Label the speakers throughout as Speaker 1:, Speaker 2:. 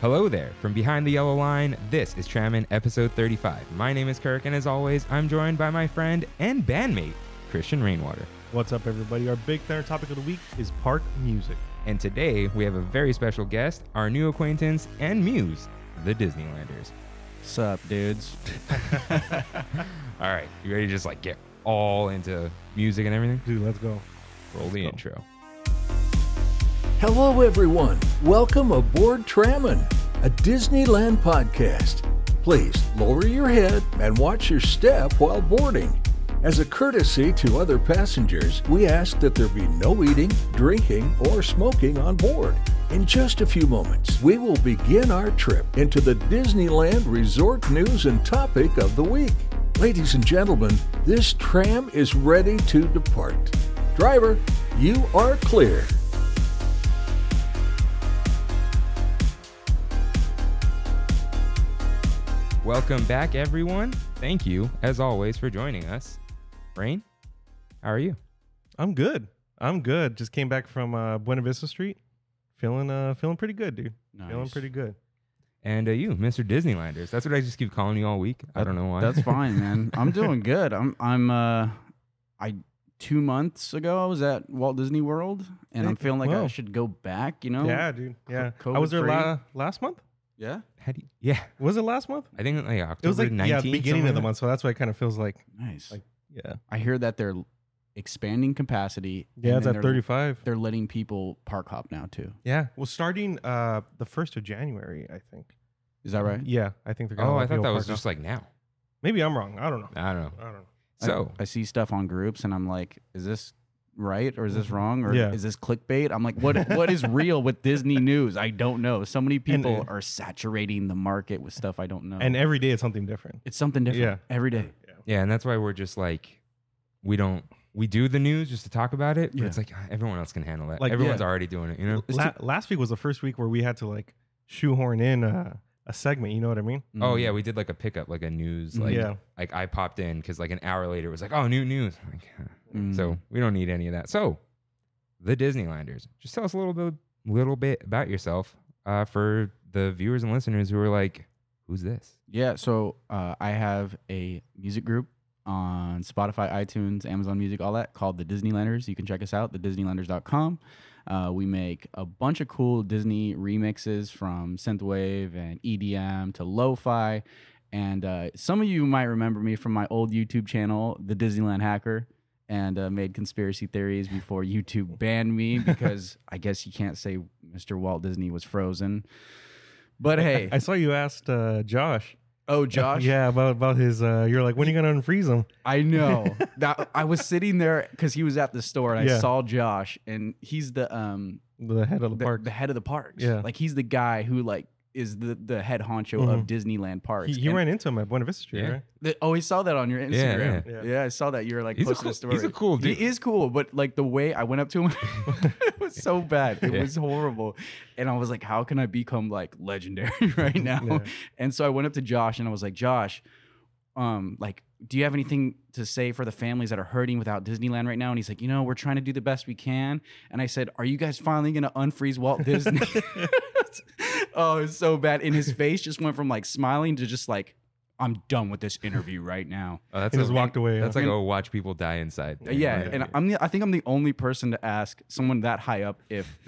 Speaker 1: Hello there. From behind the yellow line, this is Tramon episode 35. My name is Kirk, and as always, I'm joined by my friend and bandmate, Christian Rainwater.
Speaker 2: What's up, everybody? Our big third topic of the week is park music.
Speaker 1: And today, we have a very special guest, our new acquaintance and muse, the Disneylanders.
Speaker 3: Sup, dudes?
Speaker 1: All right, you ready to just like get all into music and everything?
Speaker 2: Dude, let's go.
Speaker 1: Roll the intro.
Speaker 4: Hello, everyone. Welcome aboard Tramon, a Disneyland podcast. Please lower your head and watch your step while boarding. As a courtesy to other passengers, we ask that there be no eating, drinking, or smoking on board. In just a few moments, we will begin our trip into the Disneyland Resort News and Topic of the Week. Ladies and gentlemen, this tram is ready to depart. Driver, you are clear.
Speaker 1: Welcome back, everyone. Thank you, as always, for joining us. Rain, how are you?
Speaker 2: I'm good. I'm good. Just came back from uh, Buena Vista Street. Feeling uh feeling pretty good, dude. Feeling
Speaker 3: Nice.
Speaker 2: pretty good.
Speaker 1: And uh, you, Mr. Disneylanders. That's what I just keep calling you all week. I don't know why.
Speaker 3: That's fine, man. I'm doing good. I'm I'm uh I two months ago I was at Walt Disney World and I'm
Speaker 2: Hey,
Speaker 3: feeling like
Speaker 2: wow.
Speaker 3: I should go back, you know?
Speaker 2: Yeah, dude. Yeah.
Speaker 3: Co-
Speaker 2: I was there
Speaker 3: COVID-free?
Speaker 2: la- last month.
Speaker 3: Yeah.
Speaker 1: How do you- yeah,
Speaker 2: Was it last month?
Speaker 1: I think like October
Speaker 2: It was like
Speaker 1: 19th.
Speaker 2: yeah, beginning
Speaker 1: something
Speaker 2: of the
Speaker 1: like
Speaker 2: month, so that's why it kind of feels like
Speaker 3: Nice.
Speaker 2: Like- yeah.
Speaker 3: I hear that they're expanding capacity.
Speaker 2: Yeah,
Speaker 3: and
Speaker 2: it's
Speaker 3: then
Speaker 2: at
Speaker 3: they're-
Speaker 2: 35.
Speaker 3: They're letting people park hop now too.
Speaker 2: Yeah. Well, starting uh the 1st of January, I think.
Speaker 3: Is that right?
Speaker 2: Yeah, I think they're
Speaker 1: that.
Speaker 2: going to
Speaker 1: Oh, I thought that was just like now.
Speaker 2: Maybe I'm wrong. I don't know.
Speaker 1: I don't know.
Speaker 2: I don't know.
Speaker 3: I-
Speaker 1: So
Speaker 3: I, see stuff on groups and I'm like, is this right or is this wrong or
Speaker 2: Mm-hmm. Yeah.
Speaker 3: is this clickbait? I'm like, what what is real with Disney news? I don't know. So many people
Speaker 2: uh,
Speaker 3: are saturating the market with stuff I don't know.
Speaker 2: And every day it's something different.
Speaker 3: it's something different every day.
Speaker 2: Yeah.
Speaker 1: yeah, and that's why we're just like we don't we do the news just to talk about it. But it's like ah, everyone else can handle that.
Speaker 2: Like,
Speaker 1: Everyone's
Speaker 2: yeah.
Speaker 1: already doing it, you know.
Speaker 3: It's
Speaker 2: La- last week was the first week where we had to like shoehorn in uh, a segment. You know what I mean?
Speaker 1: Oh
Speaker 3: Mm.
Speaker 1: yeah, we did like a pickup, like a news, like
Speaker 2: yeah.
Speaker 1: like I popped in because like an hour later it was like oh new news. I'm like, huh.
Speaker 3: Mm.
Speaker 1: So we don't need any of that. So the Disneylanders, just tell us a little bit, little bit about yourself uh, for the viewers and listeners who are like, who's this?
Speaker 3: Yeah, so uh, I have a music group on Spotify, iTunes, Amazon Music, all that called the Disneylanders. You can check us out, thedisneylanders.com. Uh, we make a bunch of cool Disney remixes from synthwave and EDM to lo-fi. And uh, some of you might remember me from my old YouTube channel, The Disneyland Hacker, and uh, made conspiracy theories before YouTube banned me because I guess you can't say Mr. Walt Disney was frozen. But hey,
Speaker 2: I saw you asked uh, Josh.
Speaker 3: oh Josh,
Speaker 2: Yeah, about about his. Uh, you're like, when are you gonna unfreeze him?
Speaker 3: I know that I was sitting there because he was at the store and I
Speaker 2: Yeah.
Speaker 3: saw Josh and he's the um
Speaker 2: The head of the, park.
Speaker 3: the head of the parks.
Speaker 2: Yeah.
Speaker 3: Like he's the guy who like is the the head honcho of
Speaker 2: Mhm.
Speaker 3: Disneyland parks.
Speaker 2: He, you
Speaker 3: And
Speaker 2: ran into him at Buena Vista Street,
Speaker 1: Yeah.
Speaker 2: right?
Speaker 3: the- oh, he saw that on your
Speaker 1: Yeah,
Speaker 3: Instagram.
Speaker 2: yeah.
Speaker 3: Yeah, I saw that. You were like
Speaker 1: He's a
Speaker 3: posting
Speaker 1: cool-
Speaker 3: a story.
Speaker 1: he's a cool dude.
Speaker 3: He is cool, but like the way I went up to him it was so bad. It
Speaker 1: Yeah.
Speaker 3: was horrible. And I was like, how can I become like legendary right now?
Speaker 2: Yeah.
Speaker 3: And so I went up to Josh and I was like, Josh, um, like, do you have anything to say for the families that are hurting without Disneyland right now? And he's like, you know, we're trying to do the best we can. And I said, are you guys finally gonna unfreeze Walt Disney? oh, it's so bad. And his face just went from like smiling to just like, I'm done with this interview right now.
Speaker 1: Oh, that's
Speaker 2: He just
Speaker 1: a-
Speaker 2: walked away.
Speaker 1: That's
Speaker 2: huh?
Speaker 1: like oh, watch people die inside.
Speaker 3: Uh, Yeah,
Speaker 1: thing. Like,
Speaker 3: and I'm the, I think I'm the only person to ask someone that high up if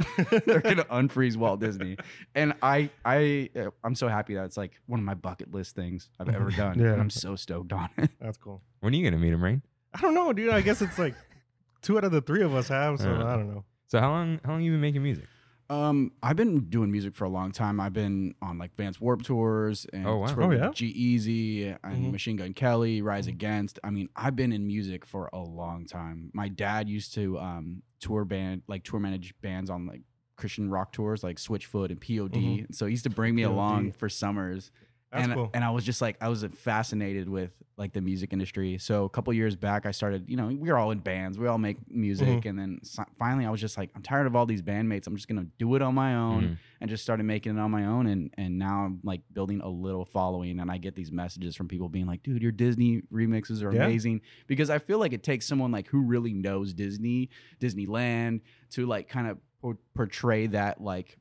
Speaker 3: they're gonna unfreeze Walt Disney. And I I uh, I'm so happy that it's like one of my bucket list things I've ever done.
Speaker 2: Yeah.
Speaker 3: And I'm so stoked on it.
Speaker 2: that's cool.
Speaker 1: when are you gonna meet him, Rain?
Speaker 2: I don't know, dude. I guess it's like two out of the three of us have. So
Speaker 1: Yeah.
Speaker 2: I don't know.
Speaker 1: So how long? How long you been making music?
Speaker 3: Um, I've been doing music for a long time. I've been on like Vance Warp tours and
Speaker 1: Oh, wow. Mm-hmm.
Speaker 3: toured
Speaker 2: Oh,
Speaker 3: with
Speaker 2: yeah?
Speaker 3: G Easy and
Speaker 2: Mhm.
Speaker 3: Machine Gun Kelly, Rise Against. I mean, I've been in music for a long time. My dad used to um tour band like tour manage bands on like Christian rock tours like Switchfoot and POD.
Speaker 1: Mm-hmm.
Speaker 3: So he used to bring me
Speaker 2: POD.
Speaker 3: along for summers
Speaker 2: That's
Speaker 3: and uh,
Speaker 2: cool.
Speaker 3: and I was just like I was fascinated with like the music industry. So a couple years back, I started. You know, we were all in bands. We all make music,
Speaker 2: Mm-hmm.
Speaker 3: and then si- finally, I was just like, I'm tired of all these bandmates. I'm just gonna do it on my own,
Speaker 1: Mhm.
Speaker 3: and just started making it on my own. And and now I'm like building a little following, and I get these messages from people being like, Dude, your Disney remixes are
Speaker 2: Yeah.
Speaker 3: amazing. Because I feel like it takes someone like who really knows Disney, Disneyland, to like kind of por- portray that like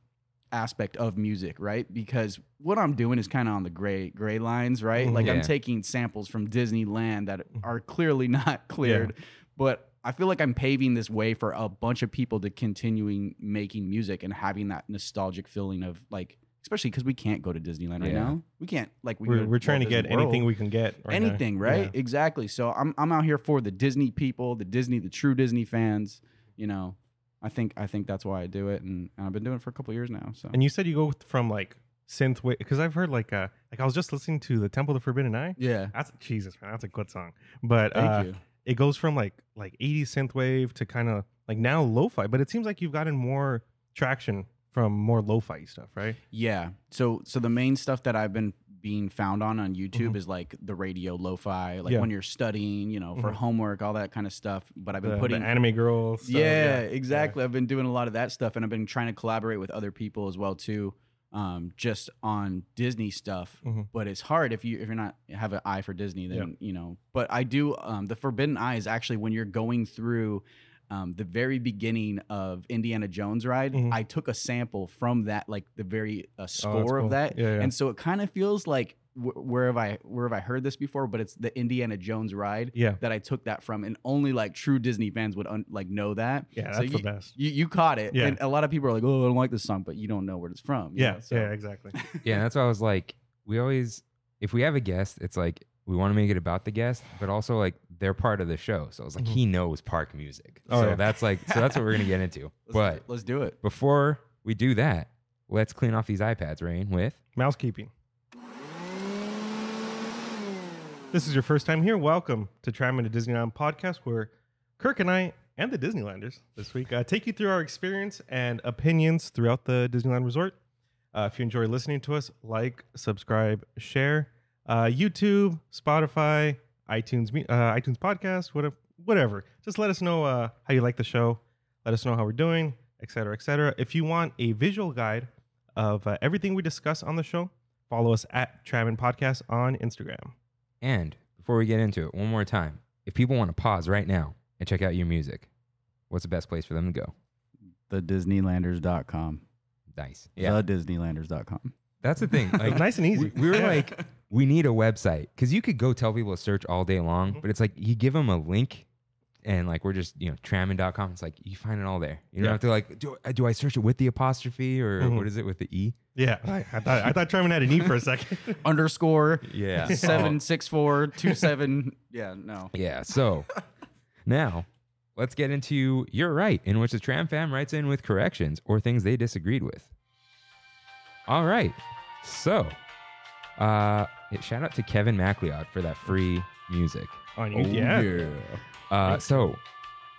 Speaker 3: aspect of music, right? Because what I'm doing is kind of on the gray gray lines, right?
Speaker 2: Mhm.
Speaker 3: Like I'm
Speaker 1: Yeah.
Speaker 3: taking samples from Disneyland that are clearly not cleared, but I feel like I'm paving this way for a bunch of people to continuing making music and having that nostalgic feeling of like especially cuz we can't go to Disneyland right
Speaker 1: Yeah.
Speaker 3: now. We can't like we can go
Speaker 2: We're, we're
Speaker 3: Walt
Speaker 2: trying to
Speaker 3: Disney
Speaker 2: get
Speaker 3: World
Speaker 2: anything we can get. Right now.
Speaker 3: anything, right?
Speaker 2: Yeah.
Speaker 3: Exactly. So I'm I'm out here for the Disney people, the Disney, the true Disney fans. You know, I think I think that's why I do it, and, and I've been doing it for a couple years now. So
Speaker 2: And you said you go from like synth wave because I've heard like uh like I was just listening to the Temple of the Forbidden Eye.
Speaker 3: yeah,
Speaker 2: That's Jesus, man. That's a good song. But
Speaker 3: thank
Speaker 2: uh,
Speaker 3: you.
Speaker 2: it goes from like like 80s synth wave to kind of like now lo-fi. But it seems like you've gotten more traction from more lo-fi stuff, right?
Speaker 3: Yeah. So so the main stuff that I've been being found on on YouTube
Speaker 2: Mhm.
Speaker 3: is like the radio lo-fi, like
Speaker 2: Yeah.
Speaker 3: when you're studying, you know, for
Speaker 2: Mhm.
Speaker 3: homework, all that kind of stuff. But I've been
Speaker 2: the,
Speaker 3: putting
Speaker 2: the anime girls.
Speaker 3: yeah, exactly. I've been doing a lot of that stuff, and I've been trying to collaborate with other people as well too, um, just on Disney stuff.
Speaker 2: Mhm.
Speaker 3: But it's hard if you if you're not have an eye for Disney, then
Speaker 2: Yeah.
Speaker 3: you know. But I do. Um, the Forbidden Eye is actually when you're going through. Um, the very beginning of Indiana Jones ride,
Speaker 2: Mhm.
Speaker 3: I took a sample from that, like the very uh, score
Speaker 2: Oh, cool.
Speaker 3: of that,
Speaker 2: Yeah, yeah.
Speaker 3: and so it kind of feels like wh- where have I where have I heard this before? But it's the Indiana Jones ride,
Speaker 2: Yeah.
Speaker 3: that I took that from, and only like true Disney fans would un- like know that.
Speaker 2: Yeah, that's
Speaker 3: so
Speaker 2: the
Speaker 3: you,
Speaker 2: best.
Speaker 3: you you caught it,
Speaker 2: Yeah.
Speaker 3: and a lot of people are like, "Oh, I don't like this song," but you don't know where it's from. you
Speaker 2: Yeah,
Speaker 3: know, so-
Speaker 2: yeah, exactly.
Speaker 1: Yeah, that's why I was like, we always, if we have a guest, it's like we want to make it about the guest, but also like they're part of the show. So I was like,
Speaker 2: Mhm.
Speaker 1: he knows park music.
Speaker 2: Oh,
Speaker 1: so
Speaker 2: yeah.
Speaker 1: that's like, so that's what we're going to get into.
Speaker 3: Let's,
Speaker 1: but
Speaker 3: let's do it.
Speaker 1: before we do that, let's clean off these iPads, Rain, with
Speaker 2: Mousekeeping. This is your first time here. Welcome to Tramon to Disneyland podcast, where Kirk and I and the Disneylanders this week uh, take you through our experience and opinions throughout the Disneyland Resort. Uh, if you enjoy listening to us, like, subscribe, share. Uh, YouTube, Spotify, iTunes, mu- uh, iTunes podcast, whatever, whatever. Just let us know uh, how you like the show. Let us know how we're doing, et cetera, et cetera. If you want a visual guide of uh, everything we discuss on the show, follow us at Travin Podcast on Instagram.
Speaker 1: And before we get into it, one more time, if people want to pause right now and check out your music, what's the best place for them to go?
Speaker 3: The Disneylanders.com.
Speaker 1: Nice. Yeah.
Speaker 3: The Disneylanders.com.
Speaker 1: That's the thing. Like,
Speaker 2: nice and easy.
Speaker 1: We, we were
Speaker 2: Yeah.
Speaker 1: like, we need a website because you could go tell people to search all day
Speaker 2: Mm-hmm.
Speaker 1: long, but it's like you give them a link and like we're just, you know, trammon.com. It's like you find it all there. You don't
Speaker 2: Yeah.
Speaker 1: have to like, do, I- do I search it with the apostrophe or
Speaker 2: Mhm.
Speaker 1: what is it with the E?
Speaker 2: yeah, I, I thought I thought Travin had an E for a second.
Speaker 3: Underscore
Speaker 1: Yeah.
Speaker 3: seven six four two seven. Yeah, no.
Speaker 1: Yeah. So now let's get into You're Right, in which the Tram Fam writes in with corrections or things they disagreed with. All right. So uh, shout out to Kevin MacLeod for that free music.
Speaker 2: on
Speaker 1: Oh,
Speaker 2: you, Oh, yeah.
Speaker 1: Uh, so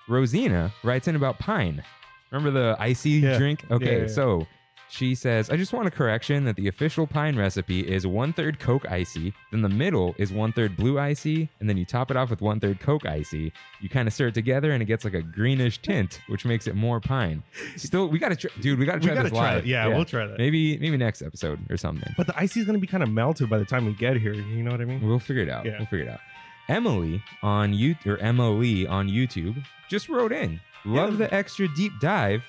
Speaker 1: Rosina writes in about pine. Remember the icy
Speaker 2: Yeah.
Speaker 1: drink?
Speaker 2: Yeah,
Speaker 1: Okay,
Speaker 2: yeah, yeah.
Speaker 1: so she says, I just want a correction that the official pine recipe is one third Coke icy, then the middle is one third blue icy, and then you top it off with one third Coke icy. You kind of stir it together and it gets like a greenish tint, which makes it more pine. Still, we gotta, tr- dude, we gotta
Speaker 2: We
Speaker 1: try
Speaker 2: gotta
Speaker 1: this
Speaker 2: try
Speaker 1: live.
Speaker 2: it. Yeah, we'll try that.
Speaker 1: Maybe, maybe next episode or something.
Speaker 2: But the ice is going to be kind of melted by the time we get here. You know what I mean?
Speaker 1: We'll figure it out.
Speaker 2: Yeah.
Speaker 1: We'll figure it out. Emily on you or Emily on YouTube just wrote in. Love the extra deep dive.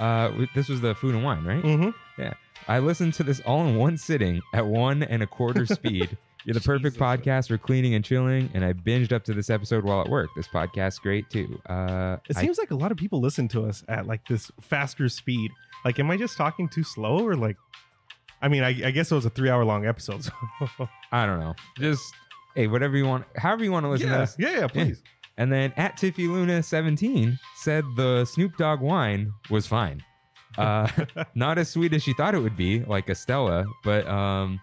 Speaker 1: Uh, w- this was the food and wine, right?
Speaker 2: Mm-hmm.
Speaker 1: I listened to this all in one sitting at one and a quarter speed. You're the perfect
Speaker 2: Jesus.
Speaker 1: podcast for cleaning and chilling, and I binged up to this episode while at work. This podcast's great too. Uh,
Speaker 2: It
Speaker 1: I-
Speaker 2: seems like a lot of people listen to us at like this faster speed. Like, am I just talking too slow or like? I mean, I, I guess it was a three-hour-long episode. So.
Speaker 1: I don't know. Just hey, whatever you want, however you want to listen to
Speaker 2: yeah,
Speaker 1: this.
Speaker 2: yeah, yeah, please.
Speaker 1: And then at Tiffy Luna 17 said the Snoop Dogg wine was fine. Uh, not as sweet as she thought it would be, like a Stella, but um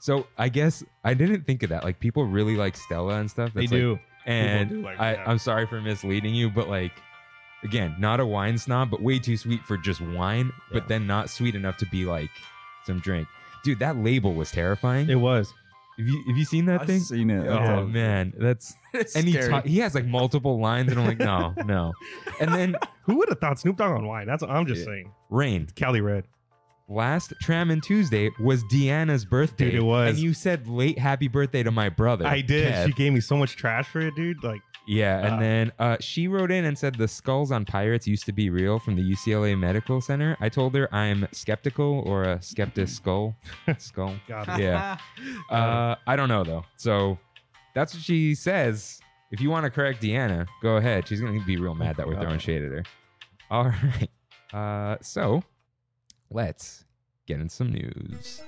Speaker 1: so I guess I didn't think of that. Like people really like Stella and stuff.
Speaker 2: they
Speaker 1: like-
Speaker 2: do.
Speaker 1: and
Speaker 2: do like
Speaker 1: I,
Speaker 2: that.
Speaker 1: I'm sorry for misleading you, but like again, not a wine snob, but way too sweet for just wine,
Speaker 2: Yeah.
Speaker 1: but then not sweet enough to be like some drink. Dude, that label was terrifying.
Speaker 2: It was.
Speaker 1: have you have you seen that thing?
Speaker 3: seen it. Oh,
Speaker 1: Oh man, that's and he, ta- he has like multiple lines, and I'm like, no, no. And then
Speaker 2: Who would have thought Snoop Dogg on wine? That's what I'm just
Speaker 1: Yeah.
Speaker 2: saying.
Speaker 1: Rain,
Speaker 2: Cali Red.
Speaker 1: last Tramon Tuesday was Deanna's birthday.
Speaker 2: Dude, it was.
Speaker 1: And you said late happy birthday to my brother.
Speaker 2: I did.
Speaker 1: Kev.
Speaker 2: She gave me so much trash for it, dude. Like
Speaker 1: Yeah, and
Speaker 2: Uh,
Speaker 1: then uh, she wrote in and said the skulls on pirates used to be real from the UCLA Medical Center. I told her I'm skeptical or a skeptic skull. skull.
Speaker 2: Got it.
Speaker 1: Yeah. Uh, I don't know though. So that's what she says. If you want to correct Deanna, go ahead. She's going to be real mad that we're throwing shade at her. All right. Uh, so let's get in some news.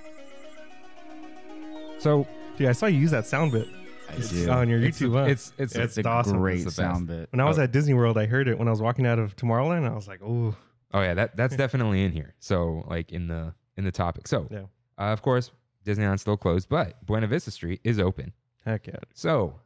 Speaker 1: So
Speaker 2: Dude, I saw you use that sound bit.
Speaker 3: I
Speaker 2: It's
Speaker 3: do.
Speaker 2: on your
Speaker 1: it's
Speaker 2: YouTube. huh?
Speaker 1: it's Oh. it's,
Speaker 2: It's
Speaker 3: It's a
Speaker 2: Oh, awesome.
Speaker 3: great
Speaker 1: It's the best.
Speaker 3: sound bit. Oh,
Speaker 2: when I was at Disney World, I heard it when I was walking out of Tomorrowland. I was like, oh,
Speaker 1: Oh yeah, that that's definitely in here. So like in the in the topic. So
Speaker 2: Yeah.
Speaker 1: uh, of course Disneyland's still closed, but Buena Vista Street is open.
Speaker 2: heck yeah.
Speaker 1: So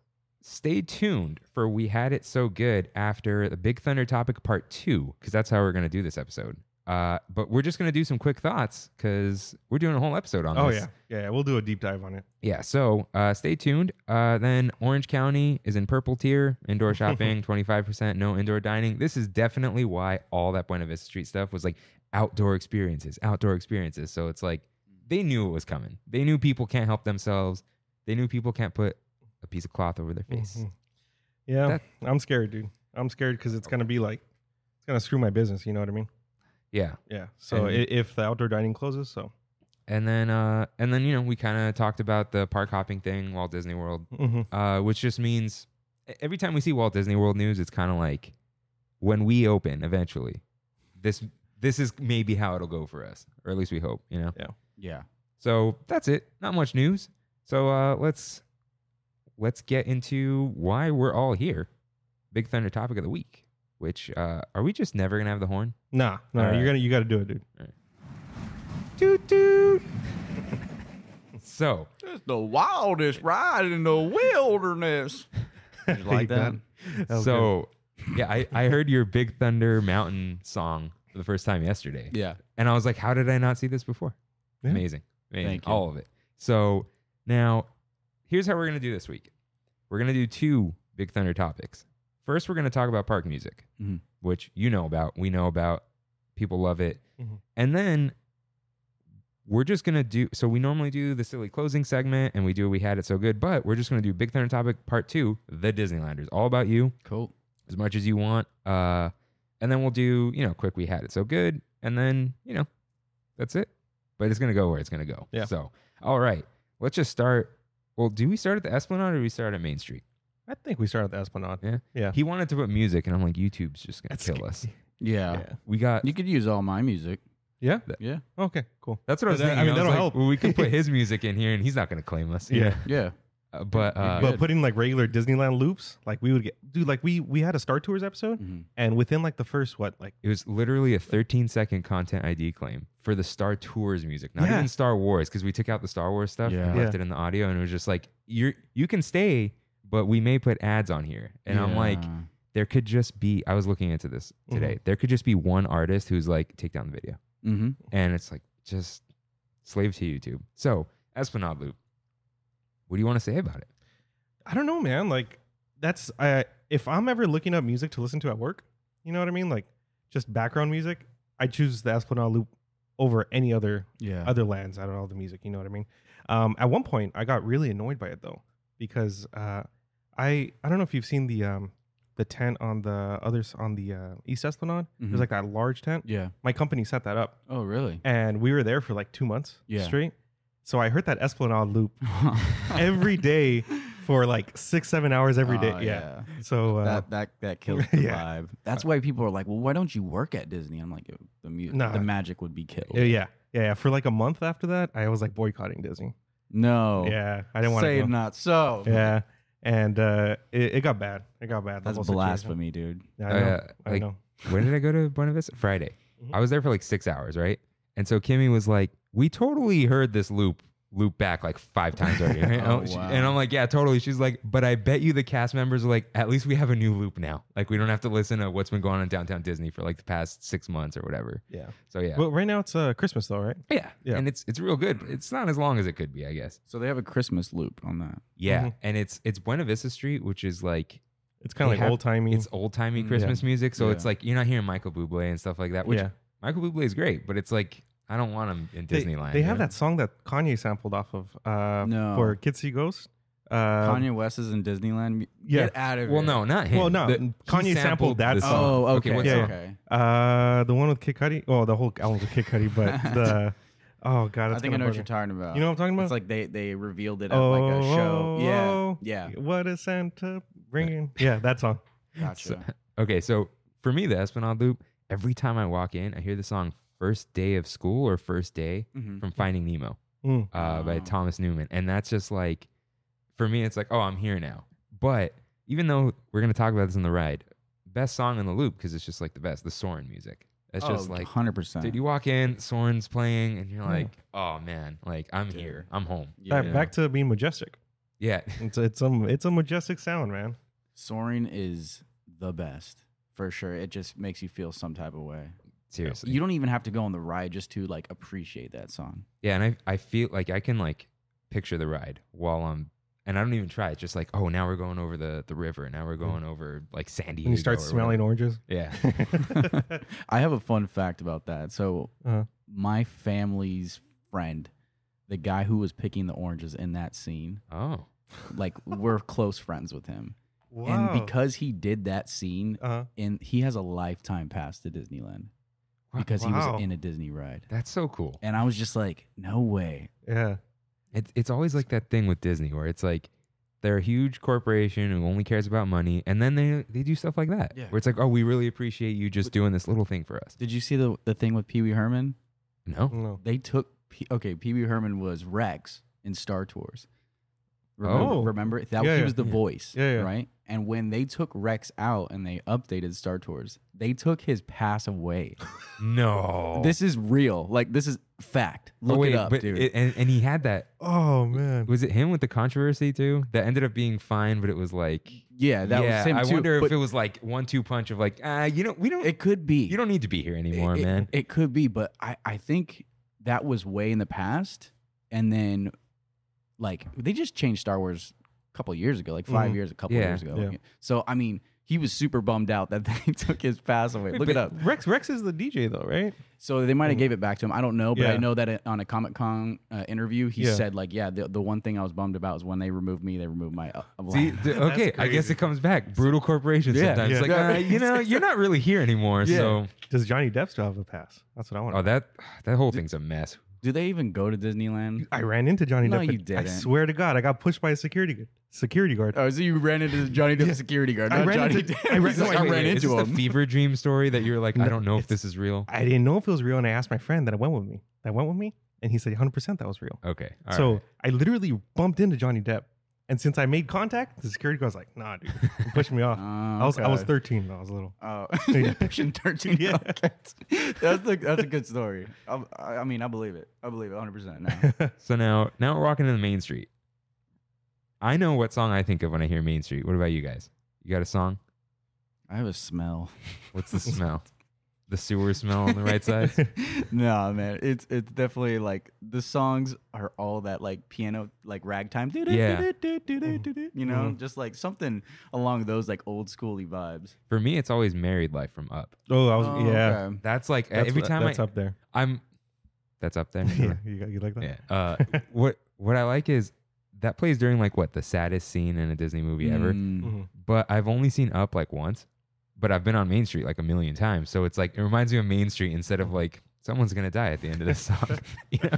Speaker 1: stay tuned for we had it so good after the Big Thunder topic part two because that's how we're gonna do this episode. Uh, but we're just gonna do some quick thoughts because we're doing a whole episode on
Speaker 2: Oh
Speaker 1: this.
Speaker 2: yeah, yeah. yeah, We'll do a deep dive on it.
Speaker 1: Yeah, so uh, stay tuned. Uh, then Orange County is in purple tier. Indoor shopping, 25%, no indoor dining. This is definitely why all that Buena Vista Street stuff was like outdoor experiences, outdoor experiences. So it's like they knew it was coming. They knew people can't help themselves. They knew people can't put a piece of cloth over their face.
Speaker 2: Mhm. Yeah,
Speaker 1: That-
Speaker 2: I'm scared, dude. I'm scared because it's gonna be like it's gonna screw my business. You know what I mean?
Speaker 1: Yeah.
Speaker 2: Yeah. So i
Speaker 1: And-
Speaker 2: if the outdoor dining closes, so
Speaker 1: And then, uh, and then, you know, we kind of talked about the park hopping thing, Walt Disney World.
Speaker 2: mhm.
Speaker 1: uh, which just means e- every time we see Walt Disney World news, it's kind of like when we open eventually. This this is maybe how it'll go for us, or at least we hope. You know.
Speaker 3: Yeah.
Speaker 1: So that's it. Not much news. So uh, let's let's get into why we're all here. Big Thunder topic of the week. Which uh, are we just never gonna have the horn?
Speaker 2: nah, no,
Speaker 1: All right.
Speaker 2: you're gonna you gotta do it, dude.
Speaker 1: Toot toot. so
Speaker 5: It's the wildest ride in the wilderness.
Speaker 3: Just like that.
Speaker 2: That was
Speaker 1: so yeah, I, I heard your Big Thunder Mountain song for the first time yesterday.
Speaker 3: Yeah.
Speaker 1: And I was like, how did I not see this before?
Speaker 2: Yeah.
Speaker 1: Amazing. Amazing.
Speaker 3: Thank you.
Speaker 1: All of it. So now here's how we're going to do this week. We're going to do two Big Thunder topics. First, we're going to talk about park music,
Speaker 3: Mhm.
Speaker 1: which you know about, we know about, people love it.
Speaker 2: Mhm.
Speaker 1: And then we're just going to do so we normally do the silly closing segment and we do we had it so good, but we're just going to do Big Thunder topic part 2, the Disneylanders, all about you
Speaker 3: Cool.
Speaker 1: as much as you want. Uh, and then we'll do, you know, quick, we had it so good. And then, you know, that's it. But it's going to go where it's going to go.
Speaker 2: Yeah.
Speaker 1: So, all right, let's just start. Well, do we start at the Esplanade or do we start at Main Street?
Speaker 2: I think we started the Esplanade.
Speaker 1: Yeah.
Speaker 2: Yeah.
Speaker 1: He wanted to put music, and I'm like, YouTube's just going to kill us.
Speaker 3: Yeah.
Speaker 2: Yeah.
Speaker 1: We got,
Speaker 3: You could use all my music.
Speaker 2: Yeah.
Speaker 3: Yeah.
Speaker 2: Okay. Cool.
Speaker 1: that's what I was
Speaker 2: That- I
Speaker 1: thinking.
Speaker 2: mean,
Speaker 1: was
Speaker 2: that'll
Speaker 1: like,
Speaker 2: help.
Speaker 1: well, we could put his music in here, and he's not going to claim us.
Speaker 2: Yeah.
Speaker 3: Yeah.
Speaker 1: Uh, but, uh,
Speaker 2: but
Speaker 3: good.
Speaker 2: putting like regular Disneyland loops, like we would get, dude. Like we we had a Star Tours episode,
Speaker 3: Mhm.
Speaker 2: and within like the first what, like
Speaker 1: it was literally a 13 second content ID claim for the Star Tours music, not
Speaker 2: Yeah.
Speaker 1: even Star Wars, because we took out the Star Wars stuff and
Speaker 3: Yeah.
Speaker 1: left
Speaker 2: Yeah.
Speaker 1: it in the audio, and it was just like you you can stay, but we may put ads on here, and I'm like,
Speaker 3: Yeah.
Speaker 1: there could just be. I was looking into this
Speaker 3: Mm-hmm.
Speaker 1: today. There could just be one artist who's like, take down the video,
Speaker 3: Mhm.
Speaker 1: and it's like just slave to YouTube. So Esplanade Loop, what do you want to say about it?
Speaker 2: I don't know, man. Like that's I if I'm ever looking up music to listen to at work, you know what I mean? Like just background music, I choose the Esplanade loop over any other
Speaker 3: Yeah.
Speaker 2: other lands. I don't know the music, you know what I mean? Um, at one point I got really annoyed by it though, because uh, I I don't know if you've seen the um the tent on the others on the uh, East Esplanade.
Speaker 3: Mhm.
Speaker 2: There's like that large tent.
Speaker 3: yeah.
Speaker 2: My company set that up
Speaker 3: Oh, really?
Speaker 2: and we were there for like two months
Speaker 3: Yeah.
Speaker 2: straight. So I heard that Esplanade loop every day for like six, seven hours every day.
Speaker 3: Oh,
Speaker 2: yeah. So uh,
Speaker 3: that that that kills the
Speaker 2: yeah.
Speaker 3: vibe. That's why people are like, "Well, why don't you work at Disney?" I'm like, "The mu-
Speaker 2: Nah.
Speaker 3: the magic would be killed."
Speaker 2: yeah, yeah, yeah, yeah. For like a month after that, I was like boycotting Disney.
Speaker 3: No.
Speaker 2: Yeah, I didn't want
Speaker 3: Oh. Say
Speaker 2: to. Go.
Speaker 3: not so.
Speaker 2: Yeah, and uh, it, it got bad. It got bad. the
Speaker 3: That's
Speaker 2: whole situation.
Speaker 3: blasphemy, dude.
Speaker 2: Yeah, I know.
Speaker 1: Uh,
Speaker 2: I
Speaker 1: like-
Speaker 2: know.
Speaker 1: when did I go to Buena Vista? Friday.
Speaker 2: Mhm.
Speaker 1: I was there for like six hours, right? And so Kimmy was like, "We totally heard this loop loop back like five times already." And,
Speaker 3: Oh,
Speaker 1: I- she-
Speaker 3: wow.
Speaker 1: and I'm like, "Yeah, totally." She's like, "But I bet you the cast members are like, at least we have a new loop now. Like we don't have to listen to what's been going on in downtown Disney for like the past six months or whatever."
Speaker 2: Yeah.
Speaker 1: So yeah,
Speaker 2: Well, right now it's uh, Christmas though, right?
Speaker 1: yeah,
Speaker 2: yeah.
Speaker 1: and it's it's real good. but It's not as long as it could be, I guess.
Speaker 3: So they have a Christmas loop on that.
Speaker 1: Yeah,
Speaker 2: Mhm.
Speaker 1: and it's it's Buena Vista Street, which is like
Speaker 2: It's kind of
Speaker 1: They
Speaker 2: like
Speaker 1: have-
Speaker 2: old timey.
Speaker 1: it's old timey
Speaker 3: Mm, yeah.
Speaker 1: Christmas music. So
Speaker 3: Yeah.
Speaker 1: it's like you're not hearing Michael Bublé and stuff like that. Which
Speaker 2: Yeah,
Speaker 1: Michael Bublé is great, but it's like. I don't want him in
Speaker 2: They-
Speaker 1: Disneyland.
Speaker 2: They,
Speaker 1: you
Speaker 2: have
Speaker 1: know?
Speaker 2: that song that Kanye sampled off of uh,
Speaker 3: No.
Speaker 2: for Kids See Ghosts. Uh,
Speaker 3: Kanye West is in Disneyland.
Speaker 2: Yeah.
Speaker 3: Get out of
Speaker 1: Well,
Speaker 3: here.
Speaker 1: no, not him.
Speaker 2: Well, no,
Speaker 1: The-
Speaker 2: Kanye
Speaker 1: he
Speaker 2: sampled that
Speaker 1: the
Speaker 2: song.
Speaker 3: Oh, okay.
Speaker 1: what
Speaker 2: yeah,
Speaker 1: song?
Speaker 3: okay.
Speaker 2: Uh, the one with Kid Cudi. Oh, the whole album's with Kid Cudi, but the oh god,
Speaker 3: I
Speaker 2: that's
Speaker 3: think
Speaker 2: gonna
Speaker 3: I know what
Speaker 2: bug
Speaker 3: you're
Speaker 2: me.
Speaker 3: talking about.
Speaker 2: You know what I'm talking about?
Speaker 3: It's like they they revealed it at like a show.
Speaker 2: oh,
Speaker 3: yeah.
Speaker 2: oh, What is Santa bringing? Yeah, that song.
Speaker 3: Yeah. Gotcha.
Speaker 1: Oh. So- okay, so for me, the Esplanade Loop, every time I walk in, I hear the song First Day of School or First Day
Speaker 3: Mhm.
Speaker 2: Mm-hmm.
Speaker 1: from Finding Nemo
Speaker 2: Mm.
Speaker 1: uh, by
Speaker 3: Oh.
Speaker 1: Thomas Newman. And that's just like, for me, it's like, oh, I'm here now. But even though we're going to talk about this in the ride, best song in the loop because it's just like the best, the Soren music. That's just
Speaker 3: Oh,
Speaker 1: like,
Speaker 3: 100%.
Speaker 1: dude, you walk in, Soren's playing, and you're
Speaker 2: Yeah.
Speaker 1: like, oh man, like I'm here, I'm home.
Speaker 3: yeah.
Speaker 2: Back, back to being majestic.
Speaker 1: Yeah.
Speaker 2: It's it's um it's a majestic sound, man.
Speaker 3: Soaring is the best for sure. It just makes you feel some type of way.
Speaker 1: Seriously.
Speaker 3: You don't even have to go on the ride just to like appreciate that song.
Speaker 1: Yeah, and I I feel like I can like picture the ride while I'm and I don't even try. It's just like, oh, now we're going over the the river. Now we're going over like San Diego.
Speaker 2: When you start
Speaker 1: or
Speaker 2: smelling oranges.
Speaker 1: whatever. Yeah.
Speaker 3: I have a fun fact about that. So
Speaker 2: Uh-huh.
Speaker 3: my family's friend, the guy who was picking the oranges in that scene,
Speaker 1: Oh.
Speaker 3: like we're close friends with him.
Speaker 2: Wow.
Speaker 3: And because he did that scene
Speaker 2: uh,
Speaker 3: and he has a lifetime pass to Disneyland
Speaker 1: Wha-
Speaker 3: because he
Speaker 2: Wow.
Speaker 3: was in a Disney ride.
Speaker 1: That's so cool.
Speaker 3: And I was just like, no way.
Speaker 2: yeah,
Speaker 1: It's it's always like that thing with Disney where it's like they're a huge corporation who only cares about money, and then they they do stuff like that.
Speaker 3: Yeah.
Speaker 1: Where it's like, oh, we really appreciate you just doing this little thing for us.
Speaker 3: Did you see the the thing with Pee Wee Herman?
Speaker 1: No.
Speaker 2: no.
Speaker 3: They took P- okay. Pee Wee Herman was Rex in Star Tours. Remember,
Speaker 2: Oh.
Speaker 3: remember that
Speaker 2: Yeah,
Speaker 3: he
Speaker 2: yeah,
Speaker 3: was the
Speaker 1: yeah.
Speaker 3: voice,
Speaker 2: Yeah, yeah.
Speaker 3: right? And when they took Rex out and they updated Star Tours, they took his pass away.
Speaker 1: No.
Speaker 3: This is real. Like this is fact. Look
Speaker 1: oh, wait,
Speaker 3: it up,
Speaker 1: Oh. but
Speaker 3: dude.
Speaker 1: it- and, and he had that.
Speaker 2: Oh man.
Speaker 1: Was it him with the controversy too? That ended up being fine, but it was like
Speaker 3: yeah, that
Speaker 1: yeah,
Speaker 3: was him
Speaker 1: I
Speaker 3: too.
Speaker 1: wonder if
Speaker 3: but
Speaker 1: it was like one two punch of like, uh, you know, we don't,
Speaker 3: it could be.
Speaker 1: you don't need to be here anymore,
Speaker 3: it, it-
Speaker 1: man.
Speaker 3: It, could be, but I, I think that was way in the past. And then, like, they just changed Star Wars a couple years ago, like 5
Speaker 2: Mhm.
Speaker 3: years, a couple
Speaker 1: Yeah.
Speaker 3: years ago.
Speaker 2: Yeah.
Speaker 3: So, I mean, he was super bummed out that they took his pass away. Look it up.
Speaker 2: Rex Rex is the DJ though, right?
Speaker 3: So they might have gave it back to him. I don't know, but I
Speaker 2: Yeah.
Speaker 3: know that it- on a Comic Con uh, interview, he
Speaker 2: Yeah.
Speaker 3: said like, "Yeah, the, the one thing I was bummed about is when they removed me, they removed my." Uh,
Speaker 1: See,
Speaker 3: line."
Speaker 1: d- okay, I guess
Speaker 2: crazy.
Speaker 1: it comes back. Brutal corporations
Speaker 3: Yeah.
Speaker 1: sometimes.
Speaker 2: Yeah.
Speaker 1: Like,
Speaker 3: Yeah.
Speaker 1: uh, you know, you're not really here anymore.
Speaker 3: Yeah.
Speaker 1: So,
Speaker 2: Does Johnny Depp still have a pass? That's what I want.
Speaker 1: oh,
Speaker 2: to
Speaker 1: that that whole thing's a mess.
Speaker 3: Do they even go to Disneyland?
Speaker 2: I ran into Johnny
Speaker 3: No,
Speaker 2: Depp.
Speaker 3: you
Speaker 2: I- I
Speaker 3: didn't.
Speaker 2: swear to God, I got pushed by a security gu- security guard.
Speaker 3: Oh, so you ran into Johnny Depp security guard?
Speaker 2: I
Speaker 3: not
Speaker 2: ran
Speaker 3: Johnny
Speaker 2: into-
Speaker 3: Depp.
Speaker 2: I ran-
Speaker 3: He's
Speaker 2: no,
Speaker 3: like,
Speaker 2: I
Speaker 3: I
Speaker 1: Wait,
Speaker 3: ran
Speaker 1: wait, is
Speaker 3: into
Speaker 1: this
Speaker 3: him.
Speaker 1: a fever dream story that you're like, I
Speaker 2: No,
Speaker 1: don't know if
Speaker 2: it's-
Speaker 1: this is real.
Speaker 2: I didn't know if it was real, and I asked my friend that went with me. That went with me, and he said 100 percent that was real.
Speaker 1: Okay, all
Speaker 2: so
Speaker 1: right.
Speaker 2: I literally bumped into Johnny Depp, and since I made contact, the security guard was like, "Nah, dude," and pushed me off. I was I was 13. though. I was little.
Speaker 3: Oh,
Speaker 2: Yeah.
Speaker 3: Fiction 13
Speaker 2: Yeah.
Speaker 3: Rockets. That's the, that's a good story. I, I I mean, I believe it. I believe it 100% now.
Speaker 1: so now now we're walking in the main street. I know what song I think of when I hear Main Street. What about you guys? You got a song?
Speaker 3: I have a smell.
Speaker 1: What's the smell? the sewer smell on the right side.
Speaker 3: no, man. It's it's definitely like the songs are all that like piano like ragtime do
Speaker 1: Yeah.
Speaker 3: do do do do do do you know,
Speaker 2: Mhm.
Speaker 3: just like something along those like old schooly vibes.
Speaker 1: For me, it's always Married Life from Up.
Speaker 2: Oh, I was yeah.
Speaker 3: okay.
Speaker 1: That's like
Speaker 2: That's-
Speaker 1: every time
Speaker 2: that's
Speaker 1: I,
Speaker 2: up there.
Speaker 1: I'm that's up there.
Speaker 2: Yeah, you, got- you like that?
Speaker 1: yeah. Uh, what what I like is that plays during like what the saddest scene in a Disney movie ever.
Speaker 3: Mm.
Speaker 2: Mhm.
Speaker 1: But I've only seen Up like once, but I've been on Main Street like a million times. So it's like it reminds me of Main Street instead of like someone's gonna die at the end of this song. you know?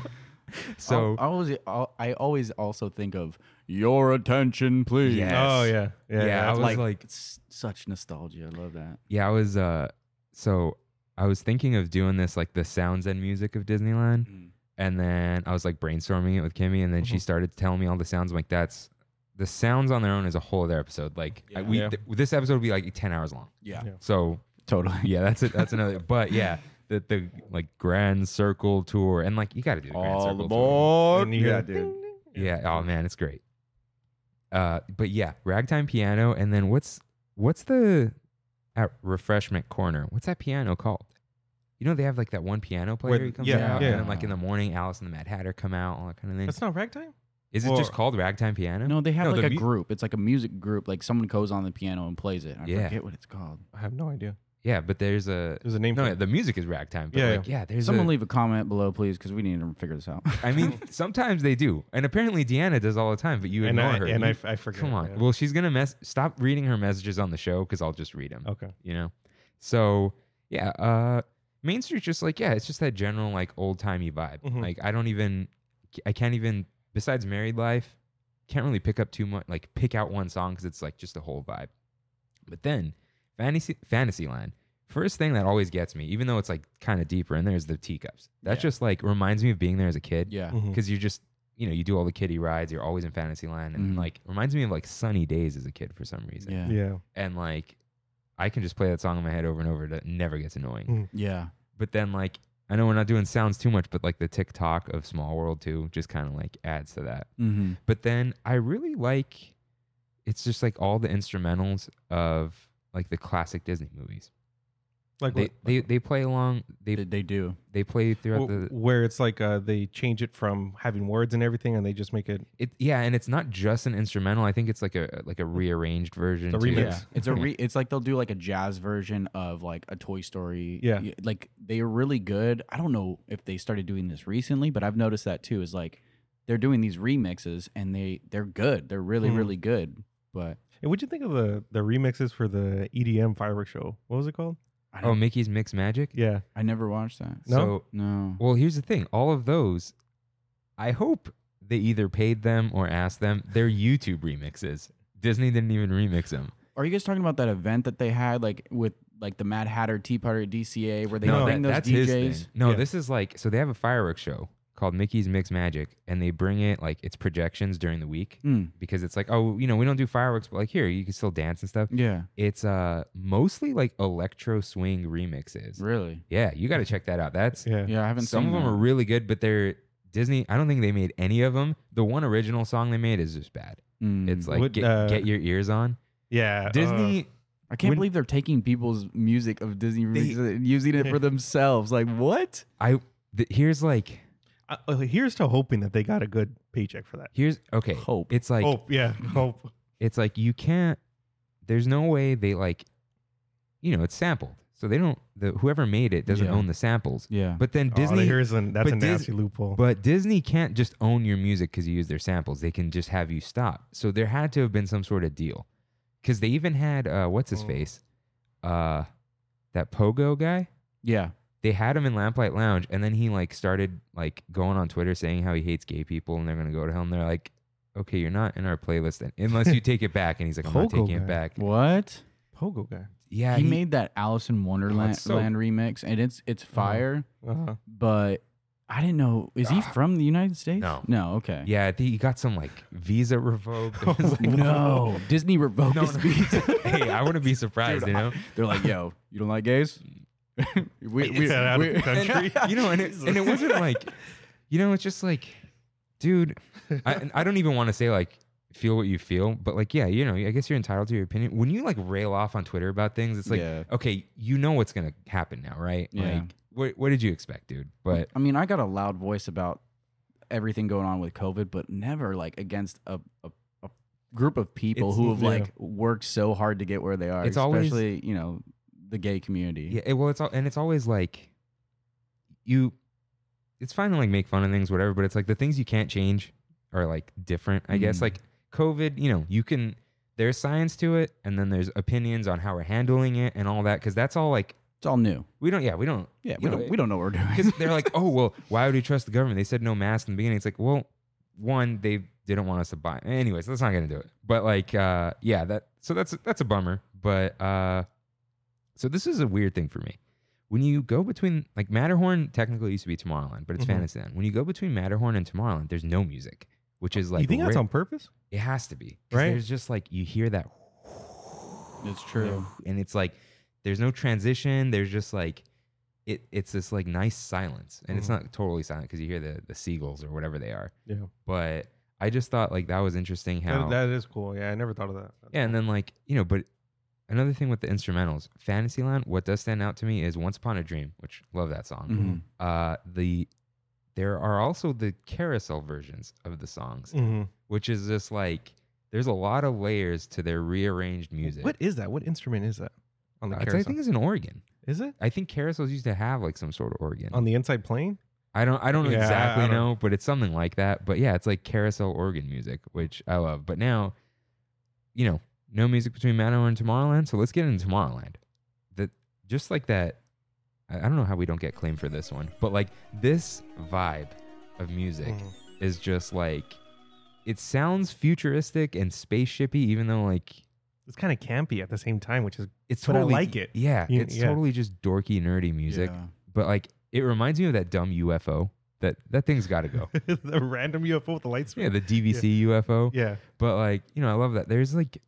Speaker 1: So
Speaker 3: I, I always I I always also think of your attention, please.
Speaker 1: Yes.
Speaker 2: Oh yeah. Yeah.
Speaker 1: Yeah, I
Speaker 2: that's-
Speaker 1: was
Speaker 3: like,
Speaker 1: like-
Speaker 3: it's such nostalgia. I love that.
Speaker 1: yeah, I was uh so I was thinking of doing this like the sounds and music of Disneyland. And then I was like brainstorming it with Kimmy, and then she
Speaker 2: Mhm.
Speaker 1: started telling me all the sounds. I'm like, that's the sounds on their own is a whole other episode. Like, I-
Speaker 3: Yeah.
Speaker 1: we
Speaker 2: Yeah.
Speaker 1: th- this episode will be like 10 hours long.
Speaker 3: Yeah,
Speaker 2: Yeah.
Speaker 1: So,
Speaker 3: totally.
Speaker 1: yeah, that's it. That's another, but yeah, the, the like Grand Circle tour, and like, you got to do the Grand
Speaker 3: All
Speaker 1: Circle tour.
Speaker 3: aboard.
Speaker 2: And you
Speaker 3: Yeah,
Speaker 2: go,
Speaker 3: dude.
Speaker 2: "Ding, ding."
Speaker 1: Yeah. Oh, man, it's great. Uh, but yeah, ragtime piano, and then what's what's the at refreshment corner? What's that piano called? You know they have like that one piano player who comes
Speaker 2: yeah,
Speaker 1: out,
Speaker 2: yeah.
Speaker 1: and then like in the morning, Alice and the Mad Hatter come out, all that kind of thing.
Speaker 2: That's not ragtime.
Speaker 1: Is it just
Speaker 2: Or-
Speaker 1: called ragtime piano?
Speaker 3: No, they have
Speaker 1: No,
Speaker 3: like
Speaker 1: the
Speaker 3: a
Speaker 1: mu-
Speaker 3: group. It's like a music group. Like someone goes on the piano and plays it. I
Speaker 1: Yeah.
Speaker 3: forget what it's called.
Speaker 2: I have no idea.
Speaker 1: Yeah, but there's a
Speaker 2: There's a name
Speaker 1: no.
Speaker 2: for it.
Speaker 1: The music is ragtime. But
Speaker 2: Yeah,
Speaker 1: like, yeah. There's
Speaker 3: Someone
Speaker 1: a,
Speaker 3: leave a comment below, please, because we need to figure this out.
Speaker 1: I mean, sometimes they do, and apparently Deanna does all the time. But you
Speaker 2: And
Speaker 1: ignore
Speaker 2: I-
Speaker 1: her.
Speaker 2: and
Speaker 1: You-
Speaker 2: I f- I forget,
Speaker 1: Come on.
Speaker 2: yeah.
Speaker 1: Well, she's gonna mess. Stop reading her messages on the show because I'll just read them.
Speaker 2: Okay.
Speaker 1: You know. So yeah, uh, Main Street's just like yeah, it's just that general like old timey vibe.
Speaker 2: Mhm.
Speaker 1: Like I don't even, I can't even. Besides Married Life, can't really pick up too much. Like pick out one song because it's like just a whole vibe. But then Fantasy Fantasyland. First thing that always gets me, even though it's like kind of deeper in there, is the teacups. That
Speaker 3: Yeah.
Speaker 1: just like reminds me of being there as a kid
Speaker 3: yeah.
Speaker 2: Mhm.
Speaker 1: because you're just you know you do all the kiddie rides you're always in fantasyland and
Speaker 3: Mhm.
Speaker 1: like reminds me of like sunny days as a kid for some reason
Speaker 3: Yeah.
Speaker 2: Yeah.
Speaker 1: and like i can just play that song in my head over and over that never gets annoying
Speaker 2: Mm.
Speaker 3: Yeah.
Speaker 1: but then like i know we're not doing sounds too much but like the tiktok of small world too just kind of like adds to that
Speaker 3: Mm-hmm.
Speaker 1: but then i really like it's just like all the instrumentals of like the classic disney movies
Speaker 2: Like
Speaker 1: they,
Speaker 2: what?
Speaker 1: they they play along
Speaker 3: They,
Speaker 1: they
Speaker 3: they do.
Speaker 1: they play throughout
Speaker 2: Wh-
Speaker 1: the
Speaker 2: where it's like uh, they change it from having words and everything, and they just make it.
Speaker 1: it yeah and it's not just an instrumental i think it's like a like a rearranged version
Speaker 2: The
Speaker 1: too.
Speaker 2: remix.
Speaker 3: Yeah. It's a re- it's like they'll do like a jazz version of like a Toy Story.
Speaker 2: Yeah.
Speaker 3: Y- Like they are really good. I don't know if they started doing this recently, but I've noticed that too is like they're doing these remixes and they they're good. They're really
Speaker 1: Hmm.
Speaker 2: Mhm.
Speaker 3: really good, but
Speaker 2: And what'd you think of the the remixes for the EDM fireworks show? What was it called?
Speaker 3: I
Speaker 1: Oh,
Speaker 3: don't,
Speaker 1: Mickey's Mix Magic?
Speaker 2: Yeah,
Speaker 3: I never watched that.
Speaker 2: No?
Speaker 1: So,
Speaker 3: No.
Speaker 1: well, here's the thing. All of those, I hope they either paid them or asked them. They're YouTube remixes. Disney didn't even remix them.
Speaker 3: Are you guys talking about that event that they had like with like the Mad Hatter Tea Party at DCA where they
Speaker 1: no,
Speaker 3: bring
Speaker 1: that-
Speaker 3: those
Speaker 1: that's
Speaker 3: DJs?
Speaker 1: his thing. No,
Speaker 2: Yeah.
Speaker 1: this is like so they have a fireworks show called Mickey's Mix Magic, and they bring it like it's projections during the week
Speaker 3: Mm,
Speaker 1: because it's like oh you know we don't do fireworks, but like here you can still dance and stuff.
Speaker 3: yeah.
Speaker 1: It's uh mostly like electro swing remixes.
Speaker 3: Really?
Speaker 1: Yeah, you got to check that out. That's
Speaker 2: yeah.
Speaker 3: Yeah, I haven't
Speaker 1: Some
Speaker 3: seen
Speaker 1: of them
Speaker 3: that.
Speaker 1: are really good, but they're Disney. I don't think they made any of them. The one original song they made is just bad.
Speaker 3: Mm. uh,
Speaker 1: It's like
Speaker 2: What,
Speaker 1: get,
Speaker 2: uh,
Speaker 1: get your ears on.
Speaker 2: Yeah, uh,
Speaker 1: Disney.
Speaker 3: I can't
Speaker 2: When-
Speaker 3: believe they're taking people's music of Disney movies and using it for themselves. Like what?
Speaker 1: I th- here's like
Speaker 2: uh, uh, here's to hoping that they got a good paycheck for that.
Speaker 1: here's okay.
Speaker 3: Hope.
Speaker 1: It's like
Speaker 2: hope, yeah, hope. Oh,
Speaker 1: it's like you can't. There's no way they like. You know, it's sampled, so they don't. The whoever made it doesn't
Speaker 3: Yeah.
Speaker 1: own the samples.
Speaker 3: Yeah.
Speaker 1: But then
Speaker 2: oh,
Speaker 1: Disney.
Speaker 2: here's an, that's a
Speaker 1: but Dis-
Speaker 2: nasty loophole.
Speaker 1: But Disney can't just own your music because you use their samples. They can just have you stop. So there had to have been some sort of deal, because they even had uh, what's his
Speaker 2: Mm.
Speaker 1: face, uh, that Pogo guy.
Speaker 3: yeah.
Speaker 1: They had him in Lamplight Lounge, and then he like started like going on Twitter saying how he hates gay people and they're gonna go to hell. And they're like, okay, you're not in our playlist then, unless you take it back. And he's like, I'm not
Speaker 2: Pogo
Speaker 1: taking
Speaker 2: guy.
Speaker 1: it back.
Speaker 3: What?
Speaker 2: Pogo guy.
Speaker 1: Yeah,
Speaker 3: he, made that Alice in Wonderland
Speaker 1: so-
Speaker 3: Land remix and it's it's fire,
Speaker 2: Uh-huh.
Speaker 3: but I didn't know is he
Speaker 1: Ah.
Speaker 3: from the United States?
Speaker 1: No.
Speaker 3: No, okay.
Speaker 1: Yeah, I think he got some like visa revoked. It was like-
Speaker 3: No. Disney revoked
Speaker 1: No,
Speaker 3: his
Speaker 1: no.
Speaker 3: visa.
Speaker 1: hey, I wouldn't be surprised,
Speaker 3: Dude,
Speaker 1: you know.
Speaker 3: They're like, yo, you don't like gays? we,
Speaker 2: Get that out of the country.
Speaker 1: you know, and it, and it wasn't like, you know, it's just like, dude, I, and I don't even want to say like, feel what you feel, but like, yeah, you know, I guess you're entitled to your opinion. When you like rail off on Twitter about things, it's like,
Speaker 3: Yeah.
Speaker 1: okay, you know what's gonna happen now, right?
Speaker 3: Yeah.
Speaker 1: Like, what what did you expect, dude? But
Speaker 3: I mean, I got a loud voice about everything going on with COVID, but never like against a, a, a group of people
Speaker 1: It's-
Speaker 3: who have
Speaker 2: yeah.
Speaker 3: like worked so hard to get where they are.
Speaker 1: It's always-
Speaker 3: especially you know the gay community.
Speaker 1: yeah, it, well, it's all, and it's always like, you, it's fine to like make fun of things, whatever, but it's like the things you can't change are like different, I guess.
Speaker 3: Mm.
Speaker 1: Like COVID, you know, you can. There's science to it, and then there's opinions on how we're handling it and all that, because that's all like
Speaker 3: It's all new.
Speaker 1: We don't. Yeah, we don't.
Speaker 3: Yeah,
Speaker 1: you
Speaker 3: we don't, we don't know what we're
Speaker 1: Because
Speaker 3: doing.
Speaker 1: they're like, oh well, why would we trust the government? They said no mask in the beginning. It's like, well, one, they didn't want us to buy. Anyways, that's not gonna do it. But like, uh, yeah, that. So that's that's a bummer. But uh, so this is a weird thing for me. When you go between like Matterhorn, technically used to be Tomorrowland, but it's
Speaker 2: Mhm.
Speaker 1: Fantasyland. When you go between Matterhorn and Tomorrowland, there's no music, which is like
Speaker 2: you think that's
Speaker 1: rare-
Speaker 2: on purpose?
Speaker 1: it has to be 'Cause
Speaker 2: Right.
Speaker 1: There's just like you hear that
Speaker 3: it's true.
Speaker 1: and it's like there's no transition there's just like it it's this like nice silence and it's
Speaker 2: Mhm.
Speaker 1: not totally silent because you hear the the seagulls or whatever they are
Speaker 2: Yeah,
Speaker 1: but i just thought like that was interesting how
Speaker 2: that, that is cool. Yeah, I never thought of that.
Speaker 1: yeah and then like you know but another thing with the instrumentals fantasyland what does stand out to me is once upon a dream which love that song
Speaker 3: Mhm.
Speaker 1: uh the there are also the carousel versions of the songs
Speaker 2: Mhm.
Speaker 1: which is just like there's a lot of layers to their rearranged music
Speaker 2: What is that? What instrument is that? on the
Speaker 1: Uh, it's-
Speaker 2: carousel.
Speaker 1: I think it's in Oregon.
Speaker 2: is it
Speaker 1: I think carousels used to have like some sort of organ.
Speaker 2: on the inside plane?
Speaker 1: I don't I don't know
Speaker 2: Yeah, I- I
Speaker 1: exactly
Speaker 2: don't-
Speaker 1: know, but it's something like that. But yeah, it's like carousel organ music, which I love. But now, you know, no music between Mano and Tomorrowland, so let's get into Tomorrowland. That just like that I I don't know how we don't get claim for this one, but like this vibe of music
Speaker 2: Mhm.
Speaker 1: is just like it sounds futuristic and spaceshipy, even though like
Speaker 2: It's kind of campy at the same time, which is
Speaker 1: it's
Speaker 2: But I
Speaker 1: totally
Speaker 2: like it.
Speaker 1: Yeah,
Speaker 2: You-
Speaker 1: it's
Speaker 2: yeah.
Speaker 1: totally just dorky, nerdy music.
Speaker 3: Yeah.
Speaker 1: But like it reminds me of that dumb UFO. That that thing's got to go.
Speaker 2: the random UFO with the lights.
Speaker 1: Yeah, the DVC UFO.
Speaker 2: yeah.
Speaker 1: But like, you know, I love that. There's like,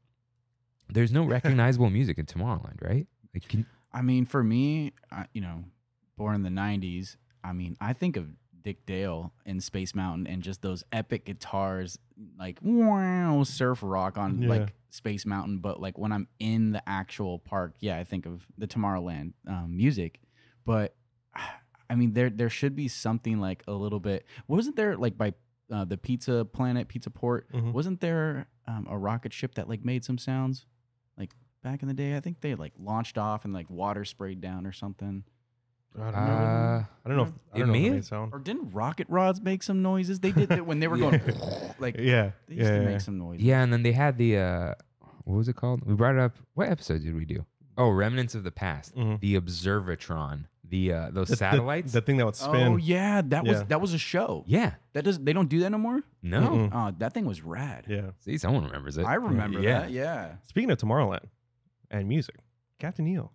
Speaker 1: there's no recognizable music in Tomorrowland, right? Like, can,
Speaker 3: I mean, for me, I, you know, born in the '90s. I mean, I think of Dick Dale in Space Mountain and just those epic guitars, like wow, surf rock on
Speaker 2: Yeah.
Speaker 3: like Space Mountain. But like when I'm in the actual park, yeah, I think of the Tomorrowland um, music. But I mean, there there should be something like a little bit. Wasn't there like by uh, the Pizza Planet, Pizza Port?
Speaker 2: Mhm.
Speaker 3: Wasn't there um, a rocket ship that like made some sounds? Like back in the day, I think they like launched off and like water sprayed down or something.
Speaker 2: I don't know.
Speaker 1: uh,
Speaker 2: I don't know. If, I
Speaker 1: it
Speaker 2: don't know if
Speaker 1: may
Speaker 2: it
Speaker 1: have-
Speaker 2: made sound.
Speaker 3: Or didn't rocket rods make some noises? They did that when they were going like they used
Speaker 2: Yeah. Yeah.
Speaker 3: to
Speaker 2: yeah, yeah.
Speaker 3: make some noises.
Speaker 1: yeah. And then they had the, uh, what was it called? We brought it up. What episode did we do? Oh, Remnants of the Past,
Speaker 2: Mhm.
Speaker 1: the Observatron, the uh, those
Speaker 2: The- the-
Speaker 1: satellites.
Speaker 2: The, thing that would spin.
Speaker 3: Oh yeah, that was
Speaker 2: Yeah.
Speaker 3: that was a show.
Speaker 1: yeah.
Speaker 3: That does they don't do that no more.
Speaker 1: No.
Speaker 2: Mm-mm.
Speaker 3: Uh, that thing was rad.
Speaker 2: Yeah.
Speaker 1: See, someone remembers it.
Speaker 3: I remember
Speaker 1: Yeah.
Speaker 3: that. Yeah.
Speaker 2: Speaking of Tomorrowland and music, Captain EO.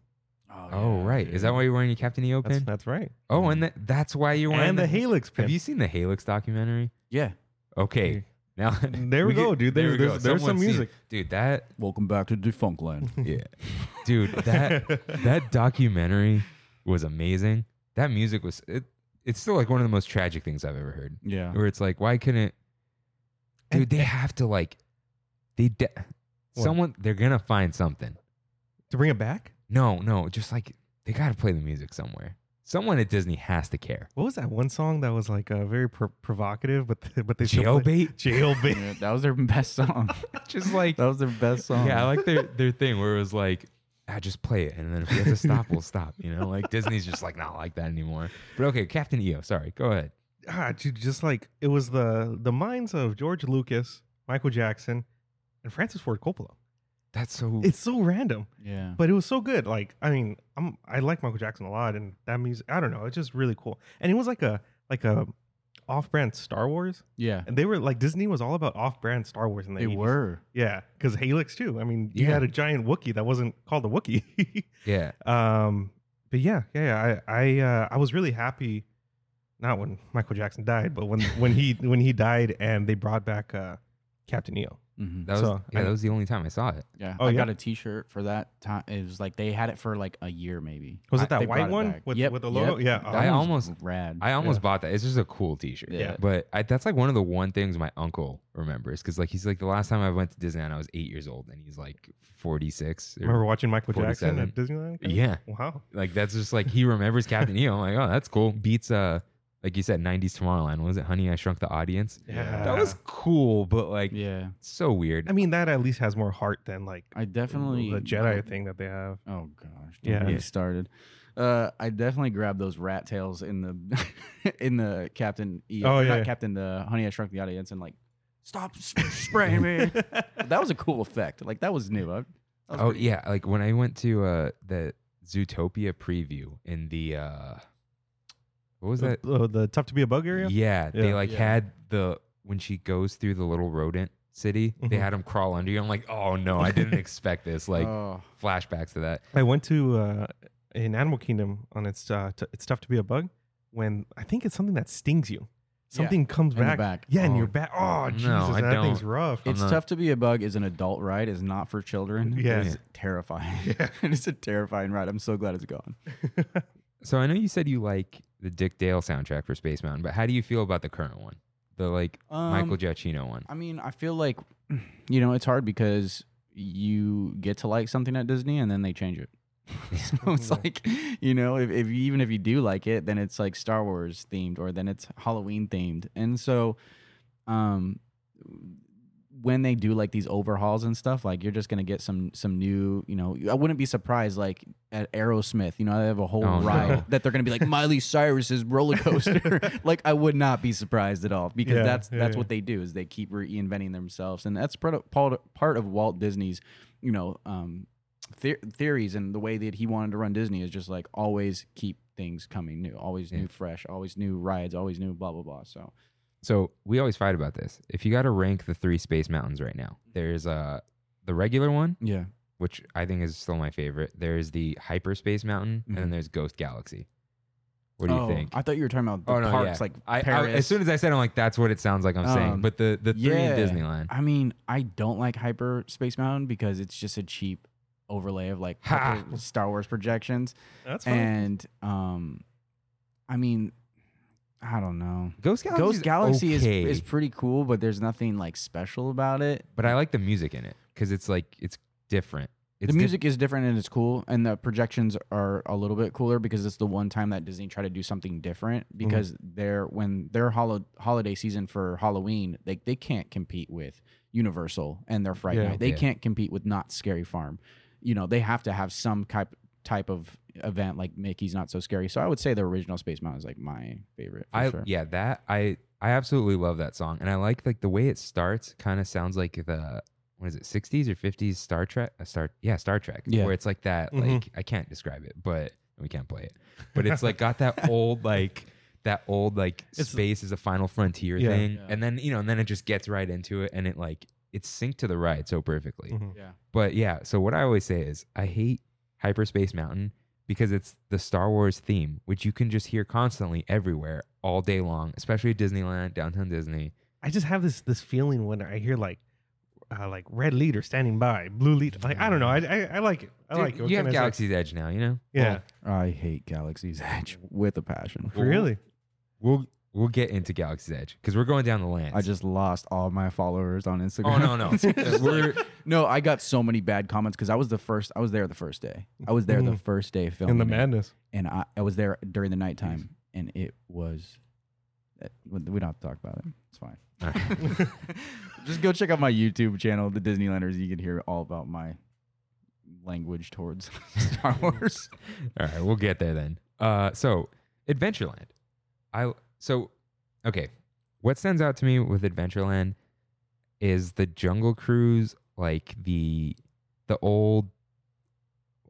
Speaker 3: Oh,
Speaker 1: Oh,
Speaker 3: yeah,
Speaker 1: right. Is that
Speaker 3: dude.
Speaker 1: why you're wearing your Captain EO
Speaker 2: That's,
Speaker 1: pin?
Speaker 2: that's right.
Speaker 1: oh, and that, that's why you're wearing
Speaker 2: And the Helix pin.
Speaker 1: Have you seen the Halix documentary?
Speaker 3: Yeah.
Speaker 1: Okay. Now
Speaker 2: There we go, dude.
Speaker 1: There
Speaker 2: There-
Speaker 1: we go.
Speaker 2: there's- there's some
Speaker 1: Someone's seen-
Speaker 2: music.
Speaker 1: dude. That
Speaker 3: Welcome back to Defunk Land.
Speaker 1: yeah, dude. That that documentary was amazing. That music was it. It's still like one of the most tragic things I've ever heard.
Speaker 3: yeah.
Speaker 1: Where it's like, why couldn't, dude? They have to like, they de-
Speaker 2: What?
Speaker 1: someone they're gonna find something.
Speaker 2: to bring it back?
Speaker 1: No, no, just like they gotta play the music somewhere. Someone at Disney has to care.
Speaker 2: What was that one song that was like uh, very pro- provocative, but but they still play-
Speaker 1: Jailbait,
Speaker 2: Jailbait.
Speaker 3: Yeah, that was their best song.
Speaker 1: just like
Speaker 3: that was their best song.
Speaker 1: Yeah, I like their their thing where it was like, ah, just play it, and then if we have to stop, we'll stop. You know, like Disney's just like not like that anymore. But okay, Captain EO. Sorry, go ahead.
Speaker 2: ah, dude, just like it was the the minds of George Lucas, Michael Jackson, and Francis Ford Coppola.
Speaker 1: That's so.
Speaker 2: It's so random,
Speaker 3: yeah.
Speaker 2: but it was so good. Like, I mean, I'm I like Michael Jackson a lot, and that music. I don't know, it's just really cool. And it was like a like a off-brand Star Wars,
Speaker 3: Yeah.
Speaker 2: and they were like Disney was all about off-brand Star Wars in the
Speaker 3: They
Speaker 2: 80s.
Speaker 3: were.
Speaker 2: yeah, because Helix too. I mean, you
Speaker 1: Yeah.
Speaker 2: had a giant Wookiee that wasn't called a Wookiee.
Speaker 1: yeah,
Speaker 2: Um, but yeah, yeah, yeah. I I uh, I was really happy, not when Michael Jackson died, but when when he when he died and they brought back uh, Captain EO.
Speaker 3: Mhm.
Speaker 1: that was
Speaker 2: So,
Speaker 1: yeah,
Speaker 2: I-
Speaker 1: that was the only time I saw it.
Speaker 3: Yeah.
Speaker 2: Oh,
Speaker 3: I
Speaker 2: yeah?
Speaker 3: got a t shirt for that time. It was like they had it for like a year maybe.
Speaker 2: Was
Speaker 3: I-
Speaker 2: it that
Speaker 3: they
Speaker 2: white
Speaker 3: brought
Speaker 2: one
Speaker 3: back.
Speaker 2: with-
Speaker 3: Yep,
Speaker 2: with the logo?
Speaker 3: yep.
Speaker 2: Yeah, Oh,
Speaker 3: That
Speaker 1: I
Speaker 3: one's
Speaker 1: almost-
Speaker 3: rad.
Speaker 1: I almost
Speaker 2: Yeah.
Speaker 1: bought that. It's just a cool T-shirt.
Speaker 3: Yeah.
Speaker 1: but I, that's like one of the one things my uncle remembers because like he's like the last time I went to Disneyland I was eight years old and he's like forty six.
Speaker 2: Remember watching Michael Jackson
Speaker 1: 47.
Speaker 2: at Disneyland?
Speaker 1: Yeah.
Speaker 2: Wow.
Speaker 1: Like that's just like he remembers Captain EO. I'm like, oh, that's cool. Beats uh, like you said, '90s Tomorrowland. What was it Honey I Shrunk the Audience?
Speaker 2: Yeah.
Speaker 1: That was cool, but like
Speaker 3: Uh, Yeah.
Speaker 1: so weird.
Speaker 2: I mean, that at least has more heart than like
Speaker 3: I definitely
Speaker 2: the Jedi thing that they have.
Speaker 3: Oh gosh.
Speaker 2: Yeah.
Speaker 3: Yeah.
Speaker 2: Yeah.
Speaker 3: He started. Uh, I definitely grabbed those rat tails in the in the Captain E.
Speaker 2: Oh,
Speaker 3: or
Speaker 2: yeah.
Speaker 3: Not Captain the Honey I Shrunk the Audience and like stop sp- spraying me. that was a cool effect. Like that was new. I, that was
Speaker 1: Oh
Speaker 3: pretty-
Speaker 1: yeah, like when I went to uh the Zootopia preview in the uh what was that?
Speaker 2: the, oh, the tough to be a bug area?
Speaker 1: Yeah, they
Speaker 2: Yeah.
Speaker 1: like
Speaker 3: Yeah.
Speaker 1: had the when she goes through the little rodent city, they
Speaker 2: Mhm.
Speaker 1: had him crawl under you. I'm like, "Oh no, I didn't expect this." Like
Speaker 3: Oh.
Speaker 1: flashbacks to that.
Speaker 2: I went to uh, in Animal Kingdom on its uh, t- it's tough to be a bug when I think it's something that stings you.
Speaker 3: Yeah.
Speaker 2: Something comes
Speaker 3: In the
Speaker 2: back.
Speaker 3: back.
Speaker 2: Yeah, and
Speaker 1: Oh,
Speaker 2: you're back. Oh,
Speaker 1: no,
Speaker 2: Jesus,
Speaker 1: I
Speaker 2: that thing's
Speaker 1: don't.
Speaker 2: rough.
Speaker 1: I'm
Speaker 3: It's
Speaker 1: not-
Speaker 3: tough to be a bug is an adult ride, is not for children.
Speaker 2: Yeah.
Speaker 3: It is terrifying. it's a terrifying ride. I'm so glad it's gone.
Speaker 1: So I know you said you like the Dick Dale soundtrack for Space Mountain, but how do you feel about the current one? The like Michael
Speaker 3: Um,
Speaker 1: Giacchino one.
Speaker 3: I mean, I feel like you know, it's hard because you get to like something at Disney and then they change it. so it's
Speaker 2: Yeah.
Speaker 3: like, you know, if, if you- even if you do like it, then it's like Star Wars themed or then it's Halloween themed. And so um when they do like these overhauls and stuff, like you're just gonna get some some new, you know. I wouldn't be surprised like at Aerosmith, you know, they have a whole
Speaker 1: Oh, no.
Speaker 3: ride that they're gonna be like Miley Cyrus's roller coaster. like I would not be surprised at all because
Speaker 2: Yeah,
Speaker 3: that's
Speaker 2: yeah,
Speaker 3: that's
Speaker 2: yeah.
Speaker 3: what they do is they keep reinventing themselves, and that's part of part part of Walt Disney's, you know, um, the- theories and the way that he wanted to run Disney is just like always keep things coming new, always
Speaker 1: Yeah.
Speaker 3: new, fresh, always new rides, always new, blah blah blah. So
Speaker 1: So we always fight about this. If you got to rank the three space mountains right now, there's uh the regular one,
Speaker 3: yeah,
Speaker 1: which I think is still my favorite. There's the hyperspace mountain, and then
Speaker 3: Mhm.
Speaker 1: there's Ghost Galaxy. What do you think?
Speaker 3: oh, I thought you were talking about the
Speaker 1: Oh, no, yeah.
Speaker 3: parks, like
Speaker 1: I, I,
Speaker 3: Paris.
Speaker 1: as soon as I said, I'm like, that's what it sounds like I'm saying.
Speaker 3: Um,
Speaker 1: But the the three
Speaker 3: yeah.
Speaker 1: in Disneyland.
Speaker 3: I mean, I don't like Hyper Space Mountain because it's just a cheap overlay of like
Speaker 1: Ha!
Speaker 3: hyper Star Wars projections.
Speaker 2: That's fine.
Speaker 3: And um I mean, I don't know.
Speaker 1: Ghost Galaxy.
Speaker 3: Ghost Galaxy
Speaker 1: okay,
Speaker 3: is is pretty cool, but there's nothing like special about it.
Speaker 1: but I like the music in it because it's like it's different. It's
Speaker 3: the
Speaker 1: di-
Speaker 3: music is different and it's cool, and the projections are a little bit cooler because it's the one time that Disney tried to do something different.
Speaker 1: Mm-hmm.
Speaker 3: Because they're when their holo- holiday season for Halloween, they they can't compete with Universal and their Fright
Speaker 2: Yeah.
Speaker 3: Night. They
Speaker 1: Yeah.
Speaker 3: can't compete with Not Scary Farm. You know, they have to have some type type of event like Mickey's Not So Scary. So I would say the original Space Mountain is like my favorite. For
Speaker 1: I
Speaker 3: sure.
Speaker 1: yeah that I I absolutely love that song and I like like the way it starts kind of sounds like the what is it 60s or 50s Star Trek a Star yeah Star Trek
Speaker 3: Yeah.
Speaker 1: where it's like that
Speaker 2: Mhm.
Speaker 1: like I can't describe it but we can't play it but it's like got that old like that old like
Speaker 2: It's-
Speaker 1: space is a final frontier
Speaker 2: Yeah.
Speaker 1: thing
Speaker 3: Yeah.
Speaker 1: and then you know and then it just gets right into it and it like it's synced to the ride so perfectly
Speaker 2: Mhm.
Speaker 3: yeah.
Speaker 1: but yeah, so what I always say is I hate Hyperspace Mountain because it's the Star Wars theme, which you can just hear constantly everywhere all day long, especially at Disneyland, downtown Disney.
Speaker 2: I just have this this feeling when I hear like uh, like red lead or standing by, blue lead. Like I don't know. I I, I like it.
Speaker 1: Mm.
Speaker 2: I
Speaker 1: Dude,
Speaker 2: like it. What
Speaker 1: you have
Speaker 2: can
Speaker 1: Oh,
Speaker 2: I say?
Speaker 1: Galaxy's Edge now, you know?
Speaker 2: Yeah.
Speaker 3: I hate Galaxy's Edge with a passion.
Speaker 2: really?
Speaker 1: We'll we'll get into Galaxy's Edge because we're going down the land.
Speaker 3: I just lost all my followers on Instagram.
Speaker 1: Oh no, no. we're
Speaker 3: No, I got so many bad comments because I was the first. I was there the first day. I was there the
Speaker 2: Mhm.
Speaker 3: first day filming.
Speaker 2: In the
Speaker 3: it,
Speaker 2: madness.
Speaker 3: and I, I was there during the nighttime, and it was. uh, We we don't have to talk about it. It's fine.
Speaker 1: all right.
Speaker 3: Just go check out my YouTube channel, The Disneylanders. You can hear all about my language towards Star
Speaker 2: Mm.
Speaker 3: Wars.
Speaker 1: All right, we'll get there then. Uh, so Adventureland, I so okay. What stands out to me with Adventureland is the Jungle Cruise, like the the old,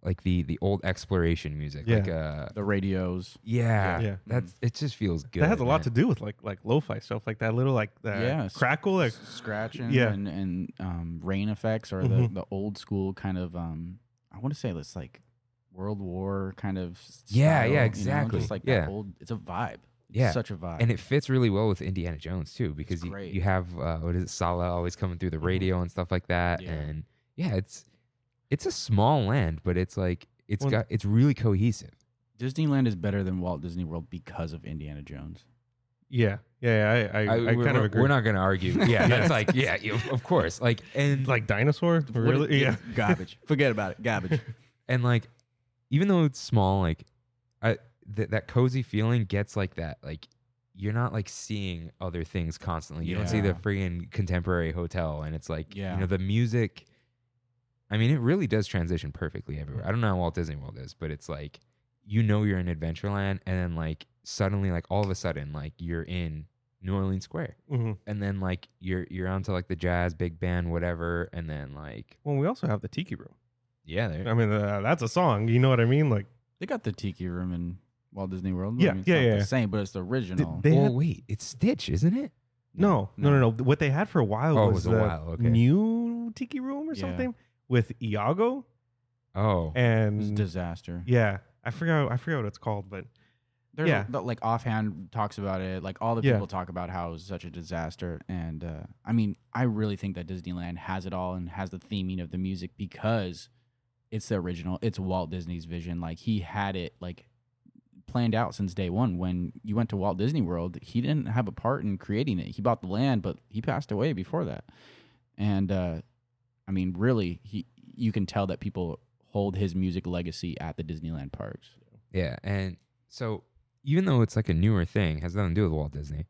Speaker 1: like the the old exploration music,
Speaker 2: Yeah.
Speaker 1: like uh,
Speaker 3: the radios.
Speaker 1: yeah,
Speaker 2: Yeah.
Speaker 1: that's it. Just feels good.
Speaker 2: that has a lot to
Speaker 1: man.
Speaker 2: do with like like lo-fi stuff, like that little like uh,
Speaker 3: Yeah, s-
Speaker 2: crackle, like
Speaker 3: scratching
Speaker 2: Yeah.
Speaker 3: and, and um, rain effects or
Speaker 2: Mhm.
Speaker 3: the, the old school kind of um, I want to say it's like World War kind of s-
Speaker 1: Yeah,
Speaker 3: style,
Speaker 1: yeah,
Speaker 3: you know,
Speaker 1: exactly.
Speaker 3: just like
Speaker 1: Yeah.
Speaker 3: that old it's a vibe It's
Speaker 1: Yeah.
Speaker 3: such a vibe
Speaker 1: and it fits really well with Indiana Jones too, because you,
Speaker 3: great. Mm-hmm.
Speaker 1: you have uh, what is it, Sala always coming through the radio and stuff like that,
Speaker 3: Yeah.
Speaker 1: and yeah, it's it's a small land, but it's like it's
Speaker 2: Well-
Speaker 1: got it's really cohesive.
Speaker 3: Disneyland is better than Walt Disney World because of Indiana Jones
Speaker 2: yeah, yeah. I I, I,
Speaker 1: we're,
Speaker 2: kind of
Speaker 1: we're-
Speaker 2: agree.
Speaker 1: We're not going to argue. Yeah, that's like yeah, you, of course. Like and like
Speaker 2: like dinosaur,
Speaker 3: What
Speaker 2: really?
Speaker 3: it-
Speaker 2: yeah.
Speaker 3: garbage forget about it garbage
Speaker 1: and like even though it's small, like I th- that cozy feeling gets like that. Like you're not like seeing other things constantly. You don't see the
Speaker 3: Yeah.
Speaker 1: friggin' contemporary hotel, and it's like
Speaker 3: Yeah.
Speaker 1: you know the music. I mean, it really does transition perfectly everywhere. I don't know how Walt Disney World is, but it's like you know you're in Adventureland, and then like suddenly, like all of a sudden, like you're in New Orleans Square.
Speaker 2: hmm
Speaker 1: and then like you're you're onto like the jazz big band whatever and then like
Speaker 2: Well, we also have the tiki room.
Speaker 1: yeah there
Speaker 2: I mean, uh, that's a song. You know what I mean? Like
Speaker 3: they got the Tiki Room in Walt Disney World
Speaker 2: Yeah,
Speaker 3: I mean, it's
Speaker 2: yeah,
Speaker 3: not
Speaker 2: yeah, yeah.
Speaker 3: the same but it's the
Speaker 2: th-
Speaker 3: original
Speaker 2: they
Speaker 1: oh
Speaker 2: had,
Speaker 1: wait it's stitch isn't it
Speaker 2: no, no, no, no, What they had for a while
Speaker 1: Oh, it
Speaker 2: was,
Speaker 1: was a
Speaker 2: the
Speaker 1: while, okay.
Speaker 2: new tiki room or
Speaker 3: Yeah.
Speaker 2: something with Iago
Speaker 1: oh
Speaker 3: it was a
Speaker 2: and
Speaker 3: disaster
Speaker 2: yeah, I forgot I forgot what it's called, but
Speaker 3: there's
Speaker 2: Yeah.
Speaker 3: the, like offhand talks about it like all the
Speaker 2: Yeah.
Speaker 3: people talk about how it was such a disaster and uh, i mean i really think that disneyland has it all and has the theming of the music because it's the original it's walt disney's vision like he had it like planned out since day one when you went to walt disney world he didn't have a part in creating it he bought the land but he passed away before that and uh, i mean really he you can tell that people hold his music legacy at the disneyland parks
Speaker 1: yeah and so even though it's like a newer thing has nothing to do with Walt Disney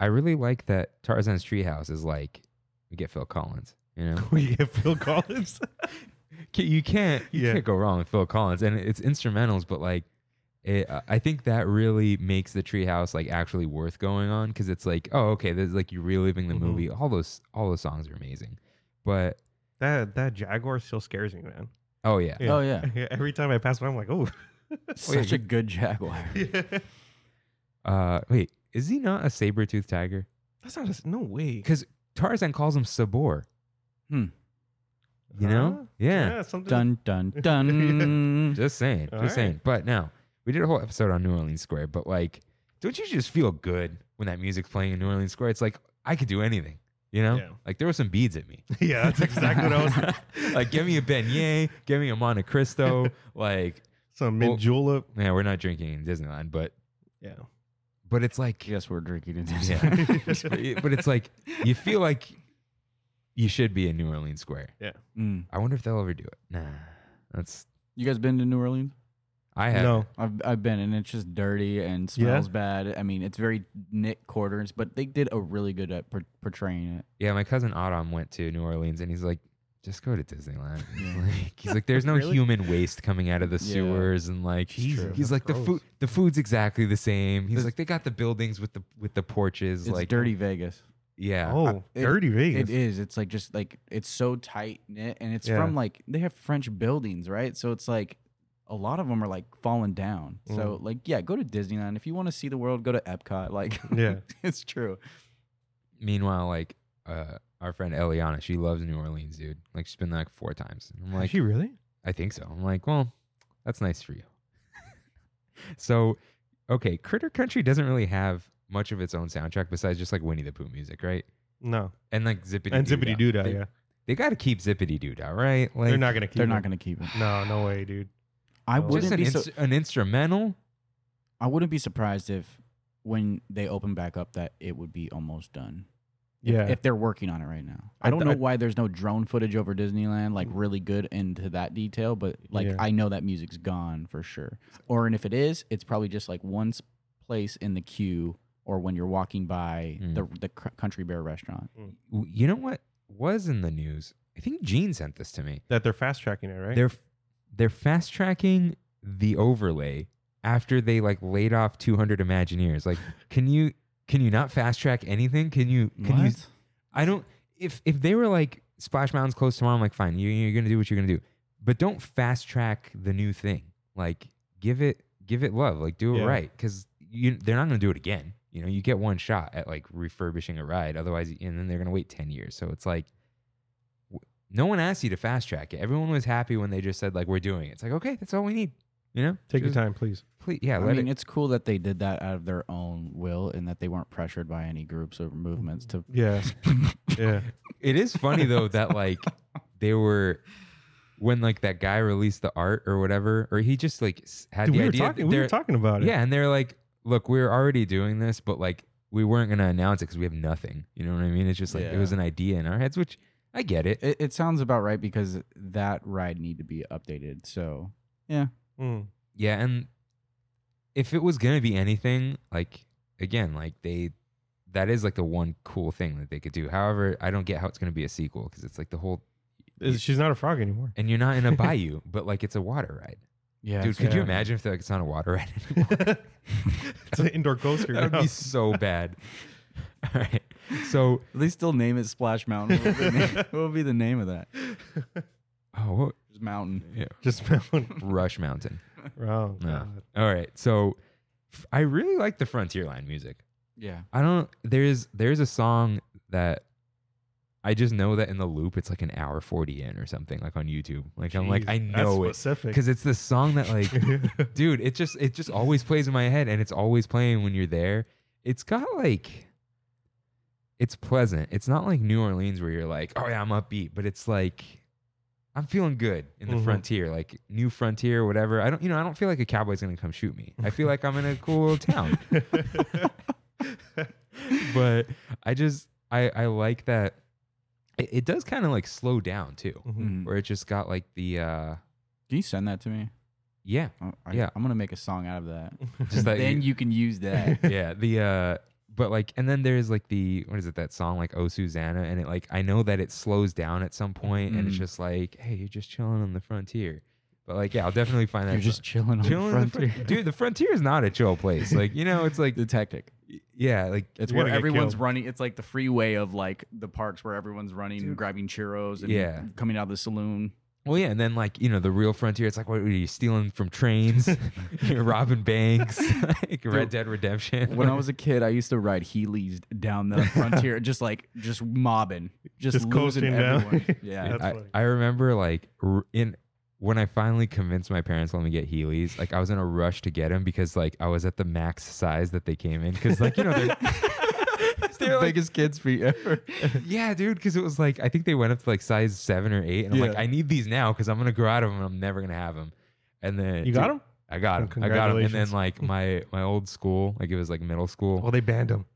Speaker 1: I really like that Tarzan's Treehouse is like we get Phil Collins. You know,
Speaker 2: we get Phil Collins.
Speaker 1: Ca- you can't you
Speaker 2: Yeah.
Speaker 1: can't go wrong with Phil Collins, and it's instrumentals, but like. It, I- I think that really makes the Treehouse like actually worth going on because it's like, oh, okay, there's like you're reliving the
Speaker 2: Mhm.
Speaker 1: movie. All those all those songs are amazing, but
Speaker 2: that that Jaguar still scares me, man.
Speaker 1: oh yeah,
Speaker 3: Oh, yeah.
Speaker 2: Every time I pass by, I'm like, oh.
Speaker 3: Such a good Jaguar.
Speaker 1: Uh, wait, is he not a saber toothed tiger?
Speaker 2: That's not a, s- no way.
Speaker 1: Because Tarzan calls him Sabor.
Speaker 3: Hmm.
Speaker 1: You know?
Speaker 2: Huh?
Speaker 1: Yeah.
Speaker 2: something.
Speaker 3: Dun dun dun.
Speaker 1: Just saying.
Speaker 2: All
Speaker 1: just
Speaker 2: right.
Speaker 1: saying. But now, we did a whole episode on New Orleans Square, but like, don't you just feel good when that music's playing in New Orleans Square? It's like, I could do anything. You know?
Speaker 2: Yeah.
Speaker 1: Like, there were some beads at me.
Speaker 2: yeah, that's exactly what I was.
Speaker 1: like, give me a beignet, give me a Monte Cristo. like,
Speaker 2: Some mint
Speaker 1: Well-
Speaker 2: julep.
Speaker 1: man, we're not drinking in Disneyland, but
Speaker 2: Yeah.
Speaker 1: but it's like,
Speaker 3: yes, we're drinking it.
Speaker 1: Yeah. but but it's like, you feel like you should be in New Orleans Square.
Speaker 3: Mm.
Speaker 1: I wonder if they'll ever do it. Nah, that's
Speaker 3: You guys been to New Orleans?
Speaker 1: I have.
Speaker 2: No.
Speaker 3: I've I've been and it's just dirty and smells bad. I mean, it's very knit quarters, but they did a really good at por- portraying it.
Speaker 1: Yeah, my cousin Adam went to New Orleans, and he's like, "Just go to Disneyland." Like, he's like, "There's no
Speaker 2: Really?
Speaker 1: human waste coming out of the
Speaker 3: Yeah.
Speaker 1: sewers," and like,
Speaker 2: Jesus,
Speaker 1: he's
Speaker 2: that's
Speaker 1: like, "The
Speaker 2: gross.
Speaker 1: food, the food's exactly the same." He's like, "They got the buildings with the with the porches."
Speaker 3: It's
Speaker 1: like,
Speaker 3: dirty Vegas.
Speaker 1: Yeah.
Speaker 2: Oh,
Speaker 3: it-
Speaker 2: dirty Vegas.
Speaker 3: It is. It's like just like it's so tight knit, and it's
Speaker 2: Yeah.
Speaker 3: from like they have French buildings, right? So it's like a lot of them are like falling down. So like yeah, go to Disneyland if you want to see the world. Go to Epcot. Like
Speaker 2: Yeah.
Speaker 3: it's true.
Speaker 1: Meanwhile, like, uh, our friend Eliana, she loves New Orleans, dude. Like, she's been there like four times. And I'm
Speaker 2: Is
Speaker 1: like,
Speaker 2: she really?
Speaker 1: I think so. I'm like, well, that's nice for you. so, okay, Critter Country doesn't really have much of its own soundtrack besides just like Winnie the Pooh music, right?
Speaker 2: No.
Speaker 1: And like Zippity
Speaker 2: And zippity doo dah,
Speaker 1: They,
Speaker 2: yeah.
Speaker 1: they got to keep Zippity Doodah, right? Like,
Speaker 2: They're not going to keep
Speaker 3: They're
Speaker 2: it.
Speaker 3: not going to keep it.
Speaker 2: No, no way, dude.
Speaker 3: I
Speaker 2: Just
Speaker 1: just
Speaker 3: wouldn't
Speaker 1: an,
Speaker 3: be so,
Speaker 1: ins- an instrumental.
Speaker 3: I wouldn't be surprised if when they open back up that it would be almost done. If-
Speaker 2: Yeah.
Speaker 3: If, they're working on it right now.
Speaker 2: I-
Speaker 3: I don't know
Speaker 2: I-
Speaker 3: why there's no drone footage over Disneyland, like really good into that detail, but like
Speaker 2: Yeah.
Speaker 3: I know that music's gone for sure. Or and if it is, it's probably just like one s- place in the queue or when you're walking by
Speaker 1: Mm.
Speaker 3: the the cr- Country Bear restaurant.
Speaker 1: W- You know what was in the news? I think Gene sent this to me.
Speaker 2: that they're fast tracking it, right?
Speaker 1: They're f- they're fast tracking the overlay after they like laid off 200 Imagineers. Like, can you can you not fast track anything? Can you can you I don't. If if they were like Splash Mountain's closed tomorrow, I'm like, fine, you, you're gonna do what you're gonna do, but don't fast track the new thing. Like, give it give it love. Like, do it
Speaker 2: Yeah.
Speaker 1: right because you they're not gonna do it again. You know, you get one shot at like refurbishing a ride, otherwise, and then they're gonna wait ten years. So it's like. w- No one asked you to fast track it. Everyone was happy when they just said like we're doing it. It's like okay, that's all we need. You know,
Speaker 2: Take your
Speaker 1: Just
Speaker 2: time, please.
Speaker 1: Please, yeah,
Speaker 3: I
Speaker 1: let
Speaker 3: mean,
Speaker 1: it.
Speaker 3: it's cool that they did that out of their own will and that they weren't pressured by any groups or movements to
Speaker 2: Yeah. yeah.
Speaker 1: It is funny though that like they were when like that guy released the art or whatever, or he just like s- had
Speaker 2: Dude,
Speaker 1: the
Speaker 2: we were
Speaker 1: idea.
Speaker 2: talking. We
Speaker 1: they're-
Speaker 2: were talking about it.
Speaker 1: Yeah, and they're like, "Look, we are already doing this, but like we weren't gonna announce it because we have nothing." You know what I mean? It's just like it
Speaker 3: Yeah.
Speaker 1: was an idea in our heads, which I get it.
Speaker 3: It, it sounds about right because that ride need to be updated. So
Speaker 2: Mm.
Speaker 1: Yeah, and if it was gonna be anything, like again, like they. That is like the one cool thing that they could do. However, I don't get how it's going to be a sequel because it's like the whole,
Speaker 2: Is- She's not a frog anymore.
Speaker 1: and you're not in a bayou, but like it's a water ride.
Speaker 3: yeah,
Speaker 1: Dude, could you
Speaker 2: fair.
Speaker 1: imagine if like, it's not a water ride anymore?
Speaker 2: it's an indoor coaster.
Speaker 1: that
Speaker 2: now.
Speaker 1: would be so bad. All right. So,
Speaker 3: they still name it Splash Mountain. What would, be the name of that?
Speaker 1: oh, what-
Speaker 3: mountain.
Speaker 1: yeah,
Speaker 2: Just mountain.
Speaker 1: Rush Mountain.
Speaker 2: Oh,
Speaker 1: No.
Speaker 2: God.
Speaker 1: All right. So, f- I really like the Frontierland music.
Speaker 3: Yeah,
Speaker 1: I don't. There's there's a song that I just know that in the loop it's like an hour forty in or something like on YouTube. Like I'm like
Speaker 2: Jeez,
Speaker 1: I
Speaker 2: that's
Speaker 1: know it
Speaker 2: specific.
Speaker 1: because it's the song that like dude it just it just always plays in my head and it's always playing when you're there it's got like it's pleasant it's not like new orleans where you're like oh yeah i'm upbeat but it's like i'm feeling good in the
Speaker 2: Mhm.
Speaker 1: frontier like new frontier whatever i don't you know i don't feel like a cowboy's gonna come shoot me i feel like i'm in a cool little town but i just i i like that it, it does kind of like slow down too
Speaker 2: Mhm.
Speaker 1: where it just got like the uh
Speaker 3: Mm-hmm. Can you send that to me?
Speaker 1: yeah
Speaker 3: I, I-
Speaker 1: Yeah.
Speaker 3: I'm gonna make a song out of that.
Speaker 1: just that
Speaker 3: then you can use that.
Speaker 1: yeah the uh but like, and then there's like the what is it that song like "Oh Susanna" and it like I know that it slows down at some point and it's
Speaker 3: Mm.
Speaker 1: just like, hey, you're just chilling on the frontier. But like, yeah, I'll definitely find that.
Speaker 3: You're just
Speaker 1: song.
Speaker 3: chilling on
Speaker 1: chilling
Speaker 3: the
Speaker 1: on the
Speaker 3: frontier.
Speaker 1: fron- dude. The frontier is not a chill place. Like you know, it's like
Speaker 3: the tactic.
Speaker 1: yeah, like
Speaker 3: It's
Speaker 2: You're
Speaker 3: where
Speaker 2: gonna get
Speaker 3: everyone's
Speaker 2: killed.
Speaker 3: running. It's like the freeway of like the parks where everyone's running and grabbing churros and
Speaker 1: Yeah.
Speaker 3: coming out of the saloon.
Speaker 1: Well, yeah, and then like you know the real frontier. It's like what are you stealing from trains? You're robbing banks, like Red Dead Redemption.
Speaker 3: When I was a kid, I used to ride Heelys down the frontier, just like just mobbing, just,
Speaker 2: Just coasting
Speaker 3: losing
Speaker 2: down.
Speaker 3: everyone. Yeah.
Speaker 2: That's
Speaker 1: I,
Speaker 2: funny.
Speaker 1: I remember like r- in when I finally convinced my parents to let me get Heelys. Like I was in a rush to get them because like I was at the max size that they came in because like you know they're.
Speaker 3: the biggest kids feet ever.
Speaker 1: Yeah, dude, because it was like I think they went up to like size seven or eight, and I'm like,
Speaker 3: Yeah.
Speaker 1: I need these now because I'm gonna grow out of them and I'm never gonna have them. And then
Speaker 2: You got him?
Speaker 1: I got
Speaker 2: Oh,
Speaker 1: them. I got them. And then
Speaker 2: congratulations.
Speaker 1: like my my old school, like it was like middle school.
Speaker 2: Well, they banned him.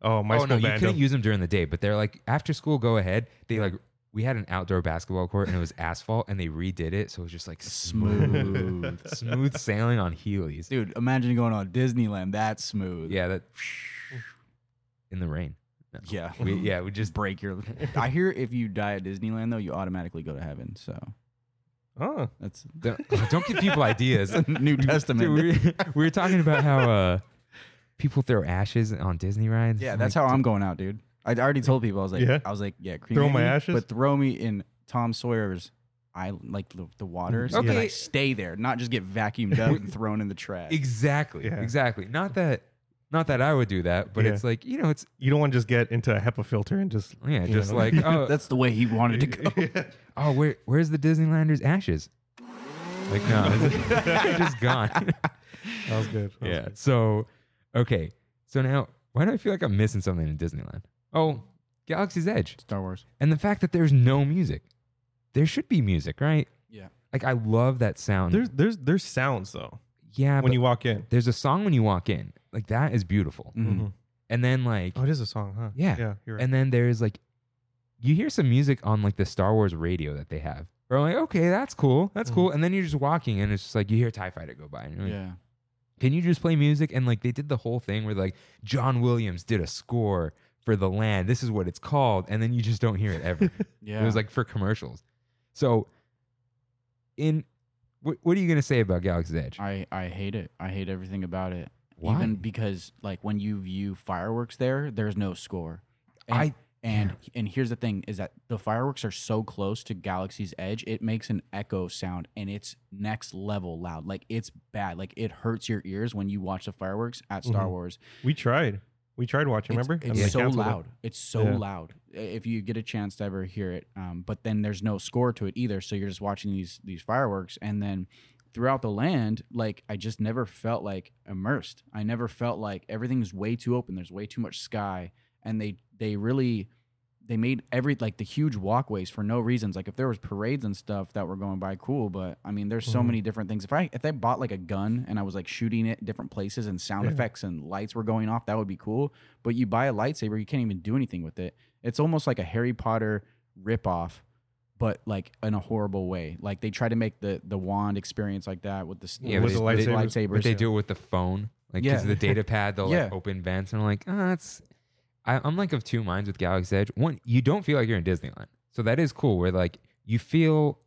Speaker 2: Oh, my
Speaker 1: oh
Speaker 2: school
Speaker 1: no, you
Speaker 2: banned him.
Speaker 1: couldn't use them during the day, but they're like after school, go ahead. They like we had an outdoor basketball court and it was asphalt, and they redid it, so it was just like smooth,
Speaker 3: Smooth.
Speaker 1: smooth sailing on Heelys.
Speaker 3: Dude, imagine going on Disneyland. That's smooth.
Speaker 1: Yeah, that in the rain. No.
Speaker 3: Yeah.
Speaker 1: we, yeah, we just
Speaker 3: Just break your. I hear if you die at Disneyland, though, you automatically go to heaven. So
Speaker 2: oh,
Speaker 3: that's
Speaker 1: don't, don't give people ideas.
Speaker 3: New Testament.
Speaker 1: Dude, we, we were talking about how uh, people throw ashes on Disney rides.
Speaker 3: Yeah,
Speaker 1: I'm
Speaker 3: that's
Speaker 1: like,
Speaker 3: how I'm going out, dude. I already told people I was like,
Speaker 2: Yeah?
Speaker 3: I was like, yeah,
Speaker 2: Throw
Speaker 3: cremate
Speaker 2: my
Speaker 3: me,
Speaker 2: ashes?
Speaker 3: but throw me in Tom Sawyer's. I like the, the water, so
Speaker 1: Okay.
Speaker 3: that I stay there, not just get vacuumed up and thrown in the trash.
Speaker 1: Exactly.
Speaker 2: Yeah.
Speaker 1: Exactly. Not that. Not that I would do that, but
Speaker 2: Yeah.
Speaker 1: it's like you know, it's
Speaker 2: you don't want to just get into a HEPA filter and just
Speaker 1: yeah,
Speaker 2: you
Speaker 1: just
Speaker 2: know.
Speaker 1: like oh,
Speaker 3: That's the way he wanted to go.
Speaker 1: oh, where where's the Disneylanders ashes? Like no, it's- they're just gone.
Speaker 2: that was good. That was
Speaker 1: yeah.
Speaker 2: good.
Speaker 1: So okay, so now why do I feel like I'm missing something in Disneyland? Oh, Galaxy's Edge,
Speaker 3: Star Wars.
Speaker 1: and the fact that there's no music. There should be music, right?
Speaker 3: Yeah.
Speaker 1: Like I love that sound.
Speaker 2: There's there's there's sounds though
Speaker 1: yeah,
Speaker 2: when
Speaker 1: but-
Speaker 2: you walk in.
Speaker 1: there's a song when you walk in like that is beautiful
Speaker 3: Mhm.
Speaker 2: Mhm.
Speaker 1: and then like
Speaker 2: Oh, it is a song, huh?
Speaker 1: Mm-hmm. Yeah.
Speaker 2: Yeah. You're right.
Speaker 1: and then there's like you hear some music on like the star wars radio that they have or like okay that's cool that's
Speaker 2: Mhm.
Speaker 1: cool and then you're just walking and it's just like you hear tie fighter go by and you're like,
Speaker 3: Yeah.
Speaker 1: can you just play music and like they did the whole thing where like john williams did a score for the land this is what it's called and then you just don't hear it ever
Speaker 3: Yeah.
Speaker 1: it was like for commercials so in what, what are you going to say about galaxy's edge
Speaker 3: I, I hate it. I hate everything about it.
Speaker 1: Why?
Speaker 3: Even because like when you view fireworks there, there's no score. And,
Speaker 1: I-
Speaker 3: and and here's the thing is that the fireworks are so close to Galaxy's Edge, it makes an echo sound and it's next level loud. Like it's bad. Like it hurts your ears when you watch the fireworks at Star
Speaker 2: Mhm.
Speaker 3: Wars.
Speaker 2: we tried. We tried watching.
Speaker 3: It's-
Speaker 2: Remember? And
Speaker 3: It's,
Speaker 2: they
Speaker 3: so
Speaker 2: canceled it.
Speaker 3: loud. It's so
Speaker 2: Yeah.
Speaker 3: loud. I- If you get a chance to ever hear it, um, but then there's no score to it either, so you're just watching these these fireworks, and then throughout the land, like I just never felt like immersed. I never felt like everything's way too open. There's way too much sky, and they they really they made every like the huge walkways for no reasons. Like if there was parades and stuff that were going by, cool. But I mean, there's so
Speaker 2: Mhm.
Speaker 3: many different things. If I if I bought like a gun and I was like shooting it different places and sound
Speaker 2: Yeah.
Speaker 3: effects and lights were going off, that would be cool. But you buy a lightsaber, you can't even do anything with it. It's almost like a Harry Potter ripoff, but like in a horrible way. Like they try to make the the wand experience like that with the s-
Speaker 1: Yeah,
Speaker 2: with
Speaker 1: but
Speaker 2: the
Speaker 1: they-
Speaker 3: the
Speaker 1: they-
Speaker 2: lightsabers.
Speaker 3: lightsabers.
Speaker 1: But they do it with the phone, like 'cause
Speaker 3: Yeah.
Speaker 1: of the data pad. They'll like
Speaker 3: Yeah.
Speaker 1: open vents, and I'm like, ah, it's. I, I'm like of two minds with Galaxy Edge. One, you don't feel like you're in Disneyland, so that is cool. Where like you feel.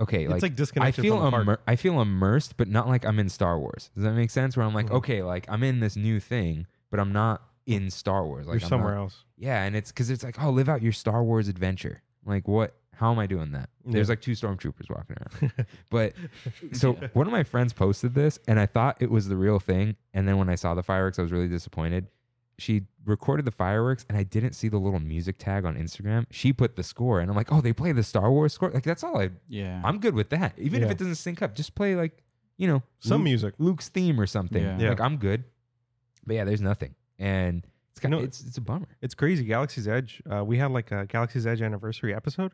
Speaker 1: Okay,
Speaker 2: It's
Speaker 1: like,
Speaker 2: like
Speaker 1: I
Speaker 2: disconnected
Speaker 1: feel
Speaker 2: from the park.
Speaker 1: immer- I feel immersed, but not like I'm in Star Wars. Does that make sense? Where I'm like,
Speaker 2: Mhm.
Speaker 1: okay, like I'm in this new thing, but I'm not in Star Wars. Like
Speaker 2: You're
Speaker 1: I'm
Speaker 2: somewhere
Speaker 1: not-
Speaker 2: else.
Speaker 1: Yeah, and it's because it's like, oh, live out your Star Wars adventure. Like what? How am I doing that? There's
Speaker 2: Yeah.
Speaker 1: like two stormtroopers walking around, but so one of my friends posted this, and I thought it was the real thing. And then when I saw the fireworks, I was really disappointed. She recorded the fireworks, and I didn't see the little music tag on Instagram. She put the score, and I'm like, oh, they play the Star Wars score. Like that's all I.
Speaker 3: Yeah.
Speaker 1: I'm good with that. Even if
Speaker 2: Yeah.
Speaker 1: it doesn't sync up, just play like you know
Speaker 2: Some
Speaker 1: Luke-
Speaker 2: music.
Speaker 1: Luke's theme or something.
Speaker 3: Yeah.
Speaker 2: Yeah.
Speaker 1: Like I'm good. But yeah, there's nothing, and it's kind
Speaker 2: know,
Speaker 1: of it's it's a bummer.
Speaker 2: It's crazy. Galaxy's Edge. Uh, we had like a Galaxy's Edge anniversary episode,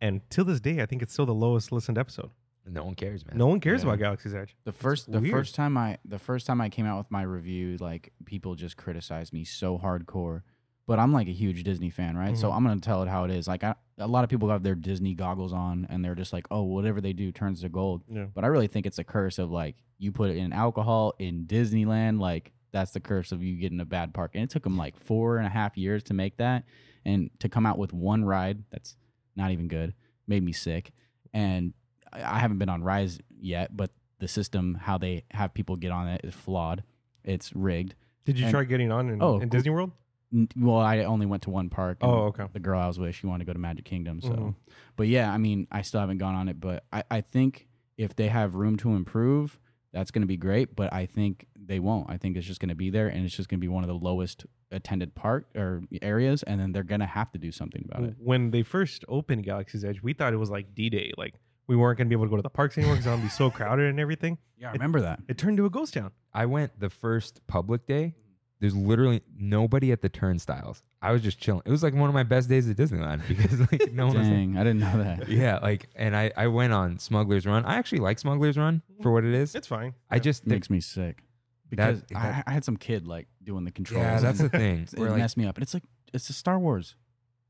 Speaker 2: and till this day, I think it's still the lowest listened episode.
Speaker 1: No one cares, man.
Speaker 2: No one cares
Speaker 3: Yeah.
Speaker 2: about Galaxy's Edge.
Speaker 3: The first the
Speaker 2: weird.
Speaker 3: first time I the first time I came out with my review, like people just criticized me so hardcore. But I'm like a huge Disney fan, right? So
Speaker 2: Mhm.
Speaker 3: I'm gonna tell it how it is. Like I, a lot of people have their Disney goggles on, and they're just like, "Oh, whatever they do turns to gold."
Speaker 2: Yeah.
Speaker 3: But I really think it's a curse of like you put it in alcohol in Disneyland, like that's the curse of you getting a bad park. And it took them like four and a half years to make that, and to come out with one ride that's not even good made me sick. And I I haven't been on Rise yet, but the system how they have people get on it is flawed. It's rigged.
Speaker 2: Did you
Speaker 3: And-
Speaker 2: try getting on in,
Speaker 3: Oh,
Speaker 2: in
Speaker 3: cool.
Speaker 2: Disney World?
Speaker 3: N- Well, I only went to one park. and
Speaker 2: Oh, okay.
Speaker 3: The girl I was with, she wanted to go to Magic Kingdom. So,
Speaker 2: Mhm.
Speaker 3: but yeah, I mean, I still haven't gone on it, but I, I think if they have room to improve, that's going to be great. But I think they won't. I think it's just going to be there, and it's just going to be one of the lowest attended park or areas, and then they're going to have to do something about it.
Speaker 2: When they first opened Galaxy's Edge, we thought it was like D Day. Like, we weren't going to be able to go to the parks anymore because it's going to be so crowded and everything.
Speaker 3: Yeah, I remember that.
Speaker 2: It turned to a ghost town.
Speaker 1: I went the first public day. There's literally nobody at the turnstiles. I was just chilling. It was like one of my best days at Disneyland because like no one was
Speaker 3: Dang, I didn't know that.
Speaker 1: Yeah, like and I I went on Smuggler's Run. I actually like Smuggler's Run for what it is.
Speaker 2: It's fine.
Speaker 1: I
Speaker 2: Yeah.
Speaker 1: just think
Speaker 3: makes me sick because
Speaker 1: That-
Speaker 3: I, I had some kid like doing the controls.
Speaker 1: yeah, that's the
Speaker 3: and
Speaker 1: thing.
Speaker 3: it
Speaker 1: We're like,
Speaker 3: messed me up. And it's like it's a Star Wars.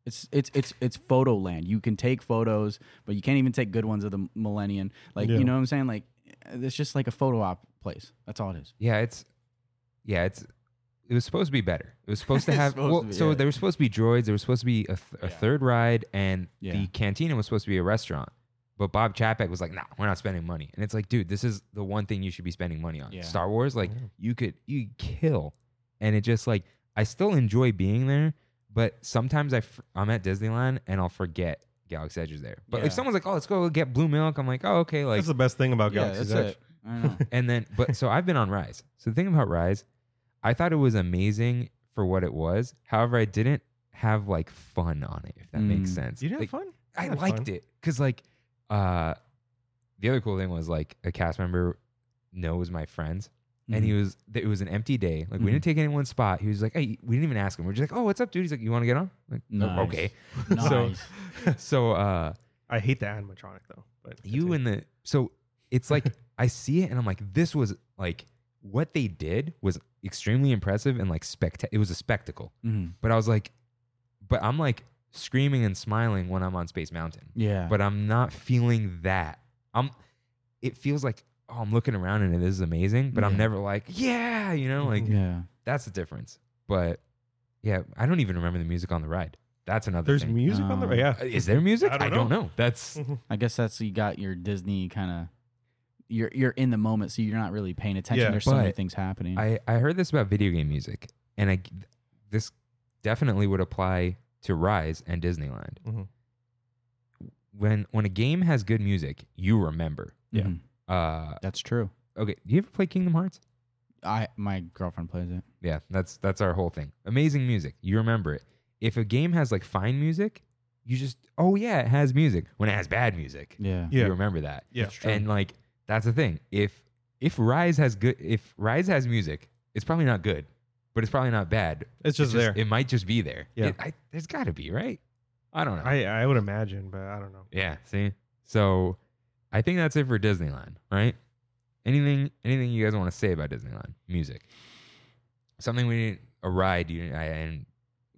Speaker 3: It's it's it's it's photo land. You can take photos, but you can't even take good ones of the millennium. Like
Speaker 2: Yeah.
Speaker 3: you know what I'm saying? Like uh, it's just like a photo op place. That's all it is.
Speaker 1: yeah, it's yeah, it's it was supposed to be better. It was supposed to
Speaker 3: It's
Speaker 1: have
Speaker 3: supposed
Speaker 1: well,
Speaker 3: to be,
Speaker 1: so
Speaker 3: yeah.
Speaker 1: there were supposed to be droids. There was supposed to be a, th- a
Speaker 3: Yeah.
Speaker 1: third ride, and
Speaker 3: Yeah.
Speaker 1: the cantina was supposed to be a restaurant. But Bob Chapek was like, "Nah, we're not spending money." And it's like, dude, this is the one thing you should be spending money on.
Speaker 3: Yeah.
Speaker 1: Star Wars, like
Speaker 2: Yeah.
Speaker 1: you could you could kill, and it just like I still enjoy being there, but sometimes I f- I'm at Disneyland and I'll forget Galaxy Edge is there. But
Speaker 3: Yeah.
Speaker 1: if someone's like, "Oh, let's go get blue milk," I'm like, "Oh, okay." Like
Speaker 2: that's the best thing about
Speaker 3: yeah,
Speaker 2: Galaxy's
Speaker 3: that's
Speaker 2: Edge.
Speaker 3: it. I don't know.
Speaker 1: and then, but so I've been on Rise. So the thing about Rise, I thought it was amazing for what it was. However, I didn't have like fun on it, if that makes
Speaker 3: Mm.
Speaker 1: sense.
Speaker 2: You didn't
Speaker 1: Like,
Speaker 2: have fun?
Speaker 1: I
Speaker 2: had
Speaker 1: liked
Speaker 2: fun.
Speaker 1: it because like, uh, the other cool thing was like a cast member knows my friends. And
Speaker 2: Mm.
Speaker 1: he was, th- it was an empty day. Like, we didn't take anyone's spot. He was like, hey, we didn't even ask him. We're just like, oh, what's up, dude? He's like, you want to get on? I'm Like,
Speaker 3: Nice.
Speaker 1: okay.
Speaker 3: Mm-hmm. nice.
Speaker 1: so- So, uh,
Speaker 2: I hate the animatronic though. But
Speaker 1: you and the so it's like I see it and I'm like, this was like what they did was extremely impressive and like spect. It was a spectacle,
Speaker 3: Mhm.
Speaker 1: but I was like, but I'm like screaming and smiling when I'm on Space Mountain,
Speaker 3: yeah,
Speaker 1: but I'm not feeling that. I'm. It feels like oh, I'm looking around and it is amazing, but I'm
Speaker 3: Yeah.
Speaker 1: never like yeah, you know, like
Speaker 3: yeah.
Speaker 1: that's the difference. But yeah, I don't even remember the music on the ride. That's another.
Speaker 2: there's
Speaker 1: thing. Uh,
Speaker 2: music on the
Speaker 3: No.
Speaker 2: yeah.
Speaker 1: Is there music?
Speaker 2: I don't know.
Speaker 1: That's
Speaker 3: I guess that's you got your Disney kind of. You're you're in the moment, so you're not really paying attention.
Speaker 2: Yeah.
Speaker 3: There's so many
Speaker 1: But
Speaker 3: things happening.
Speaker 1: I, I heard this about video game music, and I this definitely would apply to Rise and Disneyland.
Speaker 2: Mhm.
Speaker 1: When when a game has good music, you remember.
Speaker 2: yeah.
Speaker 3: Mhm.
Speaker 1: Uh,
Speaker 3: that's true.
Speaker 1: okay, do you ever play Kingdom Hearts?
Speaker 3: I my girlfriend plays it.
Speaker 1: Yeah, that's that's our whole thing. Amazing music, you remember it. If a game has like fine music, you just oh yeah, it has music. When it has bad music,
Speaker 3: Yeah.
Speaker 2: Yeah.
Speaker 1: you remember that.
Speaker 2: Yeah.
Speaker 1: and like that's the thing. If if Rise has good, if Rise has music, it's probably not good, but it's probably not bad.
Speaker 2: It's just
Speaker 1: It's
Speaker 2: there.
Speaker 1: It might just be there.
Speaker 2: Yeah.
Speaker 1: It, I, there's got to be, right? I don't know.
Speaker 2: I, I would imagine, but I don't know.
Speaker 1: yeah. See. So, I think that's it for Disneyland, right? Anything, anything you guys want to say about Disneyland music? Something we didn't a ride you I, and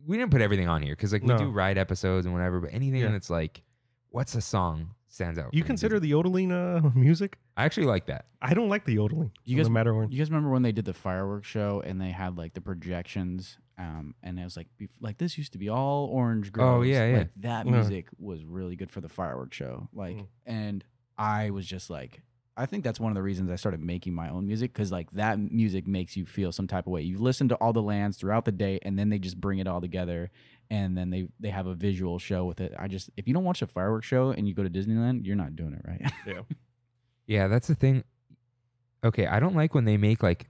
Speaker 1: we didn't put everything on here because like
Speaker 2: No.
Speaker 1: we do ride episodes and whatever, but anything
Speaker 2: Yeah.
Speaker 1: that's like, what's a song stands out?
Speaker 2: You
Speaker 1: for
Speaker 2: consider
Speaker 1: Disney-
Speaker 2: the yodeling uh, music?
Speaker 1: I actually like that.
Speaker 2: I don't like the yodeling.
Speaker 3: You
Speaker 2: no
Speaker 3: guys-
Speaker 2: matter when.
Speaker 3: You guys remember when they did the fireworks show and they had like the projections, um, and it was like bef- like this used to be all orange girls.
Speaker 1: Oh, yeah, yeah.
Speaker 3: Like, that
Speaker 2: Yeah.
Speaker 3: music was really good for the fireworks show. Like,
Speaker 2: Mm.
Speaker 3: and I was just like, I think that's one of the reasons I started making my own music because like that music makes you feel some type of way. You listen to all the lands throughout the day, and then they just bring it all together, and then they they have a visual show with it. I just if you don't watch a fireworks show and you go to Disneyland, you're not doing it right.
Speaker 1: Yeah, that's the thing. Okay, I don't like when they make like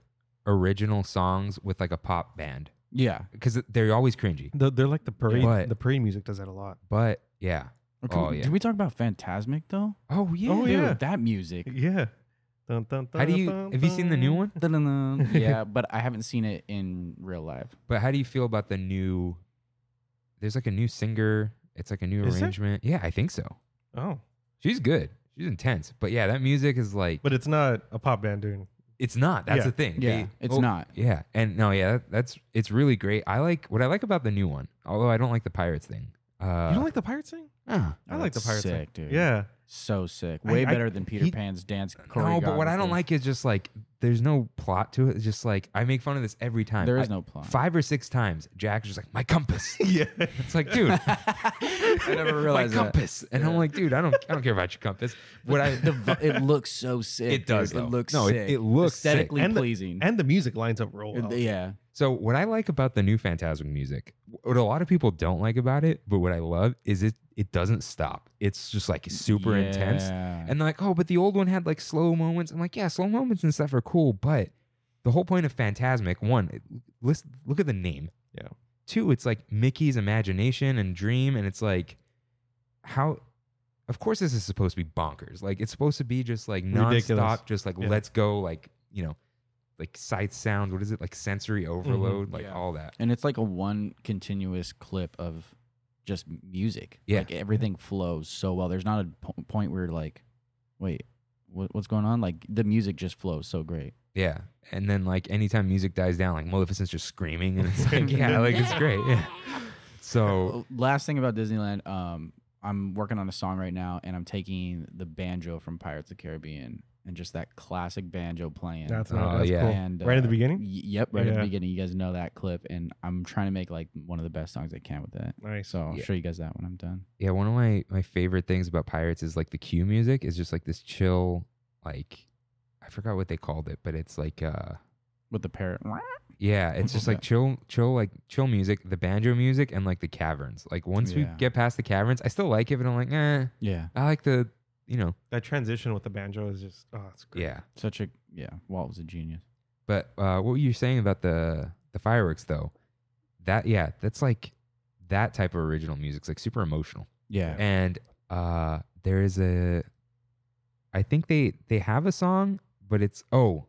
Speaker 1: original songs with like a pop band
Speaker 3: yeah.
Speaker 1: because they're always cringy.
Speaker 2: The, they're like the parade.
Speaker 1: But-
Speaker 2: the parade music does that a lot.
Speaker 1: But yeah.
Speaker 3: Or can
Speaker 1: Oh,
Speaker 3: we-
Speaker 1: yeah.
Speaker 3: Did we talk about Phantasmic though?
Speaker 1: Oh yeah.
Speaker 2: Oh,
Speaker 3: Dude,
Speaker 2: yeah.
Speaker 3: that music.
Speaker 2: Yeah. Dun, dun,
Speaker 1: How do you
Speaker 2: dun,
Speaker 1: have you seen the new
Speaker 2: dun.
Speaker 1: one?
Speaker 3: Da-da-da. yeah, but I haven't seen it in real life.
Speaker 1: But how do you feel about the new? There's like a new singer. It's like a new
Speaker 2: Is there?
Speaker 1: arrangement. Yeah, I think so.
Speaker 2: Oh,
Speaker 1: She's good. She's intense. But yeah, that music is like
Speaker 2: but it's not a pop band doing.
Speaker 1: it's not. That's
Speaker 2: Yeah.
Speaker 1: the thing.
Speaker 3: Yeah,
Speaker 1: They-
Speaker 3: it's
Speaker 1: oh,
Speaker 3: not.
Speaker 1: Yeah, and no, yeah, that, that's it's really great. I like what I like about the new one. Although I don't like the pirates thing. Uh,
Speaker 2: you don't like the pirate thing?
Speaker 1: ah.
Speaker 2: I like the
Speaker 3: Oh, that's
Speaker 2: pirate thing.
Speaker 3: sick, dude.
Speaker 2: Yeah.
Speaker 3: so sick.
Speaker 1: I-
Speaker 3: Way
Speaker 1: I-
Speaker 3: better than Peter
Speaker 1: he-
Speaker 3: Pan's dance
Speaker 1: No,
Speaker 3: choreography.
Speaker 1: but what I don't like is just like there's no plot to it. It's just like I make fun of this every time.
Speaker 3: There is
Speaker 1: I-
Speaker 3: no plot.
Speaker 1: Five or six times, Jack's just like my compass.
Speaker 2: yeah.
Speaker 1: It's like, dude,
Speaker 3: I never
Speaker 1: my
Speaker 3: realized that.
Speaker 1: compass, and I'm like, dude, I don't, I don't care about your compass. What I
Speaker 3: The vi- it looks so sick.
Speaker 1: It does,
Speaker 3: dude.
Speaker 1: though.
Speaker 3: It looks
Speaker 1: No, it-
Speaker 3: sick.
Speaker 1: it looks sick.
Speaker 3: aesthetically
Speaker 2: And the-
Speaker 3: pleasing.
Speaker 2: And the music lines up real
Speaker 3: Uh,
Speaker 2: well.
Speaker 3: yeah,
Speaker 1: So what I like about the new Phantasm music, what a lot of people don't like about it, but what I love is it it doesn't stop. It's just like super intense.
Speaker 3: Yeah.
Speaker 2: Mm-hmm.
Speaker 1: And they're like, oh, but the old one had like slow moments. I'm like, yeah, slow moments and stuff are cool, but the whole point of Phantasmic, one, it- list, look at the name.
Speaker 2: Yeah.
Speaker 1: Two, it's like Mickey's imagination and dream, and it's like how. Of course, this is supposed to be bonkers. Like it's supposed to be just like nonstop,
Speaker 2: Ridiculous.
Speaker 1: just like
Speaker 2: Yeah.
Speaker 1: let's go, like you know, like sight, sound. What is it? Like sensory overload,
Speaker 2: Mm-hmm.
Speaker 1: like
Speaker 3: Yeah.
Speaker 1: all that.
Speaker 3: And it's like a one continuous clip of just music.
Speaker 1: Yeah.
Speaker 3: Like everything flows so well. There's not a po- point where like, wait, what, what's going on? Like the music just flows so great.
Speaker 1: Yeah. And then like anytime music dies down, like Maleficent's just screaming, and it's like yeah, like it's great. Yeah. So
Speaker 3: Oh, Last thing about Disneyland, um, I'm working on a song right now and I'm taking the banjo from Pirates of the Caribbean and just that classic banjo playing.
Speaker 2: That's,
Speaker 1: Oh,
Speaker 2: that's
Speaker 1: yeah.
Speaker 2: cool.
Speaker 3: Uh, And,
Speaker 2: right at the
Speaker 3: uh,
Speaker 2: beginning?
Speaker 3: Y- yep, right at the
Speaker 2: Yeah.
Speaker 3: beginning. You guys know that clip, and I'm trying to make like one of the best songs I can with that.
Speaker 2: Nice.
Speaker 3: So I'll
Speaker 1: Yeah.
Speaker 3: show you guys that when I'm done.
Speaker 1: yeah, one of my my favorite things about pirates is like the cue music is just like this chill, like I forgot what they called it, but it's like uh
Speaker 3: With the parrot.
Speaker 1: yeah, it's just like
Speaker 3: Okay.
Speaker 1: chill, chill, like chill music, the banjo music, and like the caverns. Like once we
Speaker 3: Yeah.
Speaker 1: get past the caverns, I still like it, but I'm like, eh,
Speaker 3: Yeah.
Speaker 1: I like the you know,
Speaker 2: that transition with the banjo is just oh, it's great.
Speaker 1: yeah.
Speaker 3: Such a yeah, Walt was a genius.
Speaker 1: But uh, what were you saying about the the fireworks though? That yeah, that's like that type of original music's like super emotional.
Speaker 3: Yeah,
Speaker 1: and uh there is a i think they they have a song but it's oh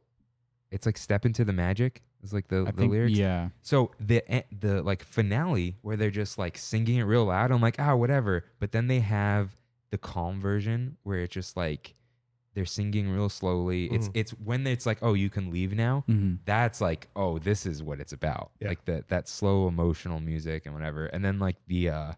Speaker 1: it's like step into the magic it's like the,
Speaker 3: I
Speaker 1: the
Speaker 3: think
Speaker 1: lyrics
Speaker 3: yeah,
Speaker 1: so the e- the like finale where they're just like singing it real loud i'm like ah whatever but then they have the calm version where it's just like they're singing real slowly it's
Speaker 3: Mm.
Speaker 2: Mhm.
Speaker 1: it's when it's like oh you can leave now
Speaker 3: mm-hmm.
Speaker 1: that's like oh this is what it's about
Speaker 2: Yeah.
Speaker 1: like that that slow emotional music and whatever and then like the uh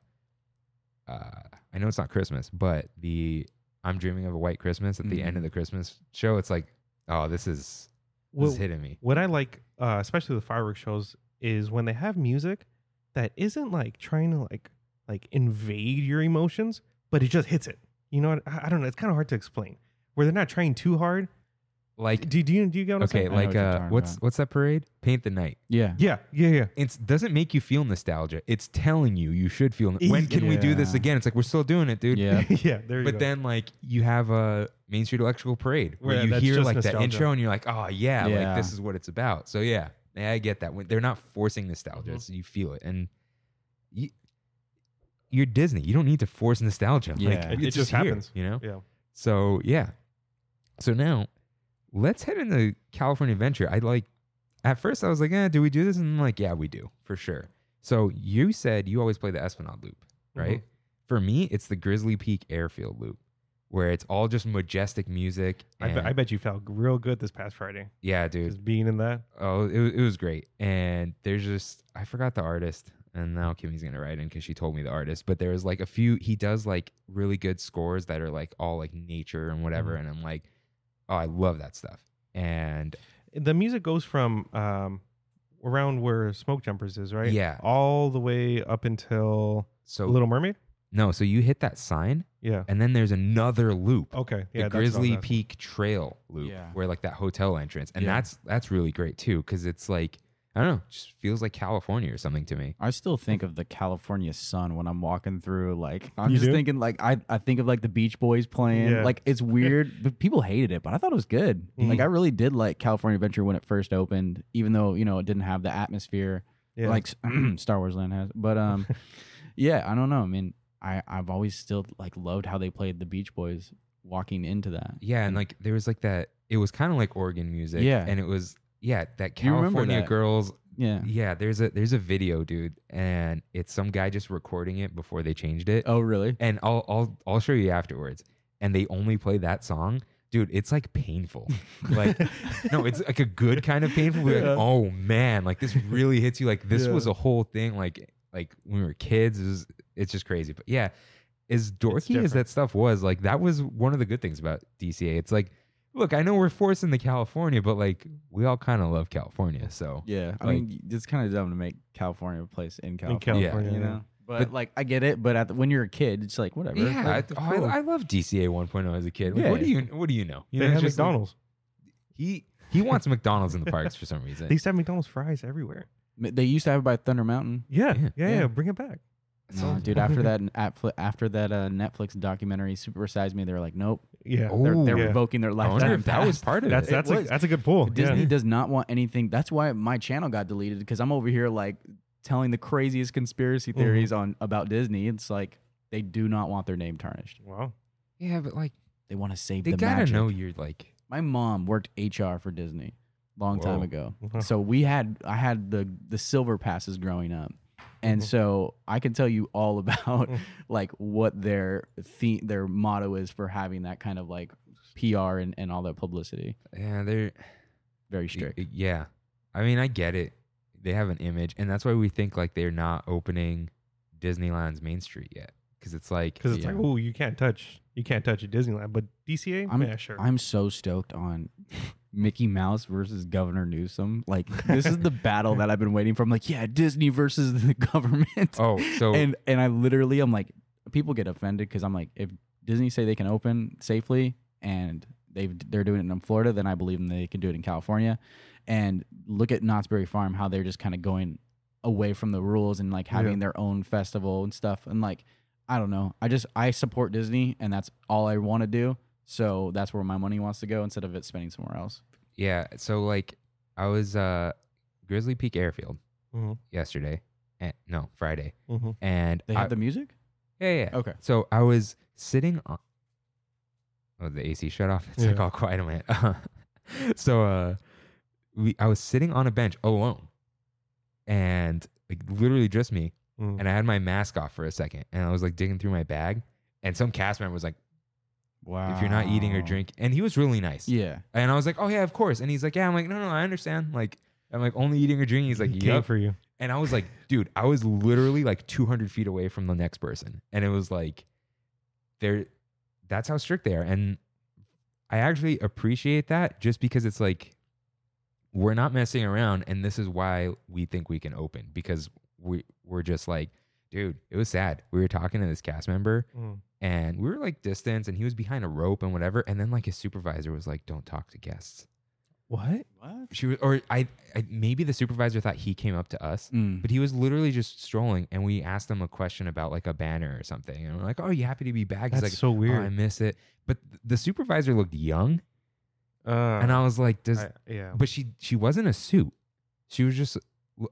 Speaker 1: uh i know it's not christmas but the i'm dreaming of a white christmas at the end
Speaker 3: Mhm.
Speaker 1: of the christmas show it's like oh this is this
Speaker 2: Well,
Speaker 1: is hitting me
Speaker 2: what I like, uh, especially with fireworks shows, is when they have music that isn't like trying to like like invade your emotions, but it just hits it. You know, what? I, I don't know. It's kind of hard to explain. Where they're not trying too hard.
Speaker 1: like
Speaker 2: Do, do you do you get what
Speaker 1: okay
Speaker 2: I'm saying?
Speaker 3: I know
Speaker 1: like
Speaker 3: what you're
Speaker 1: uh
Speaker 3: talking
Speaker 1: what's
Speaker 3: about.
Speaker 1: what's that parade paint the night
Speaker 3: yeah.
Speaker 2: Yeah, yeah, yeah.
Speaker 1: it doesn't make you feel nostalgia it's telling you you should feel when can we do this
Speaker 3: E, Yeah.
Speaker 1: again it's like we're still doing it dude
Speaker 3: Yeah.
Speaker 2: yeah, there you
Speaker 1: But
Speaker 2: go.
Speaker 1: then, like, you have a Main Street Electrical Parade where
Speaker 2: Yeah,
Speaker 1: you
Speaker 2: that's
Speaker 1: hear
Speaker 2: just
Speaker 1: like that
Speaker 2: nostalgia.
Speaker 1: intro and you're like, oh, yeah,
Speaker 3: Yeah.
Speaker 1: like this is what it's about. So, yeah, yeah, I get that. When they're not forcing nostalgia,
Speaker 2: Mhm.
Speaker 1: it's, you feel it. And you, you're Disney. You don't need to force nostalgia.
Speaker 3: Yeah.
Speaker 1: Like,
Speaker 3: It-
Speaker 1: it's
Speaker 2: it just
Speaker 1: here,
Speaker 2: happens.
Speaker 1: you know?
Speaker 2: yeah,
Speaker 1: So, yeah. So now let's head into California Adventure. I like, at first, I was like, eh, do we do this? And I'm like, yeah, we do for sure. So, you said you always play the Esplanade loop
Speaker 2: Mm-hmm.
Speaker 1: right? For me, it's the Grizzly Peak Airfield Loop, where it's all just majestic music.
Speaker 2: I, bet
Speaker 1: and-
Speaker 2: I bet you felt real good this past Friday
Speaker 1: yeah, dude.
Speaker 2: just being in that.
Speaker 1: Oh, it, wa- it was great. And there's just I forgot the artist, and now Kimmy's gonna write in because she told me the artist. But there was like a few. He does like really good scores that are like all like nature and whatever.
Speaker 2: Mhm.
Speaker 1: And I'm like, oh, I love that stuff. And
Speaker 2: The music goes from um around where Smoke Jumpers is, right?
Speaker 1: Yeah. Oh.
Speaker 2: all the way up until
Speaker 1: so
Speaker 2: Little Mermaid.
Speaker 1: no, so you hit that sign,
Speaker 2: Yeah.
Speaker 1: and then there's another loop.
Speaker 2: Okay.
Speaker 1: the
Speaker 2: Oh, Yeah. that's what I was
Speaker 1: Grizzly
Speaker 2: asking.
Speaker 1: Peak Trail loop,
Speaker 3: Yeah.
Speaker 1: where like that hotel entrance, and
Speaker 3: Yeah.
Speaker 1: that's that's really great too, because it's like I don't know, just feels like California or something to me.
Speaker 3: I still think of the California sun when I'm walking through. Like I'm
Speaker 2: You
Speaker 3: just
Speaker 2: do?
Speaker 3: thinking, like I, I think of like the Beach Boys playing.
Speaker 2: Yeah.
Speaker 3: Like it's weird, but people hated it, but I thought it was good. Like
Speaker 2: Mhm.
Speaker 3: I really did like California Adventure when it first opened, even though you know it didn't have the atmosphere
Speaker 2: Yeah.
Speaker 3: like Star Wars Land has. But um, yeah, I don't know. I mean, I I've always still like loved how they played the Beach Boys walking into that.
Speaker 1: Yeah, and like there was like that. It was kind of like Oregon music.
Speaker 3: Mm. Yeah.
Speaker 1: and it was yeah that
Speaker 3: You remember
Speaker 1: California
Speaker 3: that.
Speaker 1: girls.
Speaker 3: Yeah.
Speaker 1: Yeah, there's a there's a video, dude, and it's some guy just recording it before they changed it.
Speaker 3: Oh really?
Speaker 1: and I'll I'll I'll show you afterwards. And they only play that song, dude. It's like painful. like no, it's like a good kind of painful. Like
Speaker 2: Yeah.
Speaker 1: oh man, like this really hits you. Like this
Speaker 2: Yeah.
Speaker 1: was a whole thing. Like like when we were kids, it was, it's just crazy. But yeah, as dorky as
Speaker 2: different.
Speaker 1: that stuff was, like that was one of the good things about DCA. It's like, look, I know we're forcing the California, but like we all kind of love California, so
Speaker 3: Yeah, I
Speaker 1: Like-
Speaker 3: mean, it's kind of dumb to make California a place in California.
Speaker 2: California,
Speaker 3: you
Speaker 2: yeah.
Speaker 3: know. But, like, I get it. But at the, when you're a kid, it's like whatever.
Speaker 1: Yeah, I,
Speaker 3: like,
Speaker 1: oh, I-
Speaker 3: cool.
Speaker 1: I, love DCA 1.0 as a kid. Like,
Speaker 3: Yeah.
Speaker 1: What do you What do you know? You
Speaker 2: They
Speaker 1: know,
Speaker 2: have
Speaker 1: just like-
Speaker 2: McDonald's.
Speaker 1: he he wants McDonald's in the parks for some reason.
Speaker 2: They used to have McDonald's fries everywhere.
Speaker 3: M- they used to have it by Thunder Mountain.
Speaker 2: Yeah,
Speaker 1: Yeah.
Speaker 2: yeah, yeah.
Speaker 3: Yeah.
Speaker 2: Bring it back.
Speaker 3: No, dude. After that, after, after that uh, Netflix documentary, Super Size Me, they were like, nope.
Speaker 2: Yeah,
Speaker 1: Oh,
Speaker 3: They're, they're
Speaker 2: yeah.
Speaker 3: revoking their
Speaker 1: I
Speaker 3: lifetime.
Speaker 1: wonder if that was
Speaker 3: pass.
Speaker 1: part of
Speaker 2: that's
Speaker 1: it.
Speaker 2: that's a,
Speaker 3: was.
Speaker 2: that's a good pull.
Speaker 3: Disney
Speaker 2: yeah.
Speaker 3: does not want anything. That's why my channel got deleted because I'm over here like telling the craziest conspiracy
Speaker 1: Mm-hmm.
Speaker 2: Mhm.
Speaker 3: theories on about Disney. It's like they do not want their name tarnished.
Speaker 2: Wow.
Speaker 1: Yeah, but like
Speaker 3: They want to save
Speaker 1: they
Speaker 3: the
Speaker 1: gotta
Speaker 3: magic.
Speaker 1: know you're like
Speaker 3: My mom worked HR for Disney long time
Speaker 1: Whoa.
Speaker 3: ago.
Speaker 2: Wow.
Speaker 3: So we had I had the the silver passes growing up. And
Speaker 2: Mhm.
Speaker 3: so I can tell you all about
Speaker 2: Mm.
Speaker 3: like what their the, their motto is for having that kind of like PR and, and all that publicity.
Speaker 1: yeah they're
Speaker 3: Very
Speaker 1: y-
Speaker 3: strict.
Speaker 1: y- yeah. I mean, I get it. They have an image, and that's why we think like they're not opening Disneyland's Main Street yet because it's like
Speaker 2: Because it's
Speaker 3: Yeah.
Speaker 2: like, oh, you can't touch, you can't touch a Disneyland, but DCA,
Speaker 3: I'm-
Speaker 2: yeah, sure.
Speaker 3: I'm so stoked on Mickey Mouse versus Governor Newsom. Like this is the battle that I've been waiting for. I'm like, yeah, Disney versus the government.
Speaker 1: oh so
Speaker 3: and and I literally I'm like people get offended because I'm like if Disney say they can open safely and they they're doing it in Florida then I believe them they can do it in California and look at Knott's Berry Farm how they're just kind of going away from the rules and like having
Speaker 2: Yeah.
Speaker 3: their own festival and stuff and like I don't know I just I support Disney and that's all I want to do so that's where my money wants to go instead of it spending somewhere else
Speaker 1: yeah so like I was uh Grizzly Peak Airfield
Speaker 3: Mm-hmm.
Speaker 2: Mhm.
Speaker 1: yesterday, and, no Friday,
Speaker 2: Mhm.
Speaker 1: and
Speaker 3: they
Speaker 1: I-
Speaker 3: have the Oh. music
Speaker 1: yeah yeah
Speaker 3: okay
Speaker 1: So I was sitting on. Oh, the AC shut off. It's like
Speaker 2: Yeah.
Speaker 1: all quiet a minute. so uh, we, I was sitting on a bench alone, and like literally just me.
Speaker 2: Mhm.
Speaker 1: And I had my mask off for a second, and I was like digging through my bag, and some cast member was like,
Speaker 3: wow
Speaker 1: "If you're not eating or drinking," and he was really nice.
Speaker 3: Oh. yeah
Speaker 1: And I was like, "Oh yeah, of course." And he's like, "Yeah." I'm like, "No, no, I understand." Like. I'm like only eating or drinking. He's like,
Speaker 2: He came
Speaker 1: "Yup."
Speaker 2: for you.
Speaker 1: And I was like, dude, I was literally like 200 feet away from the next person. And it was like, they're, that's how strict they are. And I actually appreciate that just because it's like, we're not messing around. And this is why we think we can open because we, we're just like, dude, it was sad. We were talking to this cast member
Speaker 2: Mhm.
Speaker 1: and we were like distance and he was behind a rope and whatever. And then like his supervisor was like, don't talk to guests.
Speaker 2: What?
Speaker 3: what
Speaker 1: She was, or I, I maybe the supervisor thought he came up to us
Speaker 3: Mm.
Speaker 1: but he was literally just strolling, and we asked him a question about like a banner or something, and we're like, "Oh, are you happy to be back?"
Speaker 2: That's
Speaker 1: He's like,
Speaker 2: so
Speaker 1: "Oh,
Speaker 2: weird.
Speaker 1: I miss it." But th- the supervisor looked young,
Speaker 2: uh,
Speaker 1: and I was like, "Does?"
Speaker 2: I- yeah.
Speaker 1: But she she wasn't a suit; she was just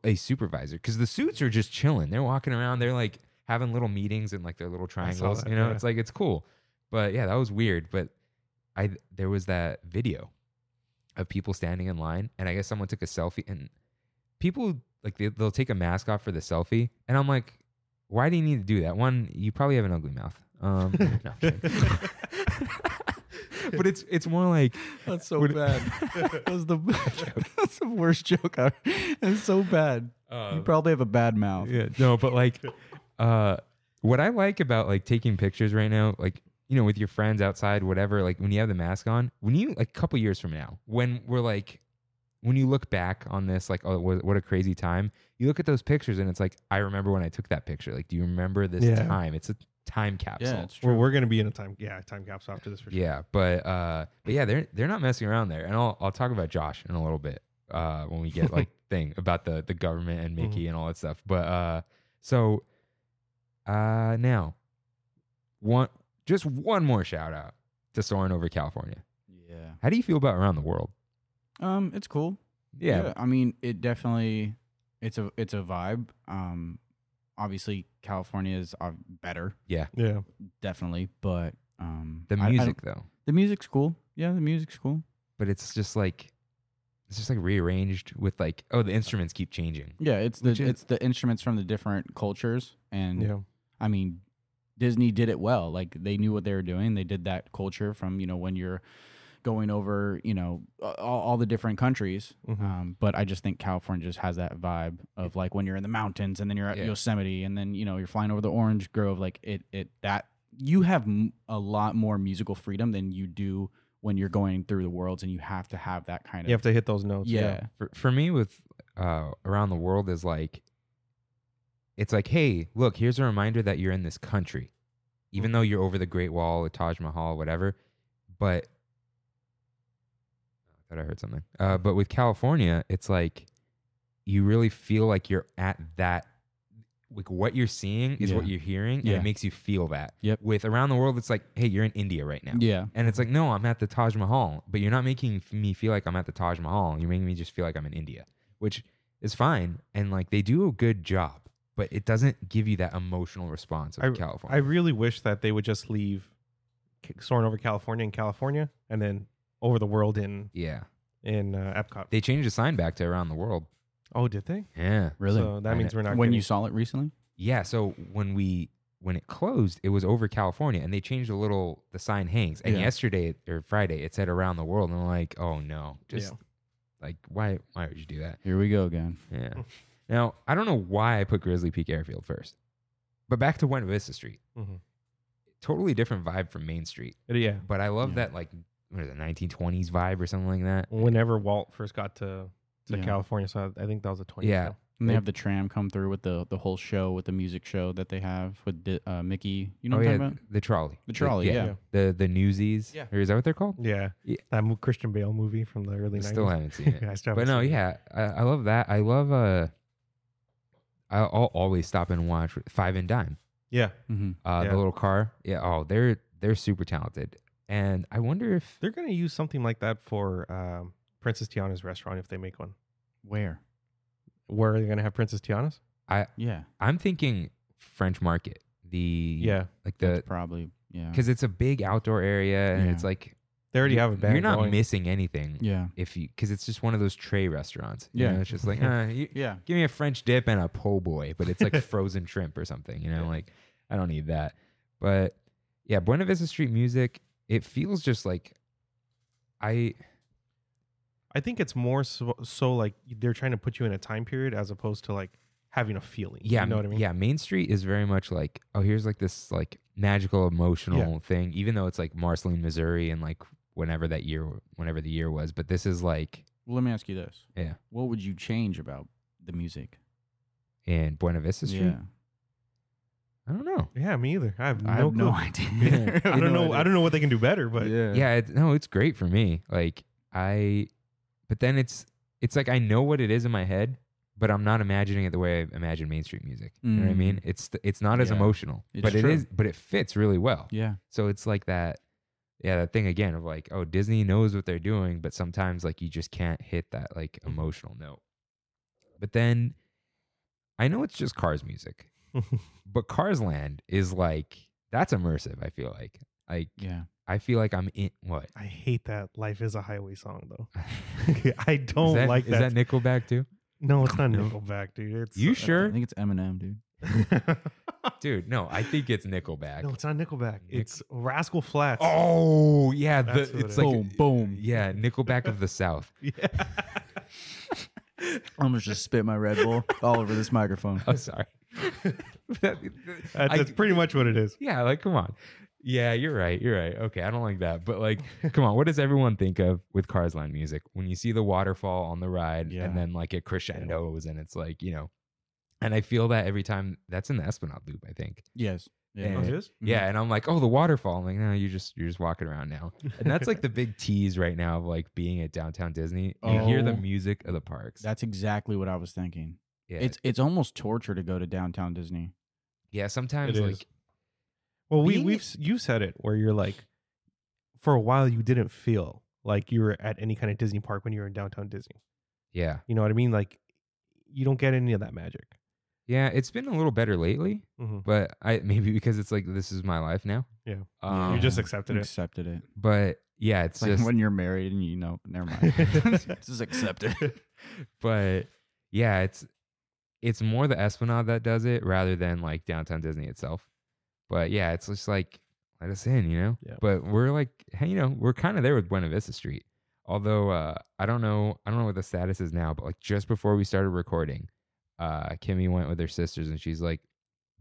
Speaker 1: a supervisor because the suits are just chilling. They're walking around. They're like having little meetings and like their little
Speaker 2: I saw
Speaker 1: triangles.
Speaker 2: that,
Speaker 1: you know,
Speaker 2: yeah.
Speaker 1: it's like it's cool. But yeah, that was weird. But I there was that video of people standing in line, and I guess someone took a selfie, and people like they, they'll take a mask off for the selfie, and I'm like, why do you need to do that? One, you probably have an ugly mouth. Um, no, I'm kidding. but it's it's more like
Speaker 3: That's so bad. that was the that's the worst joke ever. It's so bad.
Speaker 2: Uh,
Speaker 1: Uh,
Speaker 3: you probably have a bad mouth.
Speaker 1: Yeah, no, but like, uh, what I like about like taking pictures right now, like you know, with your friends outside, whatever. Like when you have the mask on, when you like, a couple years from now, when we're like, when you look back on this, like, oh, what, what a crazy time. You look at those pictures and it's like, I remember when I took that picture. Like, do you remember this
Speaker 2: Yeah.
Speaker 1: time? It's a time capsule.
Speaker 2: We're, we're gonna be in a time, yeah, time capsule after this for sure.
Speaker 1: Yeah, but uh, but yeah, they're they're not messing around there, and I'll I'll talk about Josh in a little bit uh, when we get like thing about the the government and Mickey and all that stuff. But uh, so uh, now one just one more shout out to soaring over California.
Speaker 3: Yeah.
Speaker 1: How do you feel about around the world?
Speaker 3: Um, it's cool.
Speaker 1: Yeah,
Speaker 3: I mean, it definitely it's a it's a vibe. Um, obviously California is uh, better,
Speaker 2: Yeah.
Speaker 3: definitely, but um,
Speaker 1: the
Speaker 3: I- I
Speaker 1: music
Speaker 3: don't-
Speaker 1: though,
Speaker 3: the music's cool. Yeah, the music's cool.
Speaker 1: but it's just like it's just like rearranged with like oh the instruments keep changing.
Speaker 3: Yeah, it's the
Speaker 1: Which is-
Speaker 3: it's the instruments from the different cultures, and
Speaker 2: Yeah.
Speaker 3: I mean, Disney did it well. Like they knew what they were doing. They did that culture from you know when you're going over you know a- all, all the different countries.
Speaker 2: Mhm.
Speaker 1: uh,
Speaker 3: Um, but I just think California just has that vibe of like when you're in the mountains and then you're at
Speaker 1: Yeah.
Speaker 3: Yosemite and then you know you're flying over the orange grove. Like it it that you have m- a lot more musical freedom than you do when you're going through the worlds, and you have to have that kind of
Speaker 2: You have to hit those notes.
Speaker 3: yeah.
Speaker 1: for, for me with uh, around the world is like it's like hey look here's a reminder that you're in this country even
Speaker 3: Mm-hmm.
Speaker 1: though you're over the great wall or taj mahal whatever but i thought i heard something uh, but with california it's like you really feel like you're at that like what you're seeing is what
Speaker 3: Yeah.
Speaker 1: you're hearing and
Speaker 3: Yeah.
Speaker 1: it makes you feel that
Speaker 3: Yep.
Speaker 1: with around the world it's like hey you're in india right now
Speaker 3: Yeah.
Speaker 1: and it's like, no, I'm at the Taj Mahal, but you're not making f- me feel like I'm at the Taj Mahal. You're making me just feel like I'm in India, which is fine. And like they do a good job, but it doesn't give you that emotional response of
Speaker 2: I
Speaker 1: California.
Speaker 2: really wish that they would just leave K- soaring over California in California and then over the world in
Speaker 1: yeah.
Speaker 2: in uh, Epcot.
Speaker 1: They changed the sign back to around the world.
Speaker 2: oh, did they?
Speaker 1: Yeah.
Speaker 3: Really?
Speaker 2: So that
Speaker 1: And
Speaker 2: means
Speaker 1: it-
Speaker 2: we're not
Speaker 3: when
Speaker 2: getting-
Speaker 3: you saw it recently?
Speaker 1: Yeah. So when we, when it closed, it was over California and they changed the little, the sign hangs. And
Speaker 3: Yeah.
Speaker 1: yesterday or Friday, it said around the world. And I'm like, oh no, just
Speaker 2: Yeah.
Speaker 1: like, why, why would you do that?
Speaker 3: Here we go again.
Speaker 1: Yeah. Now, I don't know why I put Grizzly Peak Airfield first, but back to Buena Vista Street.
Speaker 2: Mhm.
Speaker 1: Totally different vibe from Main Street,
Speaker 2: yeah.
Speaker 1: but I love
Speaker 3: Yeah.
Speaker 1: that like what is it, 1920s vibe or something like that.
Speaker 2: Whenever Walt first got to to
Speaker 3: Yeah.
Speaker 2: California, so I I think that was a twenty.
Speaker 1: Yeah.
Speaker 3: And
Speaker 1: They-
Speaker 3: they have the tram come through with the the whole show with the music show that they have with Di- uh, Mickey. You know
Speaker 1: oh
Speaker 3: what
Speaker 1: yeah,
Speaker 3: I'm talking
Speaker 1: the trolley.
Speaker 3: The trolley,
Speaker 2: yeah.
Speaker 1: The the Newsies.
Speaker 5: Yeah.
Speaker 1: Or is that what they're called?
Speaker 2: Yeah.
Speaker 1: Yeah.
Speaker 2: That mo- Christian Bale movie from the early
Speaker 1: I
Speaker 2: 90s.
Speaker 1: still haven't seen it.
Speaker 2: I still
Speaker 1: but
Speaker 2: haven't
Speaker 1: no,
Speaker 2: seen it.
Speaker 1: yeah, I, I love that. I love uh I'll, I'll always stop and watch Five and Dime.
Speaker 2: Yeah.
Speaker 3: about? hmm
Speaker 1: Uh
Speaker 2: Yeah.
Speaker 1: the little car. Yeah, oh, they're they're super talented. And I wonder if
Speaker 2: They're going to use something like that for um, Princess Tiana's restaurant if they make one.
Speaker 3: Where?
Speaker 2: Where are they going to have Princess Tiana's?
Speaker 3: Yeah.
Speaker 1: I'm thinking French Market. The
Speaker 2: Yeah.
Speaker 1: like the
Speaker 3: That's probably yeah.
Speaker 1: because it's a big outdoor area and it's
Speaker 3: Yeah.
Speaker 1: like
Speaker 2: They already have a band.
Speaker 1: You're not
Speaker 2: going.
Speaker 1: missing anything
Speaker 3: Yeah.
Speaker 1: if you because it's just one of those tray restaurants. you
Speaker 3: Yeah.
Speaker 1: know? it's just like uh, you,
Speaker 3: Yeah.
Speaker 1: give me a French dip and a po' boy, but it's like frozen shrimp or something. You know, like I don't need that. But yeah, Buena Vista Street music. It feels just like I
Speaker 2: I think it's more so, so like they're trying to put you in a time period as opposed to like having a feeling.
Speaker 1: yeah
Speaker 2: You know what I mean?
Speaker 1: yeah Main Street is very much like oh here's like this like magical emotional thing even though it's like Marceline Missouri and like whenever that year whenever the year was but this is like
Speaker 3: Well, let me ask you this:
Speaker 1: yeah
Speaker 3: What would you change about the music?
Speaker 1: in Buena Vista Street
Speaker 3: Yeah.
Speaker 1: I don't know
Speaker 2: Yeah, me either. I have no
Speaker 3: I have
Speaker 2: clue.
Speaker 3: no idea.
Speaker 1: Yeah.
Speaker 2: I don't know. I don't know what they can do better, but
Speaker 3: yeah.
Speaker 1: yeah it, no it's great for me like I but then it's it's like I know what it is in my head but I'm not imagining it the way I imagine Main Street music you know what I
Speaker 3: Mm.
Speaker 1: mean it's th- it's not as
Speaker 3: Yeah.
Speaker 1: emotional
Speaker 3: It's
Speaker 1: but it
Speaker 3: true.
Speaker 1: is but it fits really well
Speaker 3: Yeah.
Speaker 1: So it's like that, yeah, that thing again of like, oh, Disney knows what they're doing, but sometimes like you just can't hit that like emotional note. But then I know it's just Cars music, but Cars Land is like that's immersive. I feel like, like
Speaker 3: Yeah.
Speaker 1: I feel like I'm in what
Speaker 2: I hate that "Life Is a Highway" song though. I don't
Speaker 1: is that,
Speaker 2: like
Speaker 1: is that Nickelback too,
Speaker 2: no, it's not
Speaker 3: No.
Speaker 2: Nickelback, dude. It's
Speaker 1: You
Speaker 3: I
Speaker 1: sure,
Speaker 3: think it's Eminem, dude.
Speaker 1: dude? No, I think it's Nickelback.
Speaker 2: no, it's not Nickelback.
Speaker 1: Nick-
Speaker 2: It's Rascal Flats.
Speaker 1: oh yeah, the,
Speaker 2: That's what it
Speaker 1: it's
Speaker 2: is.
Speaker 1: like
Speaker 3: boom, boom.
Speaker 1: yeah, Nickelback of the South.
Speaker 2: yeah.
Speaker 3: I'm gonna just spit my Red Bull all over this microphone.
Speaker 1: I'm Oh, sorry. That-
Speaker 2: That's,
Speaker 1: I-
Speaker 2: that's pretty much what it is.
Speaker 1: Yeah, like come on. Yeah, you're right. You're right. Okay, I don't like that. But like, come on, what does everyone think of with Cars Line music? When you see the waterfall on the ride
Speaker 3: Yeah.
Speaker 1: and then like it crescendos and it's like, you know, and I feel that every time that's in the Esplanade loop, I think.
Speaker 3: Yes.
Speaker 1: Yeah.
Speaker 2: Oh, it is?
Speaker 1: Yeah, and I'm like, oh, the waterfall. I'm like, no, you just you're just walking around now. And that's like the big tease right now of like being at downtown Disney. You hear the
Speaker 3: Oh.
Speaker 1: music of the parks.
Speaker 3: That's exactly what I was thinking.
Speaker 1: yeah.
Speaker 3: It's it's almost torture to go to downtown Disney.
Speaker 1: yeah, sometimes
Speaker 2: It is.
Speaker 1: like
Speaker 2: Well, we
Speaker 3: Being-
Speaker 2: we've s- you said it where you're like, for a while you didn't feel like you were at any kind of Disney park when you were in downtown Disney.
Speaker 1: yeah.
Speaker 2: You know what I mean? Like, you don't get any of that magic.
Speaker 1: Yeah, it's been a little better lately,
Speaker 2: Mhm.
Speaker 1: but I maybe because it's like this is my life now.
Speaker 2: Yeah.
Speaker 1: Um,
Speaker 2: you just accepted it.
Speaker 3: Accepted it.
Speaker 1: but yeah, it's
Speaker 3: It's like
Speaker 1: just
Speaker 3: when you're married and you know, never mind. just accept it.
Speaker 1: but yeah, it's it's more the Esplanade that does it rather than like downtown Disney itself. But yeah, it's just like let us in, you know.
Speaker 2: Yeah.
Speaker 1: But we're like, hey, you know, we're kind of there with Buena Vista Street. Although uh, I don't know, I don't know what the status is now. But like just before we started recording, uh, Kimmy went with her sisters, and she's like,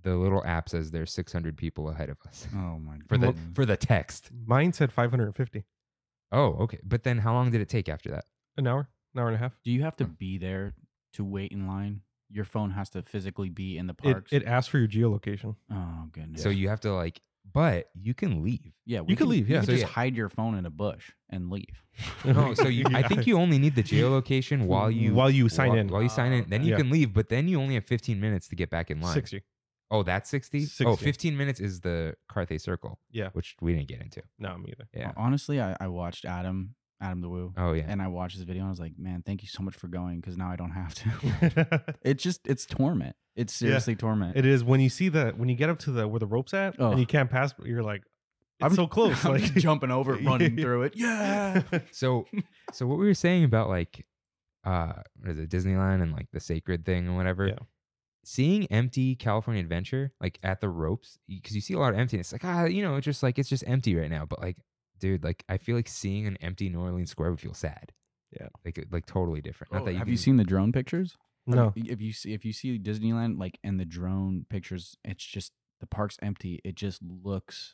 Speaker 1: the little app says there's 600 people ahead of us
Speaker 3: Oh my god.
Speaker 1: for the
Speaker 2: Mo-
Speaker 1: for the text.
Speaker 2: Mine said 550.
Speaker 1: Oh, okay. But then how long did it take after that?
Speaker 2: An hour, an hour and a half.
Speaker 3: Do you have to
Speaker 1: Hmm.
Speaker 3: be there to wait in line? Your phone has to physically be in the
Speaker 2: It,
Speaker 3: parks.
Speaker 2: it asked for your geolocation.
Speaker 3: oh goodness.
Speaker 1: So you have to like, but you can leave.
Speaker 3: yeah, we
Speaker 2: could leave, yeah.
Speaker 3: you
Speaker 1: So
Speaker 3: just
Speaker 1: yeah.
Speaker 3: hide your phone in a bush and leave.
Speaker 1: No, Oh, so you, I think you only need the geolocation while you
Speaker 2: Uh-huh. While you sign
Speaker 1: while-
Speaker 2: in.
Speaker 1: While you sign in, then you
Speaker 2: Yeah.
Speaker 1: can leave. But then you only have 15 minutes to get back in line.
Speaker 2: 60.
Speaker 1: Oh, that's 60? Oh,
Speaker 2: 60.
Speaker 1: 15 minutes is the Carthay Circle,
Speaker 2: Yeah. Uh-uh.
Speaker 1: which we didn't get into.
Speaker 2: No, me either.
Speaker 1: Yeah.
Speaker 3: Honestly, I, I watched Adam Adam the Woo,
Speaker 1: Oh yeah.
Speaker 3: and I watched this video. and I was like, man, thank you so much for going because now I don't have to. it's just it's torment. It's
Speaker 2: Yeah.
Speaker 3: seriously torment.
Speaker 2: it is when you see the when you get up to the where the rope's at
Speaker 3: Oh.
Speaker 2: and you can't pass, but you're like, it's
Speaker 3: I'm-
Speaker 2: so close.
Speaker 3: I'm
Speaker 2: like
Speaker 3: just jumping over, it, running through it. Yeah.
Speaker 1: So, so what we were saying about like, uh, what is it Disneyland and like the sacred thing and whatever.
Speaker 2: Yeah.
Speaker 1: Seeing empty California Adventure like at the ropes because you see a lot of emptiness. Like ah, you know, it's just like it's just empty right now. But like, dude, like I feel like seeing an empty New Orleans Square would feel sad.
Speaker 2: Yeah.
Speaker 1: like it- like totally different. Not
Speaker 5: Oh,
Speaker 1: that you
Speaker 3: Have you
Speaker 1: can-
Speaker 3: seen the drone pictures?
Speaker 2: no.
Speaker 3: If you see if you see Disneyland like and the drone pictures, it's just the park's empty. It just looks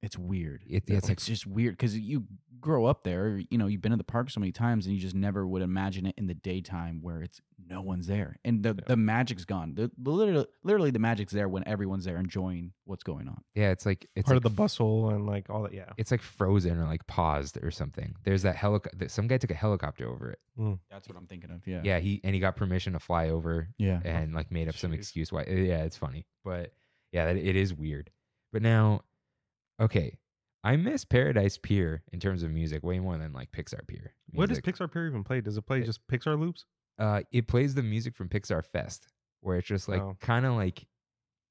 Speaker 3: it's weird.
Speaker 1: It- yeah, it's
Speaker 3: it's,
Speaker 1: like-
Speaker 3: just weird because you grow up there, you know, you've been in the park so many times and you just never would imagine it in the daytime where it's no one's there. And the, the magic's gone. The, the literally, literally the magic's there when everyone's there enjoying what's going on.
Speaker 1: Yeah, it's like it's
Speaker 2: Part
Speaker 1: like
Speaker 2: of the
Speaker 1: f-
Speaker 2: bustle and like all that. Yeah.
Speaker 1: It's like frozen or like paused or something. There's that helicopter. Some guy took a helicopter over it.
Speaker 3: That's what I'm thinking of. Yeah.
Speaker 1: Yeah, he and he got permission to fly over
Speaker 3: Yeah.
Speaker 1: and like made up some
Speaker 2: Oh, Jeez.
Speaker 1: excuse why. uh, Yeah, it's funny, but yeah, that, it is weird. But now, okay, I miss Paradise Pier in terms of music way more than like Pixar Pier.
Speaker 2: What does
Speaker 1: music.
Speaker 2: Pixar Pier even play? Does it play just Pixar loops?
Speaker 1: Uh, it plays the music from Pixar Fest, where it's just like
Speaker 2: Oh.
Speaker 1: kind of like,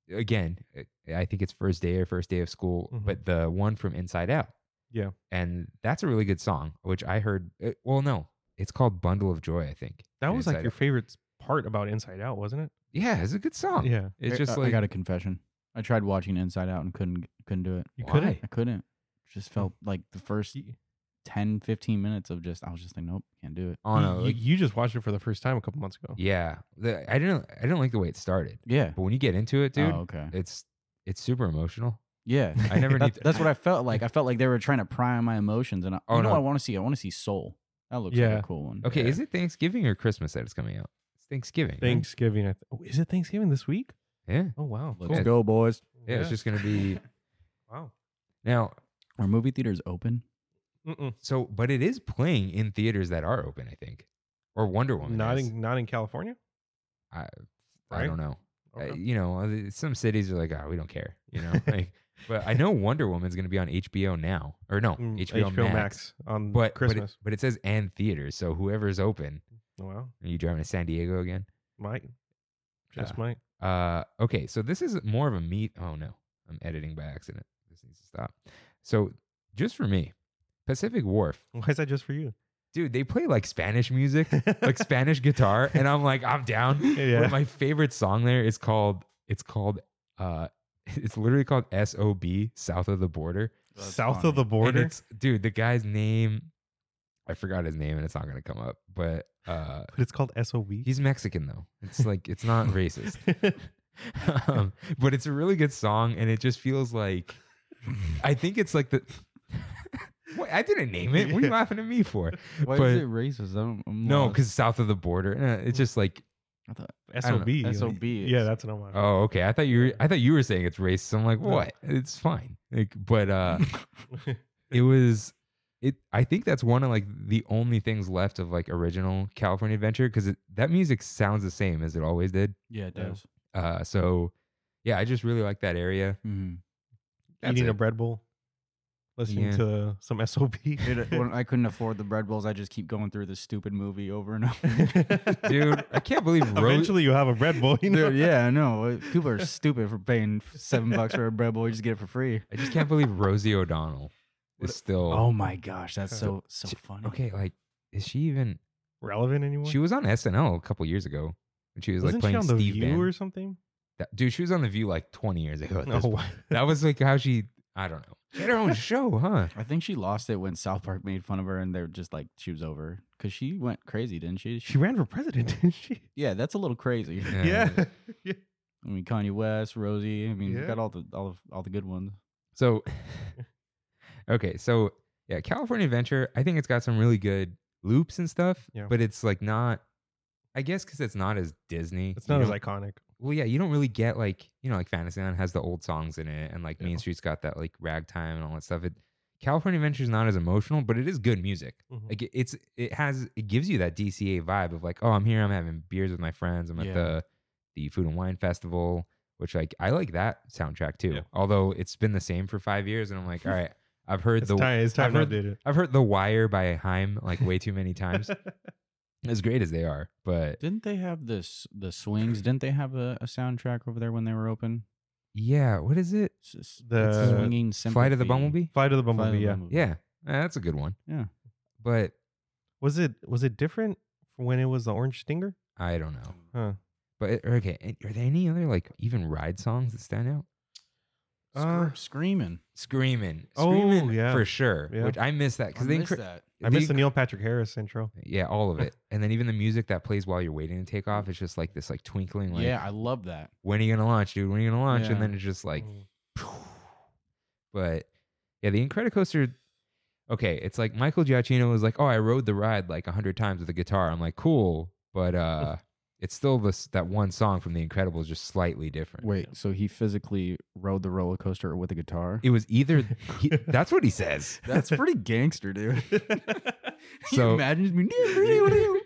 Speaker 1: again, it- I think it's first day or first day of school,
Speaker 2: Mhm.
Speaker 1: but the one from Inside Out.
Speaker 2: Yeah.
Speaker 1: and that's a really good song, which I heard. uh well, no, it's called Bundle of Joy, I think.
Speaker 2: That
Speaker 1: in
Speaker 2: was like
Speaker 1: Inside
Speaker 2: your
Speaker 1: Out.
Speaker 2: favorite part about Inside Out, wasn't it?
Speaker 1: yeah, it's a good song.
Speaker 2: Yeah.
Speaker 1: It's
Speaker 3: I-
Speaker 1: just
Speaker 3: I,
Speaker 1: like
Speaker 3: I got a confession. I tried watching Inside Out and couldn't couldn't do it.
Speaker 2: You
Speaker 1: Why?
Speaker 2: couldn't?
Speaker 3: I couldn't. Just felt
Speaker 1: Mm.
Speaker 3: like the first 10, 15 minutes of just, I was just like, nope, can't do it.
Speaker 1: on
Speaker 2: You-
Speaker 1: a
Speaker 2: you, you just watched it for the first time a couple months ago.
Speaker 1: Yeah, the, I didn't. I didn't like the way it started,
Speaker 3: Yeah.
Speaker 1: but when you get into it, dude,
Speaker 3: Oh, okay.
Speaker 1: it's it's super emotional.
Speaker 3: Yeah.
Speaker 1: I never
Speaker 3: That-
Speaker 1: need.
Speaker 3: that's what I felt like. I felt like they were trying to pry on my emotions. And I,
Speaker 1: Oh,
Speaker 3: you know
Speaker 1: no.
Speaker 3: what I want to see? I want to see Soul. That looks like
Speaker 2: Yeah.
Speaker 3: a cool one.
Speaker 1: Okay,
Speaker 2: Yeah.
Speaker 1: is it Thanksgiving or Christmas that it's coming out? It's Thanksgiving. right?
Speaker 2: Thanksgiving. I th- oh, is it Thanksgiving this week?
Speaker 1: Yeah.
Speaker 2: Oh wow.
Speaker 3: Let's
Speaker 2: Cool.
Speaker 1: Yeah.
Speaker 3: go, boys.
Speaker 1: yeah, It's just gonna be
Speaker 2: wow.
Speaker 1: now.
Speaker 3: Are movie theaters open?
Speaker 2: Mm-mm.
Speaker 1: So, but it is playing in theaters that are open, I think, or Wonder Woman.
Speaker 2: Not
Speaker 1: is.
Speaker 2: in not in California.
Speaker 1: I don't know. Uh,
Speaker 2: Okay.
Speaker 1: you know, uh, some cities are like, oh, we don't care. You know, like, but I know Wonder Woman's gonna be on HBO now, or no,
Speaker 2: Mm,
Speaker 1: HBO,
Speaker 2: Max.
Speaker 1: Max.
Speaker 2: on
Speaker 1: But but it,
Speaker 2: Christmas.
Speaker 1: but it says and theaters, so whoever's open.
Speaker 2: Oh, wow,
Speaker 1: Are you driving to San Diego again?
Speaker 2: might just
Speaker 1: Uh,
Speaker 2: might.
Speaker 1: Uh, okay, so this is more of a meat. Oh no, I'm editing by accident. This needs to stop. So just for me, Pacific Wharf,
Speaker 2: Why is that just for you?
Speaker 1: dude, they play like Spanish music, like Spanish guitar, and I'm like, I'm down.
Speaker 2: Yeah.
Speaker 1: But my favorite song there is called. It's called. Uh, it's literally called "Sob," South of the Border.
Speaker 2: South of the
Speaker 1: And
Speaker 2: border.
Speaker 1: it's dude, the guy's name. I forgot his name, and it's not gonna come up. But uh,
Speaker 2: But it's called SOB.
Speaker 1: he's Mexican though. It's like it's not racist. um, but it's a really good song, and it just feels like I think it's like the. Wait, I didn't name it. What are you laughing at me for?
Speaker 3: Why
Speaker 1: But-
Speaker 3: is it racist? I'm, I'm
Speaker 1: No,
Speaker 3: lost.
Speaker 1: because south of the border, eh, it's just like
Speaker 3: I thought
Speaker 2: SOB. like-
Speaker 3: SOB
Speaker 2: Yeah,
Speaker 3: is-
Speaker 2: that's an homage.
Speaker 1: oh okay. I thought you were, I thought you were saying it's racist. I'm like
Speaker 2: No.
Speaker 1: what? It's fine. Like, but uh, it was it. I think that's one of like the only things left of like original California Adventure because that music sounds the same as it always did.
Speaker 3: yeah, it
Speaker 2: Yeah.
Speaker 3: does.
Speaker 1: Uh, so yeah, I just really like that area.
Speaker 3: Mhm.
Speaker 1: That's
Speaker 2: Eating
Speaker 1: it.
Speaker 2: a bread bowl, listening
Speaker 1: Yeah.
Speaker 2: to some SOB.
Speaker 3: Dude, when I couldn't afford the bread bowls, I just keep going through this stupid movie over and over.
Speaker 1: dude. I can't believe Rose.
Speaker 2: Eventually, you have a bread bowl. You know?
Speaker 3: Dude, yeah, I know. People are stupid for paying seven bucks for a bread bowl. You just get it for free.
Speaker 1: I just can't believe Rosie O'Donnell is still.
Speaker 3: Oh my gosh, that's
Speaker 2: So-
Speaker 3: so so funny.
Speaker 1: okay. Like, is she even?
Speaker 2: Relevant anymore?
Speaker 1: She was on SNL a couple years ago, and she was
Speaker 2: Wasn't
Speaker 1: like
Speaker 2: she
Speaker 1: playing
Speaker 2: on The
Speaker 1: Steve
Speaker 2: View
Speaker 1: Bannon.
Speaker 2: or something?
Speaker 1: That- dude, she was on The View like 20 years ago. at this point.
Speaker 2: wow.
Speaker 1: that was like how she. I don't know. She had her own show, huh?
Speaker 3: I think she lost it when South Park made fun of her, and they're just like she was over because she went crazy, didn't she?
Speaker 2: she ran for president, didn't she?
Speaker 3: yeah, that's a little crazy.
Speaker 1: Yeah.
Speaker 2: Yeah.
Speaker 3: I mean, Kanye West, Rosie. I mean,
Speaker 2: Yeah.
Speaker 3: we've got all the all of all the good ones.
Speaker 1: So, okay, so yeah, California Adventure. I think it's got some really good loops and stuff,
Speaker 2: Yeah.
Speaker 1: but it's like not. I guess because it's not as Disney.
Speaker 2: It's
Speaker 1: you
Speaker 2: not as
Speaker 1: don't-
Speaker 2: iconic.
Speaker 1: well, yeah, you don't really get like you know like Fantasyland has the old songs in it, and like
Speaker 2: Yeah.
Speaker 1: Main Street's got that like ragtime and all that stuff. It California Adventure is not as emotional, but it is good music.
Speaker 2: Mhm.
Speaker 1: Like it, it's it has it gives you that DCA vibe of like oh I'm here I'm having beers with my friends I'm
Speaker 3: Yeah.
Speaker 1: at the the food and wine festival which like I like that soundtrack too.
Speaker 2: Yeah.
Speaker 1: Although it's been the same for five years and I'm like all right I've heard
Speaker 2: It's
Speaker 1: the
Speaker 2: time. It's time
Speaker 1: I've
Speaker 2: to
Speaker 1: heard-
Speaker 2: update it.
Speaker 1: I've heard the Wire by Heim like way too many times. as great as they are, but
Speaker 3: Didn't they have this the swings? Didn't they have a, a soundtrack over there when they were open?
Speaker 1: yeah, what is it?
Speaker 3: It's just- it's
Speaker 2: The
Speaker 3: swinging
Speaker 1: Flight of the
Speaker 3: sympathy.
Speaker 1: Bumblebee.
Speaker 2: Flight of the
Speaker 3: Flight of the
Speaker 2: Bumblebee. yeah.
Speaker 3: Bumblebee.
Speaker 1: Yeah, eh, that's a good one.
Speaker 3: Yeah.
Speaker 1: but
Speaker 2: Was it was it different from when it was the Orange Stinger?
Speaker 1: I don't know.
Speaker 2: Huh.
Speaker 1: But it- okay, and are there any other like even ride songs that stand out?
Speaker 2: Uh,
Speaker 3: Scr- screaming.
Speaker 1: Screaming,
Speaker 2: Oh,
Speaker 1: screaming
Speaker 2: yeah.
Speaker 1: for sure.
Speaker 2: Yeah.
Speaker 1: Which I miss that because
Speaker 3: I
Speaker 1: they
Speaker 3: miss
Speaker 1: incre-
Speaker 3: that.
Speaker 2: I
Speaker 1: the
Speaker 2: missed the
Speaker 1: inc-
Speaker 2: Neil Patrick Harris intro.
Speaker 1: yeah, all of it, and then even the music that plays while you're waiting to take off is just like this like twinkling like
Speaker 3: yeah, I love that.
Speaker 1: when are you gonna launch, dude? When are you gonna launch?
Speaker 3: Yeah.
Speaker 1: And then it's just like
Speaker 2: Mm.
Speaker 1: But yeah, the Incredicoaster. Okay, it's like Michael Giacchino was like, "Oh, I rode the ride like a hundred times with a guitar." I'm like, "Cool," but uh, it's still this that one song from The Incredibles, just slightly different.
Speaker 3: Wait, so he physically rode the roller coaster with a guitar?
Speaker 1: It was either he, that's what he says.
Speaker 3: That's pretty gangster, dude.
Speaker 1: So-
Speaker 3: he imagines me.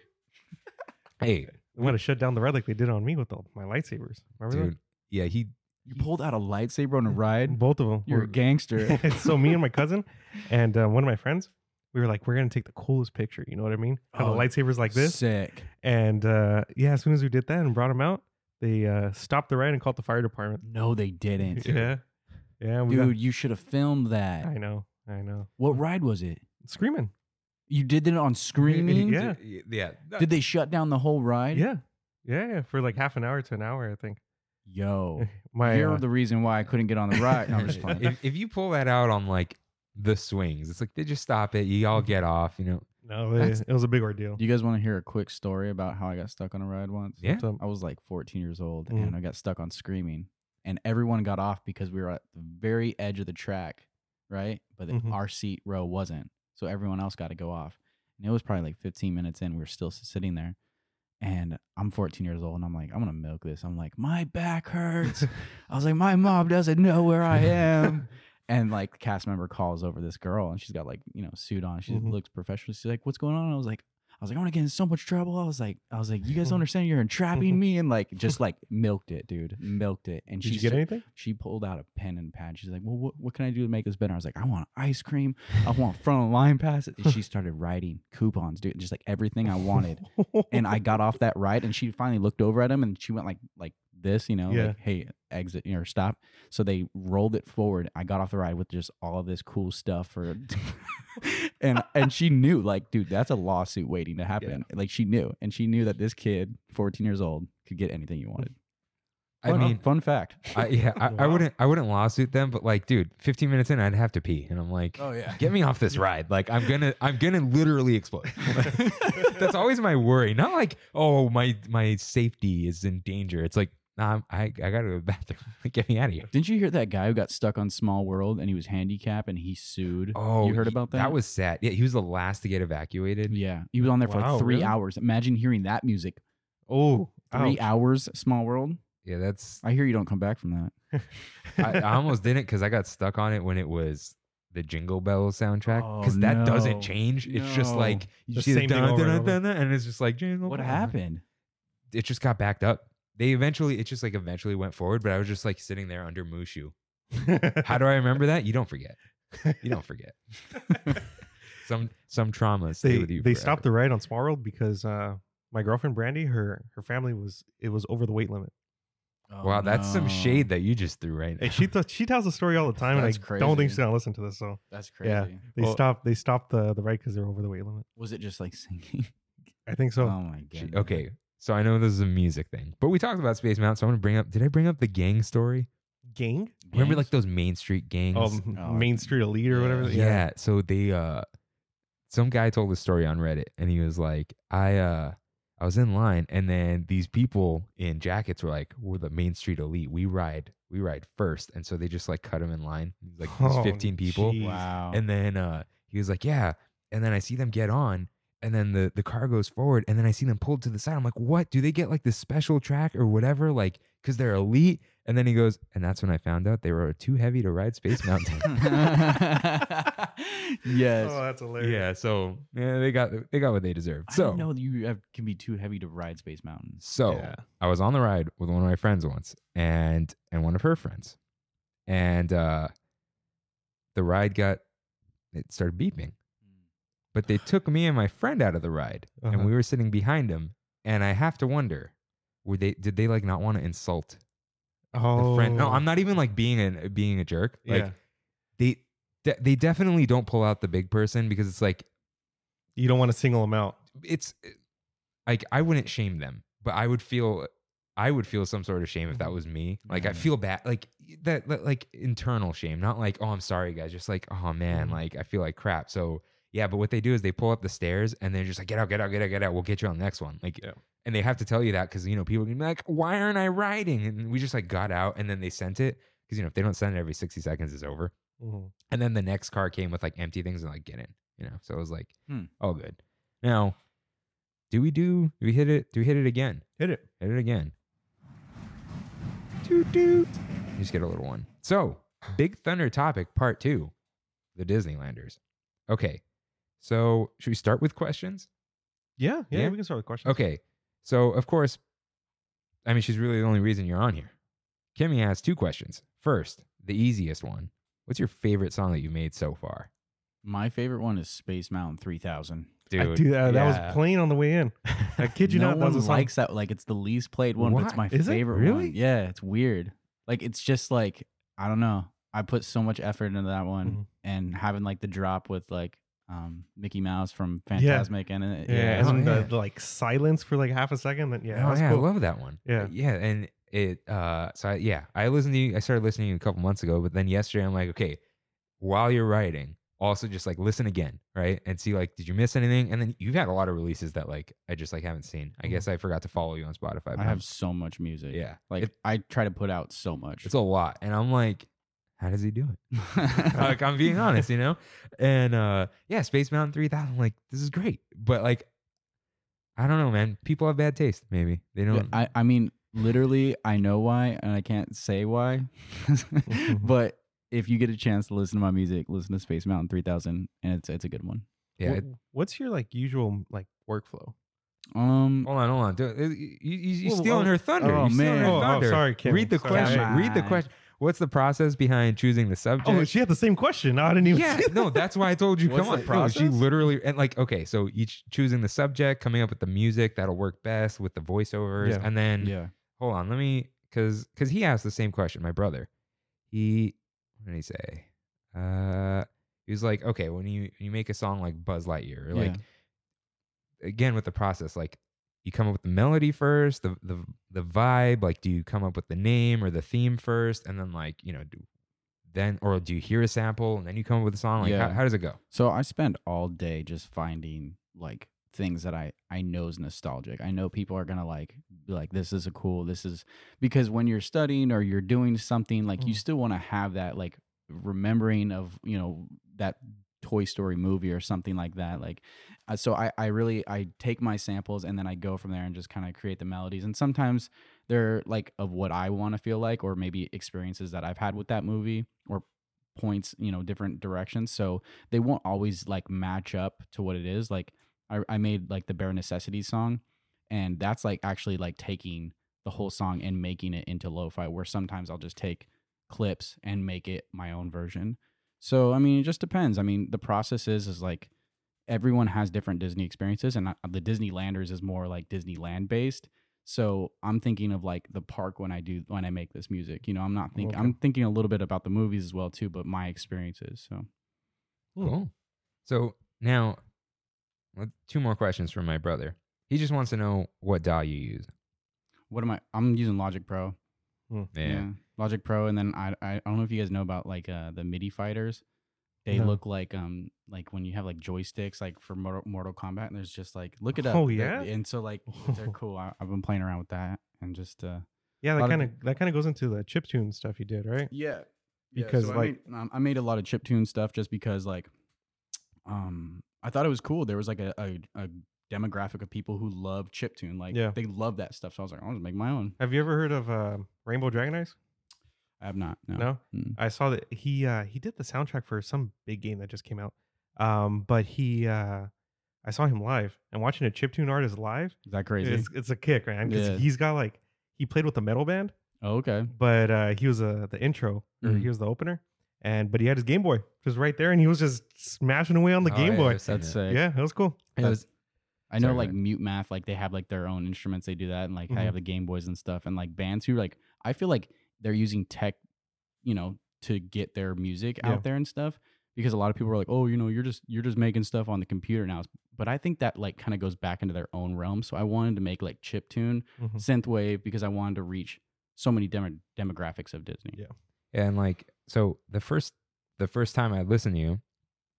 Speaker 1: Hey,
Speaker 2: They want to shut down the ride like they did on me with all my lightsabers. Remember
Speaker 1: dude. Yeah, he.
Speaker 3: you pulled out a lightsaber on a ride.
Speaker 2: that? Both of them.
Speaker 3: You're a gangster.
Speaker 2: so me and my cousin and uh, one of my friends, we were like, we're gonna take the coolest picture. You know what I mean? Have
Speaker 3: Oh,
Speaker 2: the lightsabers like this.
Speaker 3: Sick.
Speaker 2: And uh, yeah, as soon as we did that and brought them out, they uh, stopped the ride and called the fire department.
Speaker 3: No, they didn't.
Speaker 2: Yeah, yeah, we
Speaker 3: Dude, you should have filmed
Speaker 2: Got, I
Speaker 3: that.
Speaker 2: know, I know.
Speaker 3: What ride was it?
Speaker 2: Screaming.
Speaker 3: You did it on Screaming?
Speaker 2: Yeah.
Speaker 1: yeah.
Speaker 3: Did they shut down the whole ride?
Speaker 2: Yeah, yeah, yeah. For like half an hour to an hour, I think.
Speaker 3: Yo.
Speaker 2: My
Speaker 3: You're
Speaker 2: uh,
Speaker 3: the reason why I couldn't get on the ride. No, I'm just playing.
Speaker 1: if, if you pull that out on like the swings, it's like they just stop it. You
Speaker 3: Mm-hmm.
Speaker 1: all get off. You know.
Speaker 2: no, they-
Speaker 3: That's-
Speaker 2: it was a big ordeal.
Speaker 3: Do you guys want to hear a quick story about how I got stuck on a ride once?
Speaker 1: Yeah.
Speaker 2: So,
Speaker 3: I was like 14 years old
Speaker 2: Mm.
Speaker 3: and I got stuck on screaming and everyone got off because we were at the very edge of the track, right? But then
Speaker 2: Mhm.
Speaker 3: our seat row wasn't. So everyone else got to go off. And it was probably like 15 minutes in. We were still s- sitting there. And I'm 14 years old and I'm like, I'm going to milk this. I'm like, my back hurts. I was like, my mom doesn't know where I am. and like the cast member calls over this girl and she's got like, you know, suit on. She
Speaker 2: Mhm.
Speaker 3: looks professional. She's like, what's going on? I was like, I was like, I'm gonna get in so much trouble. I was like, I was like, you guys don't understand. You're entrapping me, and like, just like milked it, dude, milked it. And
Speaker 2: did
Speaker 3: she
Speaker 2: you get
Speaker 3: sta-
Speaker 2: anything?
Speaker 3: she pulled out a pen and pad. She's like, well, what, what can I do to make this better? I was like, I want ice cream. I want front of line passes. And she started writing coupons, dude, just like everything I wanted. And I got off that ride, and she finally looked over at him, and she went like, like this, you know,
Speaker 2: Yeah.
Speaker 3: like, hey, exit you know, or stop. So they rolled it forward. I got off the ride with just all of this cool stuff for. and and she knew like dude that's a lawsuit waiting to happen like she knew and she knew that this kid 14 years old could get anything you wanted
Speaker 1: I
Speaker 3: Fun-
Speaker 1: mean,
Speaker 3: fun fact
Speaker 1: I, yeah, I, I
Speaker 2: Wow.
Speaker 1: wouldn't. I wouldn't lawsuit them, but like, dude, 15 minutes in, I'd have to pee, and I'm like,
Speaker 3: Oh, yeah
Speaker 1: get me off this ride. Like, I'm gonna, I'm gonna literally explode. That's always my worry. Not like, oh, my my safety is in danger. It's like, nah, I'm- I I gotta go to the bathroom. Like, get me out of here.
Speaker 3: Didn't you hear that guy who got stuck on Small World and he was handicapped and he sued?
Speaker 1: Oh,
Speaker 3: you heard
Speaker 1: he-
Speaker 3: about that?
Speaker 1: That was sad. Yeah, he was the last to get evacuated.
Speaker 3: yeah. He was on there for
Speaker 2: Wow,
Speaker 3: like three
Speaker 2: really?
Speaker 3: hours. Imagine hearing that music.
Speaker 2: oh,
Speaker 3: Three
Speaker 2: ouch.
Speaker 3: hours, Small World.
Speaker 1: Yeah, that's.
Speaker 3: I hear you don't come back from that.
Speaker 1: I, I almost didn't because I got stuck on it when it was. The Jingle Bells soundtrack
Speaker 3: Oh,
Speaker 1: because that
Speaker 3: no.
Speaker 1: doesn't change. It's just
Speaker 3: No.
Speaker 1: like you
Speaker 2: The
Speaker 1: see the
Speaker 2: same thing
Speaker 1: dun,
Speaker 2: over
Speaker 1: dun,
Speaker 2: and
Speaker 1: dun, dun, and it's just like Jingle.
Speaker 3: What
Speaker 1: Bells.
Speaker 3: happened?
Speaker 1: it just got backed up. They eventually, it just like eventually went forward, but I was just like sitting there under Mushu. How do I remember that? You don't forget. You don't forget. some some traumas stay
Speaker 2: they
Speaker 1: with you.
Speaker 2: they
Speaker 1: forever.
Speaker 2: stopped the ride on Small World because uh, my girlfriend Brandy, her her family was it was over the weight limit.
Speaker 3: Oh,
Speaker 1: Wow, that's some shade that you just threw right now.
Speaker 2: And she th- she tells the story all the time, and I
Speaker 3: That's
Speaker 2: don't think
Speaker 3: crazy.
Speaker 2: she's gonna listen to this. So
Speaker 3: That's crazy.
Speaker 2: Yeah. they
Speaker 1: Well-
Speaker 2: stopped they stopped the the ride because they're over the weight limit.
Speaker 3: Was it just like singing?
Speaker 2: I think so.
Speaker 3: oh my god.
Speaker 1: She- uh, okay, so I know this is a music thing, but we talked about Space Mountain, so I'm gonna bring up. Did I bring up the gang story?
Speaker 2: Gang,
Speaker 1: Remember like those
Speaker 3: Gangs?
Speaker 1: Main Street gangs?
Speaker 2: um,
Speaker 3: Oh,
Speaker 2: Main Street Elite or whatever.
Speaker 1: yeah. So they uh some guy told a story on Reddit and he was like, I uh I was in line, and then these people in jackets were like, "We're the Main Street elite. We ride, we ride first. And so they just like cut him in line. Like these
Speaker 2: Oh,
Speaker 1: 15 people,
Speaker 2: jeez.
Speaker 3: Wow.
Speaker 1: and then uh, he was like, "Yeah." And then I see them get on, and then the the car goes forward, and then I see them pulled to the side. I'm like, "What? Do they get like this special track or whatever? Like, because they're elite?" And then he goes, and that's when I found out they were too heavy to ride Space Mountain.
Speaker 3: yes.
Speaker 2: Oh, that's hilarious.
Speaker 1: yeah, so yeah, they got they got what they deserved.
Speaker 3: I
Speaker 1: So
Speaker 3: didn't know that you have, can be too heavy to ride Space Mountain.
Speaker 1: So
Speaker 2: Yeah.
Speaker 1: I was on the ride with one of my friends once, and and one of her friends, and uh, the ride got it started beeping, but they took me and my friend out of the ride,
Speaker 2: Uh-huh.
Speaker 1: and we were sitting behind him, and I have to wonder, were they did they like not want to insult
Speaker 2: Oh,
Speaker 1: the friend? No, I'm not even like being a being a jerk.
Speaker 2: Yeah.
Speaker 1: Like they de- they definitely don't pull out the big person because it's like
Speaker 2: you don't want to single them out.
Speaker 1: it's eh, like I wouldn't shame them, but I would feel I would feel some sort of shame if that was me. Like I
Speaker 3: Mhm.
Speaker 1: feel bad, like that, that- like internal shame, not like oh I'm sorry guys, just like oh man,
Speaker 2: Mhm.
Speaker 1: like I feel like crap. So yeah, but what they do is they pull up the stairs and they're just like get out, get out, get out, get out. We'll get you on the next one. Like
Speaker 2: Yeah.
Speaker 1: and they have to tell you that because you know people can be like why aren't I riding? And we just like got out and then they sent it because you know if they don't send it every sixty seconds, it's over.
Speaker 2: Mhm.
Speaker 1: And then the next car came with like empty things and like get in, you know. So it was like
Speaker 3: Hmm.
Speaker 1: all good. Now, do we do do we hit it? Do we hit it again?
Speaker 2: Hit it.
Speaker 1: Hit it again. Toot toot. Just get a little one. So Big Thunder topic part two, the Disneylanders. Okay, so should we start with questions?
Speaker 2: Yeah, yeah,
Speaker 1: Yeah?
Speaker 2: We can start with questions.
Speaker 1: Okay, so of course, I mean she's really the only reason you're on here. Kimmy has two questions. First, the easiest one. What's your favorite song that you made so far?
Speaker 3: My favorite one is Space Mountain 3000.
Speaker 2: I do that. That
Speaker 1: yeah.
Speaker 2: was playing on the way in. I kid you
Speaker 3: no
Speaker 2: not. That
Speaker 3: one
Speaker 2: was a song.
Speaker 3: likes that. Like it's the least played one, but it's
Speaker 1: Why?
Speaker 3: my
Speaker 2: Is it?
Speaker 3: favorite
Speaker 1: Really?
Speaker 3: one. Yeah, it's weird. Like it's just like I don't know. I put so much effort into that one,
Speaker 2: Mhm.
Speaker 3: and having like the drop with like um Mickey Mouse from
Speaker 2: Yeah.
Speaker 3: Fantasmic and it.
Speaker 2: yeah,
Speaker 1: Oh,
Speaker 2: and
Speaker 1: yeah.
Speaker 2: then the like silence for like half a second. Then yeah,
Speaker 1: oh,
Speaker 2: that's
Speaker 1: yeah,
Speaker 2: cool.
Speaker 1: I love that one.
Speaker 2: Yeah.
Speaker 1: yeah, and it. uh So I, yeah, I listened to you. I started listening to you a couple months ago, but then yesterday I'm like, okay, while you're writing, also just like listen again, right, and see like, did you miss anything? And then you've had a lot of releases that like I just like haven't seen. I guess I forgot to follow you on Spotify. but
Speaker 3: Mm-hmm. I have so much music.
Speaker 1: Yeah,
Speaker 3: like
Speaker 1: It-
Speaker 3: I try to put out so much.
Speaker 1: it's a lot, and I'm like, how does he do it? like I'm being honest, you know? And uh yeah, Space Mountain 3000 like this is great. But like I don't know, man. People have bad taste maybe. They
Speaker 3: Yeah,
Speaker 1: don't
Speaker 3: I, I mean, literally, I know why, and I can't say why.
Speaker 2: Mm-hmm.
Speaker 3: but if you get a chance to listen to my music, listen to Space Mountain 3000, and it's it's a good one.
Speaker 1: yeah,
Speaker 2: Wh-
Speaker 1: it-
Speaker 2: what's your like usual like workflow?
Speaker 3: Um,
Speaker 1: Hold on, hold on. Do- You, you, you
Speaker 2: Well,
Speaker 1: stealing
Speaker 2: oh,
Speaker 1: her thunder.
Speaker 3: oh,
Speaker 1: You're stealing her
Speaker 3: man. Oh, oh,
Speaker 1: thunder.
Speaker 2: sorry, Kimmy.
Speaker 1: Read the
Speaker 2: Sorry.
Speaker 1: question.
Speaker 3: Come
Speaker 1: Read the
Speaker 3: on.
Speaker 1: question. What's the process behind choosing the subject?
Speaker 2: Oh, she had the same question. I didn't even.
Speaker 1: yeah, no, that's why I told you.
Speaker 5: What's
Speaker 1: come on,
Speaker 5: the
Speaker 1: No, she
Speaker 5: process?
Speaker 1: literally and like okay, so each choosing the subject, coming up with the music that'll work best with the voiceovers,
Speaker 2: Yeah.
Speaker 1: and then
Speaker 3: yeah.
Speaker 1: hold on, let me because because he asked the same question. My brother, he what did he say? Uh, he was like, okay, when you you make a song like Buzz Lightyear, or
Speaker 3: Yeah.
Speaker 1: like again with the process, like you come up with the melody first, the the the vibe, like do you come up with the name or the theme first, and then like you know do then or do you hear a sample and then you come up with a song? Like
Speaker 3: Yeah.
Speaker 1: how, how does it go?
Speaker 3: So I spend all day just finding like things that I I know is nostalgic. I know people are gonna like be like this is a cool this is because when you're studying or you're doing something like you
Speaker 2: Mm.
Speaker 3: still want to have that like remembering of you know that Toy Story movie or something like that. Like uh, so I I really I take my samples and then I go from there and just kind of create the melodies and sometimes they're like of what I want to feel like or maybe experiences that I've had with that movie or points you know different directions so they won't always like match up to what it is. Like I, I made like the bare necessities song, and that's like actually like taking the whole song and making it into lo-fi. Where sometimes I'll just take clips and make it my own version. So I mean, it just depends. I mean, the process is is like everyone has different Disney experiences, and I, the Disneylanders is more like Disneyland based. So I'm thinking of like the park when I do when I make this music. You know, I'm not thinking.
Speaker 2: Okay.
Speaker 3: I'm thinking a little bit about the movies as well too, but my experiences. So
Speaker 2: Hmm.
Speaker 1: Cool. So now, uh, two more questions from my brother. He just wants to know what DAW you use.
Speaker 3: what am I? I'm using Logic Pro.
Speaker 1: yeah.
Speaker 3: Logic Pro, and then I I I don't know if you guys know about like uh, the MIDI fighters. They
Speaker 2: No.
Speaker 3: look like um like when you have like joysticks like for Mortal, Mortal Kombat and there's just like look it up.
Speaker 2: Oh,
Speaker 3: They're-
Speaker 2: yeah?
Speaker 3: and so like they're cool. I, I've been playing around with that and just uh
Speaker 2: Yeah, that
Speaker 3: lot of
Speaker 2: kind of that kind of goes into the chiptune stuff you did, right?
Speaker 3: yeah
Speaker 2: Because,
Speaker 3: I
Speaker 2: like-
Speaker 3: made, um, I made a lot of chiptune stuff just because like um I thought it was cool. There was like a a, a demographic of people who love chiptune like
Speaker 2: Yeah.
Speaker 3: they love that stuff. So I was like I'll just make my own.
Speaker 2: Have you ever heard of uh, Rainbow Dragon Eyes?
Speaker 3: I have not. No.
Speaker 2: No,
Speaker 3: Mm.
Speaker 2: I saw that he uh, he did the soundtrack for some big game that just came out. Um, but he, uh, I saw him live and watching a chiptune artist live.
Speaker 3: Is that crazy?
Speaker 2: It's, it's a kick, man. 'cause
Speaker 3: Yeah.
Speaker 2: he's got like he played with the metal band,
Speaker 3: Oh, okay.
Speaker 2: but uh, he was uh, the intro or
Speaker 3: Mhm.
Speaker 2: he was the opener, and but he had his Game Boy just right there, and he was just smashing away on
Speaker 1: Oh,
Speaker 2: the Game Boy.
Speaker 3: That's Oh, sick.
Speaker 2: Yeah, that was cool.
Speaker 3: It
Speaker 1: That's-
Speaker 3: was- I know
Speaker 1: Sorry, go
Speaker 3: like
Speaker 1: ahead. Mm-hmm.
Speaker 3: mute math, like they have like their own instruments, they do that, and like they
Speaker 2: Mhm.
Speaker 3: have the Game Boys and stuff, and like bands who like I feel like they're using tech, you know, to get their music
Speaker 2: Yeah.
Speaker 3: out there and stuff. Because a lot of people are like, oh, you know, you're just you're just making stuff on the computer now. But I think that like kind of goes back into their own realm. So I wanted to make like chip tune,
Speaker 1: Mm-hmm.
Speaker 2: Mhm.
Speaker 3: synthwave, because I wanted to reach so many demo- demographics of Disney.
Speaker 2: Yeah.
Speaker 1: and like so the first the first time i listened to you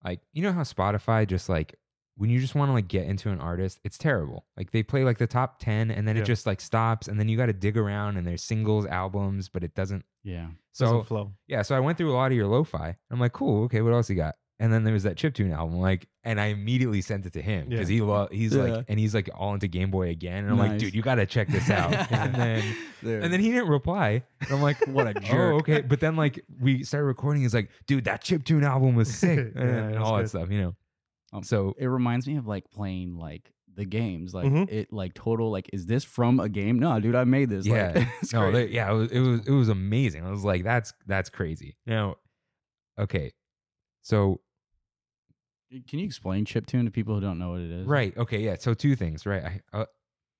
Speaker 1: like you know how spotify just like when you just want to like get into an artist it's terrible like they play like the top 10 and then
Speaker 2: Yeah.
Speaker 1: it just like stops and then you got to dig around and there's singles albums but it doesn't
Speaker 3: Yeah.
Speaker 2: Doesn't
Speaker 1: so
Speaker 2: flow.
Speaker 1: yeah so i went through a lot of your lo-fi i'm like cool okay what else you got and then there was that chiptune album like and i immediately sent it to him because he lo- he's
Speaker 3: Yeah.
Speaker 1: like and he's like all into game boy again and i'm like
Speaker 3: Nice.
Speaker 1: dude you got to check this out and then and then he didn't reply and i'm like
Speaker 3: what a jerk.
Speaker 1: Oh, okay. But then like we started recording, he's like, dude, that chiptune album was sick.
Speaker 2: Yeah,
Speaker 1: and
Speaker 2: that's
Speaker 1: all
Speaker 2: good.
Speaker 1: that stuff, you know.
Speaker 3: Um,
Speaker 1: so
Speaker 3: it reminds me of like playing like the games like
Speaker 2: Mhm.
Speaker 3: it like total like is this from a game no dude i made this
Speaker 1: yeah.
Speaker 3: like, it's
Speaker 1: no,
Speaker 3: great.
Speaker 1: they- yeah, it was, it was it was amazing. I was like, that's that's crazy. Now, okay. So
Speaker 3: can you explain chiptune to people who don't know what it is
Speaker 1: right, okay, yeah. So two things, right? I uh,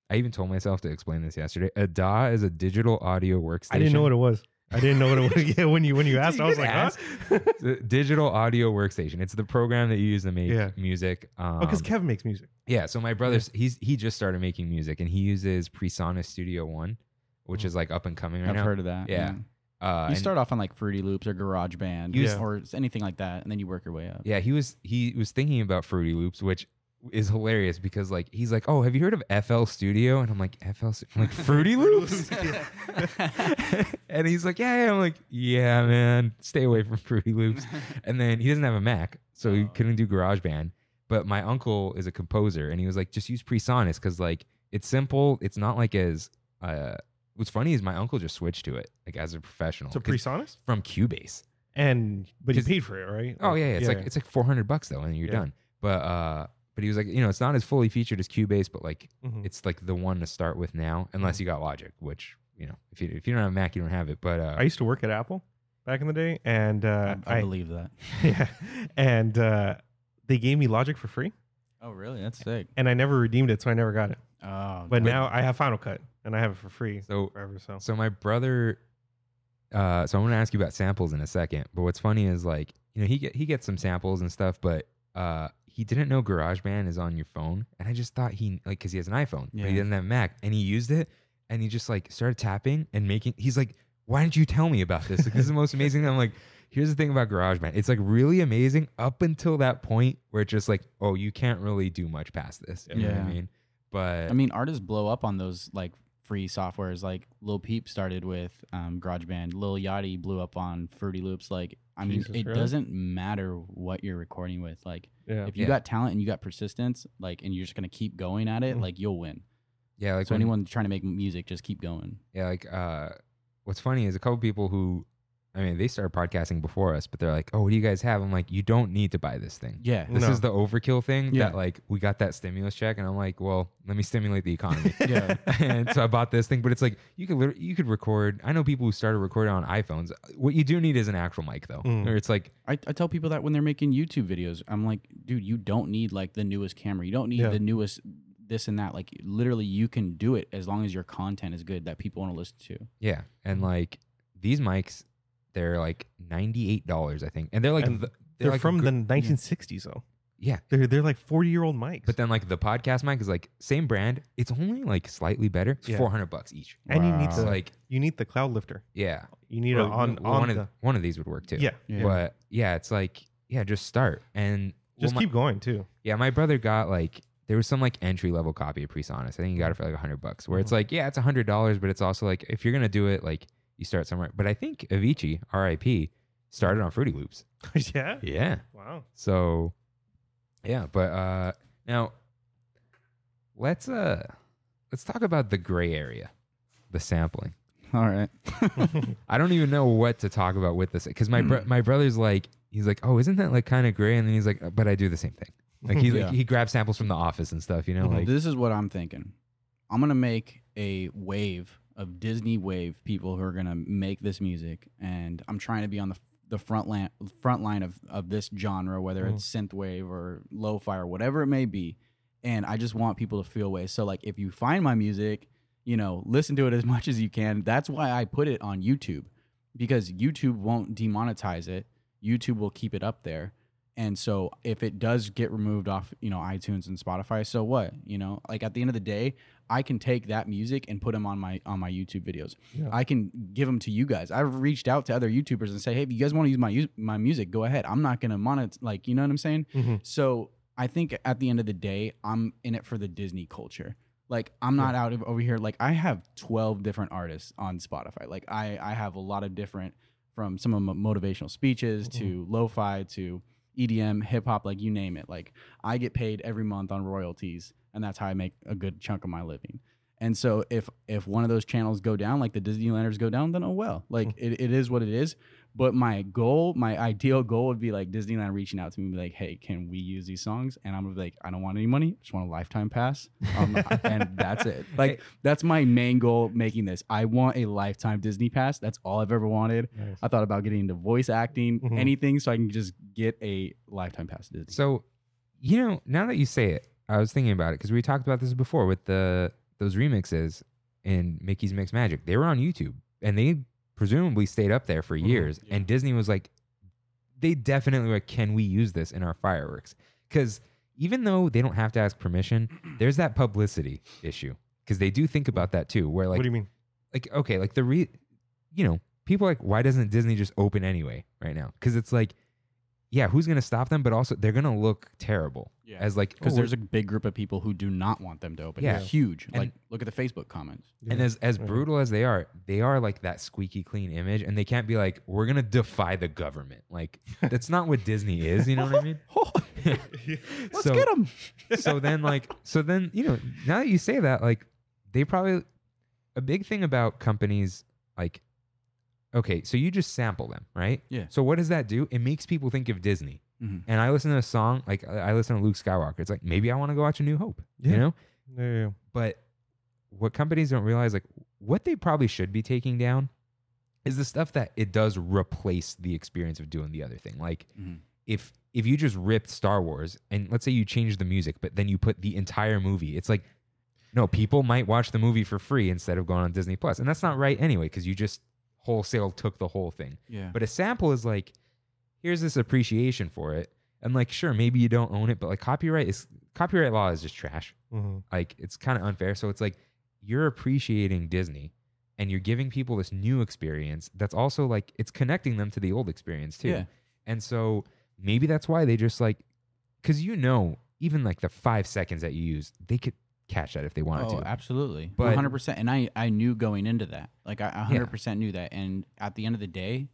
Speaker 1: I even told myself to explain this yesterday. A DAW is a digital audio workstation.
Speaker 2: I didn't know what it was. I didn't know what it was. Yeah, when you when you
Speaker 1: Dude,
Speaker 2: asked,
Speaker 1: you
Speaker 2: I was
Speaker 1: could
Speaker 2: like, huh?
Speaker 1: ask. It's a digital audio workstation. It's the program that you use to make
Speaker 2: Yeah.
Speaker 1: music. Um,
Speaker 2: Oh, because Kevin makes music.
Speaker 1: Yeah, so my brother's he's he just started making music and he uses Presonus Studio One, which is like up and coming right
Speaker 3: i've
Speaker 1: now.
Speaker 3: heard of that
Speaker 1: Yeah. uh,
Speaker 3: you
Speaker 1: and-
Speaker 3: start off on like fruity loops or garage band
Speaker 1: You
Speaker 2: Yeah.
Speaker 3: or anything like that and then you work your way up
Speaker 1: Yeah, he was he was thinking about Fruity Loops, which is hilarious because like he's like, oh, have you heard of FL Studio? And I'm like, FL, Stu-" I'm like Fruity Loops. and he's like, yeah, yeah. I'm like, yeah, man, stay away from Fruity Loops. And then he doesn't have a Mac, so he
Speaker 3: Oh.
Speaker 1: couldn't do GarageBand. But my uncle is a composer, and he was like, just use Presonus because like it's simple. It's not like as uh, what's funny is my uncle just switched to it like as a professional
Speaker 2: So
Speaker 1: oh, 'cause-
Speaker 2: Presonus?
Speaker 1: from Cubase.
Speaker 2: And but he
Speaker 1: 'Cause-
Speaker 2: paid for it, right?
Speaker 1: Oh yeah, yeah. it's like it's like four hundred bucks though, and you're
Speaker 2: Yeah.
Speaker 1: done. But uh, but he was like, you know, it's not as fully featured as Cubase, but like
Speaker 2: Mhm.
Speaker 1: it's like the one to start with now,
Speaker 2: Mm.
Speaker 1: unless you got Logic, which you know, if you if you don't have Mac, you don't have it. But uh,
Speaker 2: I used to work at Apple back in the day, and uh,
Speaker 3: I, I
Speaker 2: I,
Speaker 3: believe that
Speaker 2: yeah, and uh, they gave me Logic for free,
Speaker 3: oh really that's sick
Speaker 2: and I never redeemed it, so I never got it.
Speaker 3: oh
Speaker 2: But
Speaker 3: God.
Speaker 2: now I have Final Cut, and I have it for free
Speaker 1: so
Speaker 2: forever. So
Speaker 1: so my brother, uh, so I'm gonna ask you about samples in a second. But what's funny is like you know he get he gets some samples and stuff, but uh, he didn't know GarageBand is on your phone, and I just thought he like because he has an iPhone, but
Speaker 3: Yeah.
Speaker 1: he doesn't have a Mac, and he used it, and he just like started tapping and making. He's like, "Why didn't you tell me about this? Like, this is the most amazing." thing. I'm like, "Here's the thing about GarageBand. It's like really amazing up until that point where it's just like, oh, you can't really do much past this. You know what
Speaker 3: Yeah.
Speaker 1: I mean? But
Speaker 3: I mean, artists blow up on those like free softwares. Like Lil Peep started with um, GarageBand. Lil Yachty blew up on Fruity Loops. Like, I mean,
Speaker 2: Jesus,
Speaker 3: it
Speaker 2: really?
Speaker 3: doesn't matter what you're recording with. Like,
Speaker 2: yeah,
Speaker 3: if you
Speaker 1: Yeah.
Speaker 3: got talent and you got persistence, like, and you're just gonna keep going at it,
Speaker 2: Mhm.
Speaker 3: like you'll win.
Speaker 1: yeah, like
Speaker 3: so
Speaker 1: when-
Speaker 3: anyone trying to make music, just keep going.
Speaker 1: Yeah, like uh what's funny is a couple people who I mean, they started podcasting before us, but they're like, "Oh, what do you guys have?" I'm like, "You don't need to buy this thing.
Speaker 3: Yeah.
Speaker 1: This
Speaker 2: No.
Speaker 1: is the overkill thing
Speaker 3: Yeah.
Speaker 1: that like we got that stimulus check, and I'm like, well, let me stimulate the economy.
Speaker 3: Yeah.
Speaker 1: and so I bought this thing, but it's like you could literally, you could record. I know people who started recording on iPhones. What you do need is an actual mic, though,
Speaker 2: Mm.
Speaker 1: or it's like
Speaker 3: I, I tell people that when they're making YouTube videos, I'm like, dude, you don't need like the newest camera. You don't need
Speaker 2: Yeah.
Speaker 3: the newest this and that. Like, literally, you can do it as long as your content is good that people want to listen to.
Speaker 1: Yeah,
Speaker 2: Mm.
Speaker 1: and like these mics, they're like ninety eight dollars, I think, and they're like
Speaker 2: And
Speaker 1: the,
Speaker 2: they're,
Speaker 1: like
Speaker 2: from
Speaker 1: gr-
Speaker 2: the 1960s, though.
Speaker 1: yeah.
Speaker 2: They're they're like 40 year old mics,
Speaker 1: But then like the podcast mic is like same brand. It's only like slightly better. It's
Speaker 2: Yeah.
Speaker 1: four hundred bucks each.
Speaker 2: and you need
Speaker 3: Wow.
Speaker 1: It's
Speaker 2: the
Speaker 1: like
Speaker 2: you need the cloud lifter.
Speaker 1: yeah,
Speaker 2: You need it
Speaker 1: Well,
Speaker 2: on
Speaker 1: w-
Speaker 2: on
Speaker 1: one
Speaker 2: the
Speaker 1: of one of these would work too.
Speaker 2: yeah.
Speaker 3: Yeah.
Speaker 1: but yeah, it's like yeah, just start and
Speaker 2: Just
Speaker 1: well, my-
Speaker 2: keep going too.
Speaker 1: yeah, my brother got like there was some like entry level copy of Presonus. I think he got it for like a hundred bucks.
Speaker 2: Mm-hmm.
Speaker 1: Where it's like, yeah, it's a hundred dollars, but it's also like if you're gonna do it, like you start somewhere. But I think Avicii, R.I.P., started on Fruity Loops.
Speaker 2: yeah.
Speaker 1: Yeah.
Speaker 2: Wow.
Speaker 1: So, yeah, but uh now let's uh let's talk about the gray area, the sampling.
Speaker 3: All right.
Speaker 1: I don't even know what to talk about with this because my bro- my brother's like he's like oh isn't that like kind of gray and then he's like but I do the same thing like he
Speaker 3: Yeah. Mm-hmm.
Speaker 1: like, he grabs samples from the office and stuff you know like
Speaker 3: this is what I'm thinking. I'm gonna make a wave of Disney wave people who are gonna make this music, and I'm trying to be on the the front line front line of of this genre, whether it's synth
Speaker 1: Mm-hmm.
Speaker 3: wave or lo-fi or whatever it may be. And I just want people to feel ways. So like, if you find my music, you know, listen to it as much as you can. That's why I put it on YouTube because YouTube won't demonetize it. YouTube will keep it up there. And so if it does get removed off, you know, iTunes and Spotify, so what? You know, like at the end of the day, I can take that music and put them on my on my YouTube videos. I can give them to you guys. I've reached out to other YouTubers and say, "Hey, if you guys want to use my us- my music, go ahead. I'm not going to monetize like, you know what I'm saying?"
Speaker 2: Mhm.
Speaker 3: So, I think at the end of the day, I'm in it for the Disney culture. Like I'm not out of over here like I have 12 different artists on Spotify. Like I I have a lot of different from some of my motivational speeches to lo-fi to E EDM, hip hop, like you name it. Like I get paid every month on royalties, and that's how I make a good chunk of my living. And so if if one of those channels go down, like the Disneylanders go down, then oh well. Like
Speaker 1: Hmm.
Speaker 3: it, it is what it is. But my goal, my ideal goal would be like Disneyland reaching out to me and be like, hey, can we use these songs? And I'm gonna be like, I don't want any money, I just want a lifetime pass. Um, and that's it. Like that's my main goal making this. I want a lifetime Disney pass. That's all I've ever wanted.
Speaker 2: Nice.
Speaker 3: I thought about getting into voice acting,
Speaker 2: Mhm.
Speaker 3: anything, so I can just get a lifetime pass to Disney.
Speaker 1: Mm-hmm. So, you know, now that you say it, I was thinking about it because we talked about this before with the those remixes in Mickey's Mix Magic. They were on YouTube and they presumably stayed up there for years. And Disney was like, they definitely were like, can we use this in our fireworks? Because even though they don't have to ask permission, there's that publicity issue because they do think about that too. Where like
Speaker 2: what do you mean?
Speaker 1: like okay, like the re, you know, people are like why doesn't Disney just open anyway right now? Because it's like, yeah, who's gonna stop them? But also they're gonna look terrible
Speaker 3: Yeah.
Speaker 1: as like
Speaker 3: because
Speaker 1: oh,
Speaker 3: there's a big group of people who do not want them to open.
Speaker 1: Yeah.
Speaker 3: Yeah, huge.
Speaker 1: And-
Speaker 3: like, look at the Facebook comments.
Speaker 1: and as as
Speaker 2: Yeah.
Speaker 1: brutal as they are, they are like that squeaky clean image, and they can't be like we're gonna defy the government. Like that's not what Disney is. You know what I mean?
Speaker 3: Let's
Speaker 1: So-
Speaker 3: get them.
Speaker 1: so then like so then you know now that you say that like they probably a big thing about companies like okay so you just sample them right
Speaker 3: Yeah.
Speaker 1: so what does that do it makes people think of disney
Speaker 3: Mhm.
Speaker 1: and i listen to a song like i I listen to luke skywalker it's like maybe i want to go watch a new hope
Speaker 2: Yeah.
Speaker 1: you know
Speaker 2: Yeah, yeah, yeah.
Speaker 1: but what companies don't realize like what they probably should be taking down is the stuff that it does replace the experience of doing the other thing like
Speaker 3: Mhm.
Speaker 1: if if you just ripped star wars and let's say you change the music but then you put the entire movie it's like no people might watch the movie for free instead of going on disney plus and that's not right anyway because you just wholesale took the whole thing
Speaker 3: Yeah,
Speaker 1: but a sample is like, here's this appreciation for it. And like, sure, maybe you don't own it, but like copyright is copyright law is just trash.
Speaker 2: Mhm.
Speaker 1: Like it's kind of unfair. So it's like you're appreciating Disney and you're giving people this new experience that's also like it's connecting them to the old experience too.
Speaker 3: Yeah.
Speaker 1: And so maybe that's why they just like cause you know, even like the five seconds that you use, they could catch that if they wanted
Speaker 3: oh,
Speaker 1: to.
Speaker 3: absolutely,
Speaker 1: But-
Speaker 3: one hundred percent. And I, I knew going into that, like I hundred percent knew that. And at the end of the day,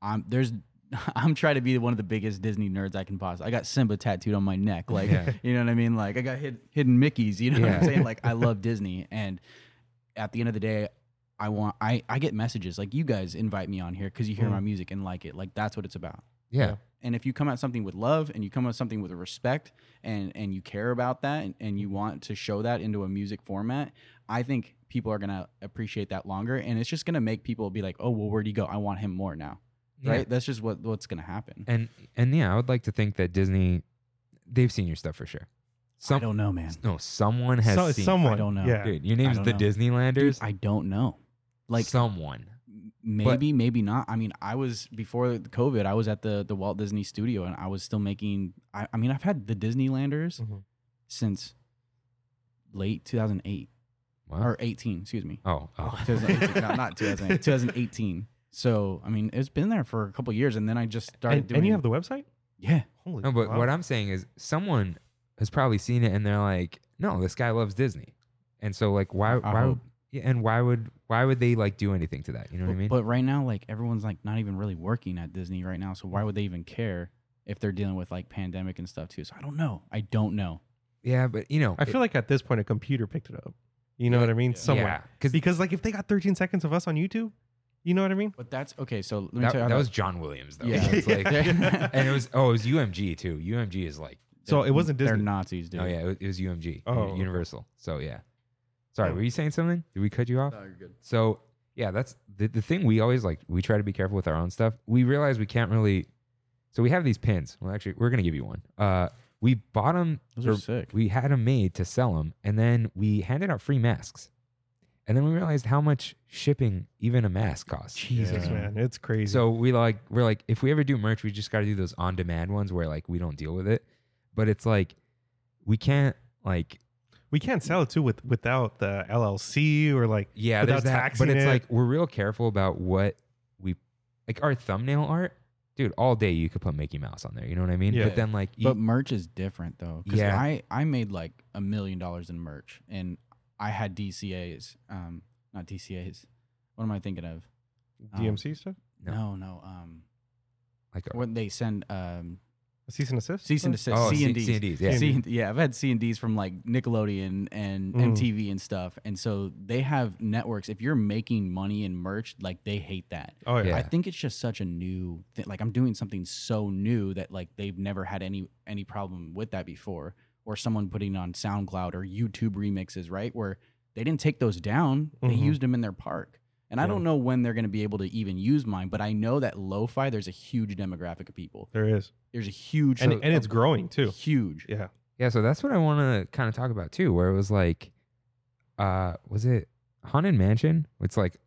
Speaker 3: I'm there's, I'm trying to be one of the biggest Disney nerds I can possibly. I got Simba tattooed on my neck, like
Speaker 1: Yeah.
Speaker 3: you know what I mean. Like I got hid, hidden Mickey's, you know what
Speaker 1: Yeah.
Speaker 3: I'm saying. Like I love Disney, and at the end of the day. I want I, I get messages like you guys invite me on here because you hear
Speaker 2: Mhm.
Speaker 1: Mm.
Speaker 3: my music and like it like that's what it's about
Speaker 1: yeah.
Speaker 3: and if you come at something with love and you come at something with respect and and you care about that and, and you want to show that into a music format i think people are going to appreciate that longer and it's just going to make people be like oh well where'd he go i want him more now
Speaker 1: Yeah.
Speaker 3: right that's just what what's going to happen
Speaker 1: And and yeah, I would like to think that Disney they've seen your stuff for sure.
Speaker 3: i don't know man
Speaker 1: No, someone has
Speaker 2: So-
Speaker 1: seen.
Speaker 2: someone.
Speaker 3: I don't know.
Speaker 2: Yeah.
Speaker 1: Dude, your
Speaker 3: I
Speaker 1: name's
Speaker 3: don't
Speaker 1: the
Speaker 3: know. Dude,
Speaker 1: Disneylanders.
Speaker 3: i don't know like
Speaker 1: someone.
Speaker 3: maybe maybe not i mean i was before the covid i was at the the walt disney studio and i was still making i, I mean i've had the
Speaker 1: Mm.
Speaker 3: disneylanders
Speaker 2: Mhm.
Speaker 3: since late 2008
Speaker 1: Wow.
Speaker 3: or 18 excuse me
Speaker 1: oh, oh.
Speaker 3: 2018, not, not 2008, 2018. So I mean, it's been there for a couple years, and then I just started
Speaker 2: And,
Speaker 3: doing.
Speaker 2: and you have the website?
Speaker 3: Yeah.
Speaker 2: Holy
Speaker 1: No, but
Speaker 2: wow.
Speaker 1: what I'm saying is someone has probably seen it and they're like, no, this guy loves Disney. And so like why
Speaker 3: I
Speaker 1: why
Speaker 3: hope.
Speaker 1: yeah, and why would why would they like do anything to that? You know what I
Speaker 3: But-
Speaker 1: mean?
Speaker 3: But right now, like everyone's like not even really working at Disney right now, so why would they even care if they're dealing with like pandemic and stuff too? So I don't know. I don't know.
Speaker 1: yeah, but you know,
Speaker 2: I feel like at this point a computer picked it up. You know what I mean? Somewhere.
Speaker 1: because
Speaker 2: Because like if they got 13 seconds of us on YouTube, you know what I mean?
Speaker 3: But that's okay. So let me
Speaker 1: that,
Speaker 3: tell you how
Speaker 1: that was John Williams though.
Speaker 3: Yeah,
Speaker 1: It's like-
Speaker 3: Yeah.
Speaker 1: and it was oh, it was UMG too. UMG is like
Speaker 2: So it wasn't
Speaker 3: They're
Speaker 2: Disney.
Speaker 3: Nazis, dude.
Speaker 1: oh yeah, it was, it was UMG,
Speaker 2: Oh.
Speaker 1: Universal. So yeah. Sorry,
Speaker 2: Oh.
Speaker 1: were you saying something? Did we cut you off?
Speaker 3: you're good.
Speaker 1: So yeah, that's the, the thing we always like. We try to be careful with our own stuff. We realize we can't really. So we have these pins. Well, actually, we're gonna give you one. Uh, we bought them.
Speaker 3: Those are sick.
Speaker 1: We had them made to sell them, and then we handed out free masks. And then we realized how much shipping even a mask costs.
Speaker 2: Jesus, man. It's crazy.
Speaker 1: So we like we're like if we ever do merch, we just got to do those on demand ones where like we don't deal with it. But it's like we can't like
Speaker 2: we can't sell it too with without the LLC or like
Speaker 1: Yeah,
Speaker 2: without
Speaker 1: there's that.
Speaker 2: taxing
Speaker 1: But it's
Speaker 2: it.
Speaker 1: like we're real careful about what we like our thumbnail art, dude. All day you could put Mickey Mouse on there. You know what I mean?
Speaker 2: Yeah.
Speaker 1: But then like, you-
Speaker 3: But merch is different though. Because
Speaker 1: Yeah.
Speaker 3: I, I made like a million dollars in merch and I had DCAs. Um not DCAs. What am I thinking of? Um,
Speaker 2: DMC stuff,
Speaker 1: No.
Speaker 3: No, no. Um
Speaker 1: like a-
Speaker 3: when they send um
Speaker 2: a cease and assist,
Speaker 3: cease and
Speaker 2: stuff?
Speaker 3: desist
Speaker 1: oh,
Speaker 3: C and
Speaker 1: C
Speaker 3: D's.
Speaker 1: and D's, yeah.
Speaker 2: C-
Speaker 3: C and- yeah, I've had C and D's from like Nickelodeon and
Speaker 2: Mm.
Speaker 3: MTV and stuff, and so they have networks. If you're making money in merch, like they hate that.
Speaker 2: Oh yeah,
Speaker 1: Yeah.
Speaker 3: I think it's just such a new thing. Like I'm doing something so new that like they've never had any any problem with that before, or someone putting on SoundCloud or YouTube remixes, right? Where they didn't take those down; they
Speaker 2: Mhm.
Speaker 3: used them in their park. And I
Speaker 2: Yeah.
Speaker 3: don't know when they're going to be able to even use mine, but I know that lo-fi there's a huge demographic of people.
Speaker 2: there is,
Speaker 3: There's a huge
Speaker 2: and and it's growing too.
Speaker 3: huge.
Speaker 2: Yeah,
Speaker 1: yeah. So that's what I want to kind of talk about too, where it was like, uh, was it Haunted Mansion? It's like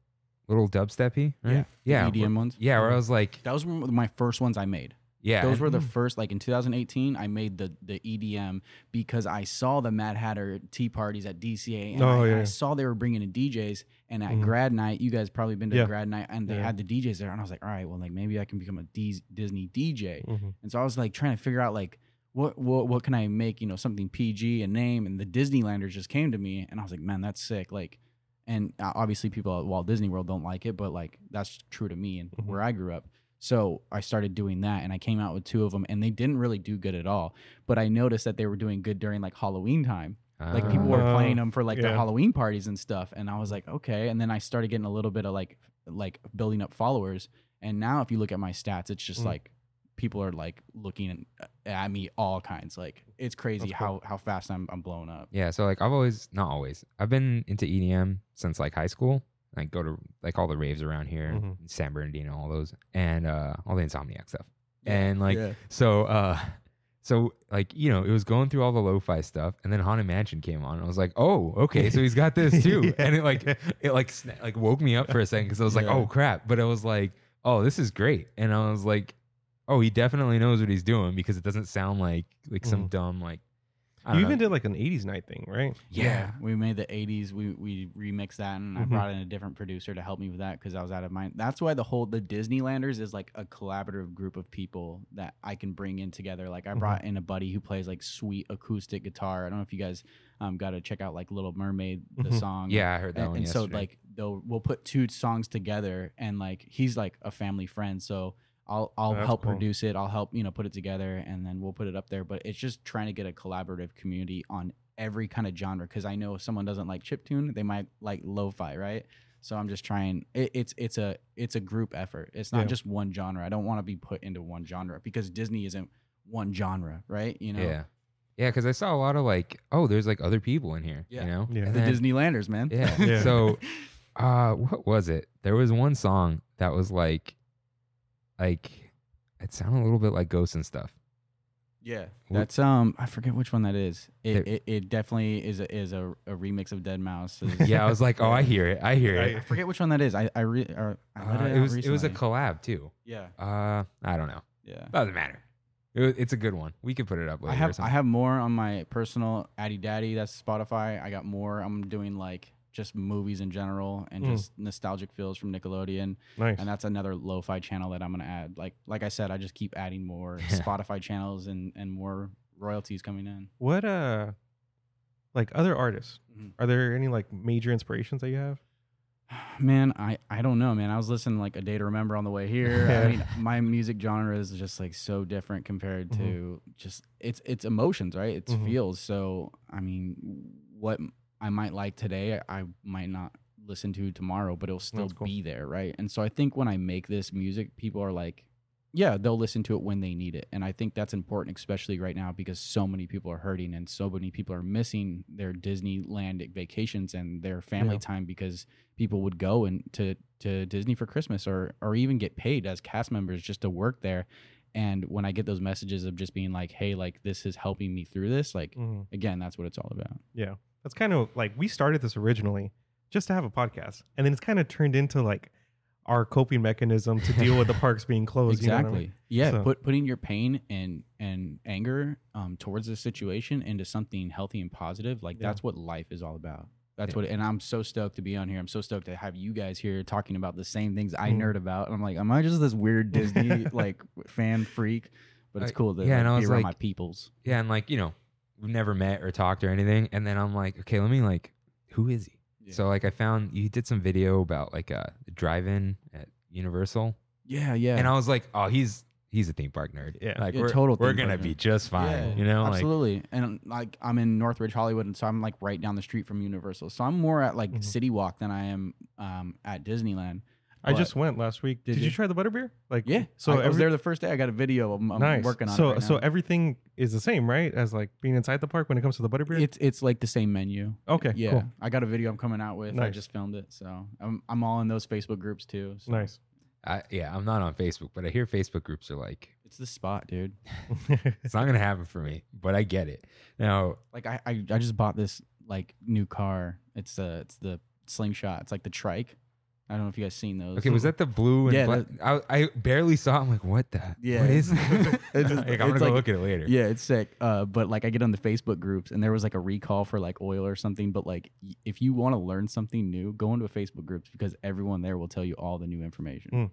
Speaker 1: little dubsteppy, right?
Speaker 3: Yeah,
Speaker 1: yeah,
Speaker 3: the EDM ones.
Speaker 1: yeah. Where I was like,
Speaker 3: That was one of my first ones I made.
Speaker 1: yeah,
Speaker 3: Those were
Speaker 2: Mm-hmm.
Speaker 3: the first, like in 2018, I made the the EDM because I saw the Mad Hatter tea parties at DCA, and
Speaker 2: Oh,
Speaker 3: I,
Speaker 2: yeah.
Speaker 3: I saw they were bringing in DJs. And at
Speaker 2: Mhm.
Speaker 3: grad night, you guys probably been to
Speaker 2: Yeah.
Speaker 3: grad night, and they
Speaker 2: Yeah.
Speaker 3: had the DJs there, and I was like, all right, well, like maybe I can become a D- Disney DJ.
Speaker 2: Mhm.
Speaker 3: And so I was like trying to figure out like what what what can I make, you know, something PG, a name, and the Disneylanders just came to me and I was like, man, that's sick. Like and uh, obviously people at Walt Disney World don't like it, but like that's true to me and
Speaker 2: Mhm.
Speaker 3: where I grew up. So I started doing that and I came out with two of them and they didn't really do good at all, but I noticed that they were doing good during like Halloween time. Like
Speaker 1: Uh-huh.
Speaker 3: people were
Speaker 2: Ah.
Speaker 3: playing them for like their
Speaker 2: Yeah.
Speaker 3: Halloween parties and stuff, and I was like, okay. And then I started getting a little bit of like, like building up followers. And now, if you look at my stats, it's just
Speaker 2: Mm.
Speaker 3: like people are like looking at me all kinds. Like it's crazy
Speaker 2: That's
Speaker 3: how
Speaker 2: cool.
Speaker 3: how fast I'm I'm blowing up.
Speaker 1: Yeah, so like I've always not always. I've been into EDM since like high school. I go to like all the raves around here,
Speaker 2: Mhm.
Speaker 1: San Bernardino, all those, and uh, all the Insomniac stuff. And like so, uh, so like you know, it was going through all the lo-fi stuff, and then Haunted Mansion came on, and I was like, oh, okay, so he's got this too,
Speaker 2: Yeah.
Speaker 1: and it like it like sna- like woke me up for a second because I was like,
Speaker 3: Yeah.
Speaker 1: oh crap, but I was like, oh, this is great, and I was like, oh, he definitely knows what he's doing because it doesn't sound like like some
Speaker 2: Mhm.
Speaker 1: dumb like. I
Speaker 2: you
Speaker 1: don't know.
Speaker 2: even did like an '80s night thing, right?
Speaker 1: yeah, Mm-hmm.
Speaker 3: we made the 80s. We we remixed that, and I
Speaker 2: Mhm.
Speaker 3: brought in a different producer to help me with that because I was out of mind. That's why the whole the Disneylanders is like a collaborative group of people that I can bring in together. Like
Speaker 2: Mhm.
Speaker 3: I
Speaker 1: Mm-hmm.
Speaker 3: brought in a buddy who plays like sweet acoustic guitar. I don't know if you guys um got to check out like Little Mermaid the
Speaker 2: Mhm.
Speaker 3: song.
Speaker 1: Mm-hmm. Yeah, I heard that
Speaker 3: and,
Speaker 1: one.
Speaker 3: and so
Speaker 1: yesterday.
Speaker 3: like they'll we'll put two songs together and like he's like a family friend so i'll i'll
Speaker 2: That's
Speaker 3: help
Speaker 2: cool.
Speaker 3: produce it i'll help you know put it together and then we'll put it up there but it's just trying to get a collaborative community on every kind of genre because i know if someone doesn't like chiptune they might like lo-fi right so i'm just trying it, it's it's a it's a group effort it's not
Speaker 2: Yeah.
Speaker 3: just one genre i don't want to be put into one genre because disney isn't one genre right you know
Speaker 1: yeah, yeah, because I saw a lot of like, oh, there's like other people in here,
Speaker 3: Yeah.
Speaker 1: you know,
Speaker 2: Yeah.
Speaker 1: And
Speaker 3: the
Speaker 1: then-
Speaker 3: disneylanders man
Speaker 1: Yeah.
Speaker 2: Yeah.
Speaker 1: So, uh, what was it? There was one song that was like, like, it sounded a little bit like ghosts and stuff.
Speaker 3: Yeah,
Speaker 1: Wh-
Speaker 3: that's um, I forget which one that is. It
Speaker 1: It-
Speaker 3: it, it definitely is a, is a, a remix of Dead Mouse.
Speaker 1: Yeah, I was like, oh, I hear it, I hear
Speaker 2: I-
Speaker 1: it.
Speaker 3: I forget which one that is. I I re or I let
Speaker 1: Uh,
Speaker 3: it,
Speaker 1: it
Speaker 3: out
Speaker 1: was it was a
Speaker 3: recently.
Speaker 1: collab too.
Speaker 3: yeah
Speaker 1: Uh, I don't know.
Speaker 3: yeah.
Speaker 1: Doesn't matter. It, wa- it's a good one. We could put it up later.
Speaker 3: I
Speaker 1: or
Speaker 3: have I
Speaker 1: something.
Speaker 3: have more on my personal Addy Daddy. That's Spotify. I got more. I'm doing like just movies in general and
Speaker 2: Mm.
Speaker 3: just nostalgic feels from Nickelodeon.
Speaker 2: Nice.
Speaker 3: And that's another lo-fi channel that I'm gonna add. Like like I said, I just keep adding more Spotify channels and and more royalties coming in.
Speaker 2: What uh, like other artists?
Speaker 3: Mhm.
Speaker 2: Are there any like major inspirations that you have?
Speaker 3: Man, I, I don't know, man. I was listening to, like a day to remember on the way here. I mean, my music genre is just like so different compared
Speaker 2: Mhm.
Speaker 3: to just it's it's emotions, right? It's
Speaker 2: Mhm.
Speaker 3: feels. So I mean, what I might like today, I might not listen to tomorrow, but it'll still
Speaker 2: That's cool.
Speaker 3: be there, right? And so I think when I make this music, people are like, yeah, they'll listen to it when they need it, and I think that's important, especially right now because so many people are hurting and so many people are missing their Disneyland vacations and their family
Speaker 2: Yeah.
Speaker 3: time because people would go and to to Disney for Christmas or or even get paid as cast members just to work there. And when I get those messages of just being like, "Hey, like this is helping me through this," like
Speaker 2: Mm-hmm.
Speaker 3: again, that's what it's all about.
Speaker 2: Yeah, that's kind of like we started this originally just to have a podcast, and then it's kind of turned into like our coping mechanism to deal with the parks being closed. You know what I
Speaker 3: exactly.
Speaker 2: mean?
Speaker 3: Yeah,
Speaker 2: So-
Speaker 3: put putting your pain and and anger um, towards the situation into something healthy and positive. Like
Speaker 2: Yeah.
Speaker 3: that's what life is all about. That's
Speaker 1: Yeah.
Speaker 3: what. And I'm so stoked to be on here. I'm so stoked to have you guys here talking about the same things I
Speaker 2: Mhm.
Speaker 3: nerd about. And I'm like, am I just this weird Disney like fan freak? But it's
Speaker 1: I-
Speaker 3: cool to
Speaker 1: yeah, and I
Speaker 3: like, be
Speaker 1: was like-
Speaker 3: around my peoples.
Speaker 1: Yeah, and like, you know, we've never met or talked or anything. And then I'm like, okay, let me like, who is he?
Speaker 3: Yeah.
Speaker 1: So like I found you did some video about like a drive in at Universal.
Speaker 3: Yeah, yeah.
Speaker 1: And I was like, oh, he's he's a theme park nerd.
Speaker 2: Yeah.
Speaker 1: Like
Speaker 3: Yeah,
Speaker 1: we're,
Speaker 3: total
Speaker 1: we're
Speaker 3: theme
Speaker 1: gonna
Speaker 3: park
Speaker 1: be
Speaker 3: nerd.
Speaker 1: just fine.
Speaker 3: Yeah,
Speaker 1: You know?
Speaker 3: absolutely. and like I'm in Northridge, Hollywood, and so I'm like right down the street from Universal. So I'm more at like
Speaker 2: Mhm.
Speaker 3: City Walk than I am um, at Disneyland.
Speaker 2: I
Speaker 3: But-
Speaker 2: just went last week.
Speaker 3: Did
Speaker 2: Did, you?
Speaker 3: you?
Speaker 2: try the butterbeer? Like
Speaker 3: Yeah. So
Speaker 2: So
Speaker 3: I,
Speaker 2: every,
Speaker 3: was there the first day. I got a video. I'm, I'm
Speaker 2: nice.
Speaker 3: working on
Speaker 2: so
Speaker 3: it. right
Speaker 2: so
Speaker 3: now.
Speaker 2: everything is the same, right? As like being inside the park when it comes to the butterbeer.
Speaker 3: it's it's like the same menu.
Speaker 2: okay.
Speaker 3: yeah,
Speaker 2: Cool.
Speaker 3: I got a video I'm coming out with. I
Speaker 2: Nice.
Speaker 3: just filmed it, so I'm I'm all in those Facebook groups too. So
Speaker 2: Nice.
Speaker 1: I, yeah, I'm not on Facebook, but I hear Facebook groups are like,
Speaker 3: It's the spot, dude.
Speaker 1: it's not gonna happen for me, but I get it. Now
Speaker 3: Like I, I I just bought this like new car. It's the it's the slingshot. It's like the trike. I don't know if you guys seen those.
Speaker 1: okay, was that the blue and
Speaker 3: Yeah,
Speaker 1: black I, I barely saw it. I'm like, what the
Speaker 3: Yeah.
Speaker 1: what is
Speaker 3: It's
Speaker 1: that?
Speaker 3: just-
Speaker 1: like, I'm gonna
Speaker 3: it's
Speaker 1: go
Speaker 3: like-
Speaker 1: look at it later.
Speaker 3: Yeah, it's sick. Uh, but like I get on the Facebook groups, and there was like a recall for like oil or something. But like, y- if you want to learn something new, go into a Facebook groups because everyone there will tell you all the new information.
Speaker 2: Mm.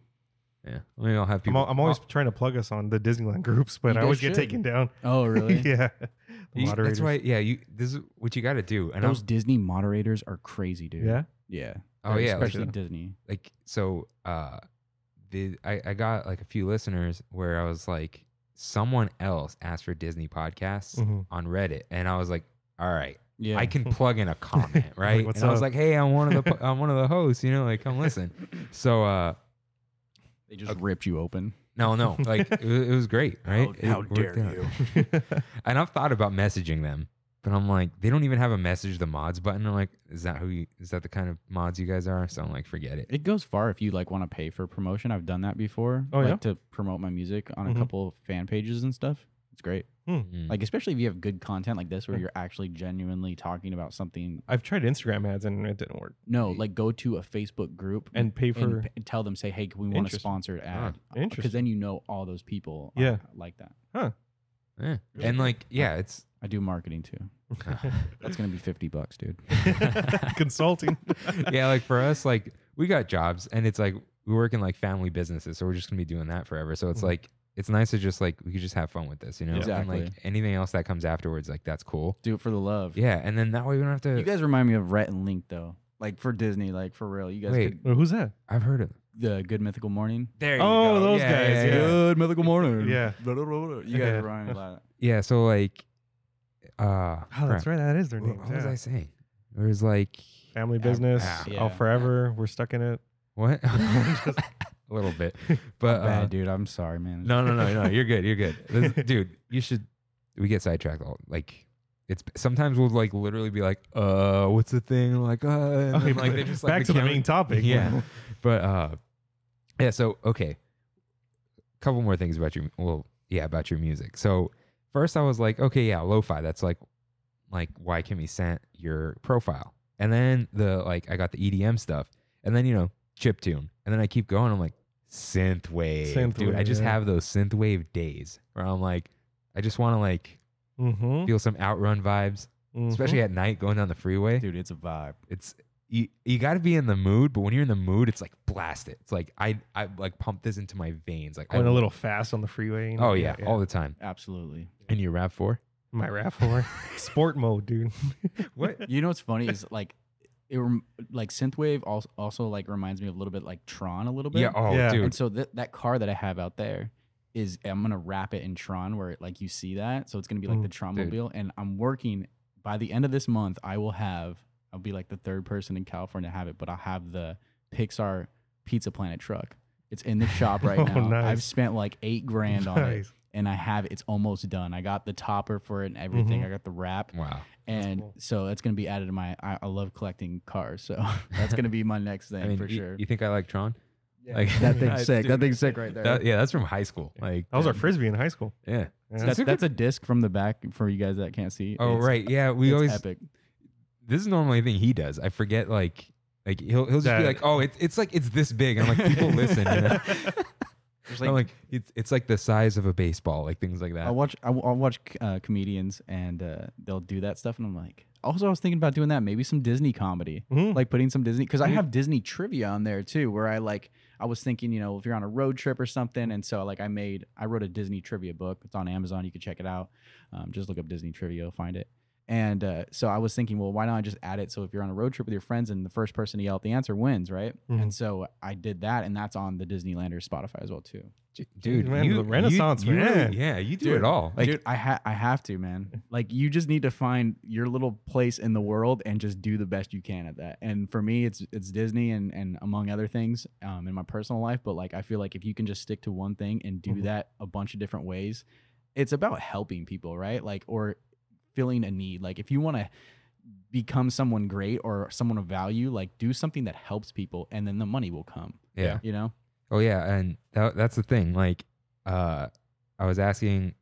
Speaker 1: Yeah. Maybe I'll have
Speaker 2: I'm,
Speaker 1: people
Speaker 2: al- I'm always trying to plug us on the Disneyland groups, but I
Speaker 3: You guys
Speaker 2: always get
Speaker 3: should.
Speaker 2: taken down.
Speaker 3: Oh, really?
Speaker 2: yeah. The
Speaker 1: You-
Speaker 2: moderators.
Speaker 1: that's why, yeah. You this is what you got to do, and I
Speaker 3: Those
Speaker 1: was
Speaker 3: Disney moderators are crazy, dude.
Speaker 2: Yeah.
Speaker 3: yeah.
Speaker 1: oh
Speaker 3: They're
Speaker 1: yeah, like,
Speaker 3: especially Disney.
Speaker 1: like so. Uh, the I, I got like a few listeners where I was like, someone else asked for Disney podcasts
Speaker 2: Mhm.
Speaker 1: on Reddit, and I was like, all right,
Speaker 3: Yeah,
Speaker 1: I can plug in a comment,
Speaker 2: Like,
Speaker 1: right?
Speaker 2: what's
Speaker 1: and I was
Speaker 2: up?
Speaker 1: like, hey, I'm one of the po- I'm one of the hosts, you know, like come listen. So uh,
Speaker 3: they just ripped you open.
Speaker 1: no, no, like it, was- it was great, right? It
Speaker 5: how
Speaker 1: worked
Speaker 5: dare
Speaker 1: out.
Speaker 5: you?
Speaker 2: Mm-hmm.
Speaker 1: And I've thought about messaging them, but I'm like, they don't even have a message the mods button. I'm like, is that who you is that the kind of mods you guys are? So I'm like, forget it.
Speaker 3: It goes far if you like want to pay for promotion. I've done that before.
Speaker 2: Oh,
Speaker 3: like
Speaker 2: yeah?
Speaker 3: to promote my music on
Speaker 2: Mhm.
Speaker 3: a couple of fan pages and stuff. It's great.
Speaker 1: Mm.
Speaker 3: Like especially if you have good content like this where
Speaker 2: Yeah.
Speaker 3: you're actually genuinely talking about something.
Speaker 2: I've tried Instagram ads and it didn't work.
Speaker 3: No, like go to a Facebook group
Speaker 2: And pay for
Speaker 3: and, p- and tell them say, "Hey, can we want a
Speaker 2: Interesting.
Speaker 3: sponsored ad?" Because
Speaker 2: interesting.
Speaker 3: then you know all those people. uh,
Speaker 2: Yeah.
Speaker 3: like that.
Speaker 1: Yeah. And like, yeah, it's
Speaker 3: I do marketing too. That's gonna be fifty bucks, dude.
Speaker 2: Consulting.
Speaker 1: yeah, like for us, like we got jobs and it's like we work in like family businesses, so we're just gonna be doing that forever. So it's
Speaker 2: Mhm.
Speaker 1: like it's nice to just like we could just have fun with this, you know?
Speaker 3: Exactly.
Speaker 1: And like anything else that comes afterwards, like that's cool.
Speaker 3: Do it for the love.
Speaker 1: Yeah, and then that way we don't have to
Speaker 3: You guys remind me of Rhett and Link though. Like for Disney, like for real. You guys
Speaker 1: Wait.
Speaker 3: could
Speaker 2: Well, who's that?
Speaker 1: I've heard of
Speaker 3: the Good Mythical Morning.
Speaker 1: There
Speaker 2: you Oh, go. those guys, yeah.
Speaker 3: Good Mythical Morning.
Speaker 2: Mm. Yeah.
Speaker 3: Blah, blah, blah, blah. You guys
Speaker 2: Yeah.
Speaker 3: remind me of that.
Speaker 1: Yeah, so like uh
Speaker 2: Oh, that's
Speaker 1: crap.
Speaker 2: right. That is their
Speaker 1: Wh-
Speaker 2: name.
Speaker 1: What was I saying? It was like
Speaker 2: Family
Speaker 1: Yeah.
Speaker 2: business.
Speaker 1: Yeah.
Speaker 2: Oh, forever. We're stuck in it.
Speaker 1: what? a
Speaker 2: Just-
Speaker 1: little bit. But uh,
Speaker 3: Bad dude. I'm sorry, man.
Speaker 1: No, no, no, no. You're good. You're good, This- dude. You should. We get sidetracked all like. It's sometimes we'll like literally be like, uh, what's the thing? Like, uh, and then,
Speaker 2: Okay,
Speaker 1: like
Speaker 2: but
Speaker 1: they just like
Speaker 2: back to the
Speaker 1: camera-
Speaker 2: main topic.
Speaker 1: Yeah, but uh, yeah. So okay, couple more things about your well, yeah, about your music. So first, I was like, okay, yeah, lo-fi. That's like, like why can we sent your profile? And then the like, I got the EDM stuff, and then you know, chip tune, and then I keep going. I'm like, synthwave, dude. I
Speaker 2: Synthwave,
Speaker 1: just
Speaker 2: yeah.
Speaker 1: have those synthwave days where I'm like, I just want to like
Speaker 2: Mm-hmm.
Speaker 1: feel some outrun vibes, especially at night going down the freeway.
Speaker 3: Dude, it's a vibe.
Speaker 1: It's you, you got to be in the mood, but when you're in the mood, it's like blast it. It's like I I like pump this into my veins. Like I
Speaker 2: Going Oh, a little fast on the freeway. you know?
Speaker 1: Oh yeah, all the time.
Speaker 3: Absolutely.
Speaker 1: And your Rav Four.
Speaker 2: My RAV4. Sport mode, dude.
Speaker 1: What?
Speaker 3: You know what's funny is like it rem- like synthwave also also like reminds me of a little bit like Tron a little bit.
Speaker 1: Yeah. Oh,
Speaker 2: Yeah.
Speaker 1: dude.
Speaker 3: And so that that car that I have out there is I'm gonna wrap it in Tron where it, like you see that. So it's gonna be like
Speaker 2: Mm,
Speaker 3: the Tron mobile. And I'm working by the end of this month. I will have I'll be like the third person in California to have it, but I'll have the Pixar Pizza Planet truck. It's in the shop right
Speaker 2: Oh,
Speaker 3: now. I've
Speaker 2: nice.
Speaker 3: spent like eight grand on it,
Speaker 2: Nice.
Speaker 3: and I have it's almost done. I got the topper for it and everything.
Speaker 2: Mhm.
Speaker 1: Mm-hmm.
Speaker 3: I got the wrap,
Speaker 1: Wow.
Speaker 3: and
Speaker 2: cool.
Speaker 3: so that's gonna be added to my. I, I love collecting cars, so that's gonna be my next thing
Speaker 1: I mean,
Speaker 3: for
Speaker 1: you,
Speaker 3: sure.
Speaker 1: you think I like Tron? Like
Speaker 3: that
Speaker 1: I-
Speaker 3: thing's sick. That
Speaker 1: dude,
Speaker 3: thing's sick right there.
Speaker 1: that- yeah, that's from high school. Like
Speaker 2: That was our frisbee in high school.
Speaker 1: yeah.
Speaker 2: Yeah.
Speaker 3: That's, that's a disc from the back for you guys that can't see.
Speaker 1: Oh
Speaker 3: It's-
Speaker 1: right, yeah. We
Speaker 3: it's
Speaker 1: always
Speaker 3: epic.
Speaker 1: this is normally a thing he does. I forget like like he'll he'll just be
Speaker 2: That-
Speaker 1: like, oh, it's it's like it's this big, and I'm like, people listen. You know?
Speaker 3: There's
Speaker 1: I'm
Speaker 3: like-
Speaker 1: like, it's it's like the size of a baseball, like things like that.
Speaker 3: I watch I, will watch uh, comedians and uh, they'll do that stuff, and I'm like. Also, I was thinking about doing that. Maybe some Disney comedy,
Speaker 2: Mhm.
Speaker 3: like putting some Disney, because I have Disney trivia on there too. Where I like, I was thinking, you know, if you're on a road trip or something, and so like I made, I wrote a Disney trivia book. It's on Amazon. You can check it out. Um, just look up Disney trivia, you'll find it. And uh, so I was thinking, well, why not just add it? So if you're on a road trip with your friends and the first person to yell out the answer wins, right? And so I did that, and that's on the Disneylander Spotify as well too.
Speaker 1: J- dude,
Speaker 2: man,
Speaker 1: you,
Speaker 2: the Renaissance,
Speaker 1: you, you really-
Speaker 2: man.
Speaker 1: yeah, you do
Speaker 3: Dude,
Speaker 1: it all.
Speaker 3: Like
Speaker 1: Like
Speaker 3: I ha- I have to, man. Like you just need to find your little place in the world and just do the best you can at that. And for me, it's it's Disney and and among other things um, in my personal life. But like I feel like if you can just stick to one thing and do
Speaker 1: Mm-hmm.
Speaker 2: Mhm.
Speaker 3: that a bunch of different ways, it's about helping people, right? Like or filling a need. Like if you want to become someone great or someone of value, like do something that helps people, and then the money will come.
Speaker 1: yeah.
Speaker 3: You know.
Speaker 1: Oh yeah, and that, that's the thing. Like, uh, I was asking,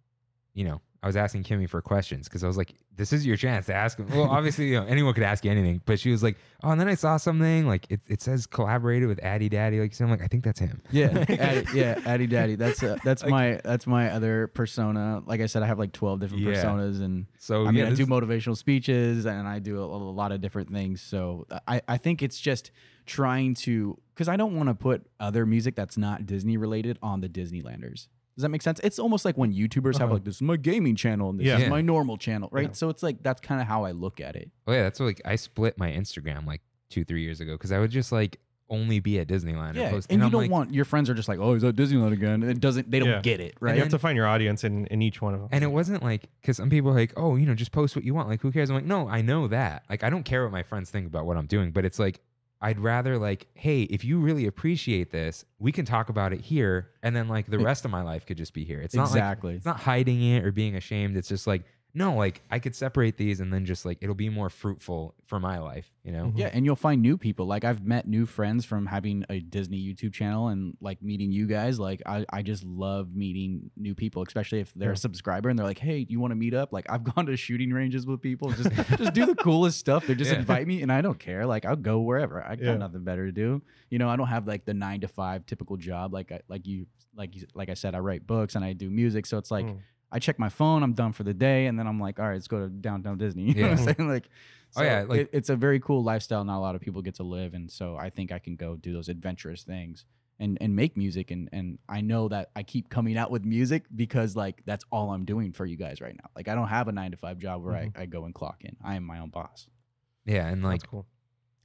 Speaker 1: you know, I was asking Kimmy for questions because I was like, "This is your chance to ask." Well, obviously, you know, anyone could ask you anything, but she was like, "Oh," and then I saw something like it, it says collaborated with Addy Daddy. Like, so I'm like, I think that's him.
Speaker 3: Yeah, Addy, yeah, Addy Daddy. That's uh, that's my that's my other persona. Like I said, I have like twelve different
Speaker 1: Yeah.
Speaker 3: personas, and
Speaker 1: So
Speaker 3: I mean,
Speaker 1: yeah,
Speaker 3: I
Speaker 1: this
Speaker 3: do
Speaker 1: is-
Speaker 3: motivational speeches, and I do a, a lot of different things. So I I think it's just trying to because I don't want to put other music that's not Disney related on the Disneylanders. Does that make sense? It's almost like when YouTubers have
Speaker 2: Uh-huh.
Speaker 3: like this is my gaming channel and this
Speaker 2: Yeah.
Speaker 3: is my normal channel, right?
Speaker 2: Yeah.
Speaker 3: So it's like that's kind of how I look at it.
Speaker 1: Oh yeah, that's what, like I split my Instagram like two, three years ago because I would just like only be at Disneyland.
Speaker 3: yeah,
Speaker 1: post,
Speaker 3: and you
Speaker 1: I'm
Speaker 3: don't
Speaker 1: like,
Speaker 3: want your friends are just like, oh, is that Disneyland again? And it doesn't. They don't
Speaker 2: Yeah.
Speaker 3: get it,
Speaker 2: And
Speaker 3: right?
Speaker 2: you have to find your audience in, in each one of them.
Speaker 1: And it wasn't like because some people are like, oh, you know, just post what you want. Like, who cares? I'm like, no, I know that. Like, I don't care what my friends think about what I'm doing, but it's like. I'd rather like, hey, if you really appreciate this, we can talk about it here, and then like
Speaker 2: E
Speaker 1: the rest of my life could just be here. It's not like
Speaker 3: exactly.
Speaker 1: it's not hiding it or being ashamed. It's just like, no, like I could separate these, and then just like it'll be more fruitful for my life, you know?
Speaker 2: Mhm.
Speaker 3: Yeah, and you'll find new people. Like I've met new friends from having a Disney YouTube channel and like meeting you guys. Like I, I just love meeting new people, especially if they're
Speaker 2: Yeah.
Speaker 3: a subscriber and they're like, Hey, you want to meet up? Like I've gone to shooting ranges with people. Just just do the coolest stuff. They just
Speaker 1: Yeah.
Speaker 3: invite me and I don't care. Like I'll go wherever. I got
Speaker 2: Yeah.
Speaker 3: nothing better to do. You know, I don't have like the nine to five typical job. Like I like you like you like I said, I write books and I do music. So it's like
Speaker 2: Mm.
Speaker 3: I check my phone, I'm done for the day, and then I'm like, all right, let's go to downtown Disney. You know what
Speaker 1: Yeah.
Speaker 3: I'm saying? Like
Speaker 1: Oh, yeah,
Speaker 3: so
Speaker 1: like-
Speaker 3: it- it's a very cool lifestyle. Not a lot of people get to live, and so I think I can go do those adventurous things and and make music. And and I know that I keep coming out with music because like that's all I'm doing for you guys right now. Like I don't have a nine to five job where
Speaker 1: Mm-hmm.
Speaker 3: I, I go and clock in. I am my own boss.
Speaker 1: Yeah, and like
Speaker 2: Mm-hmm. That's cool.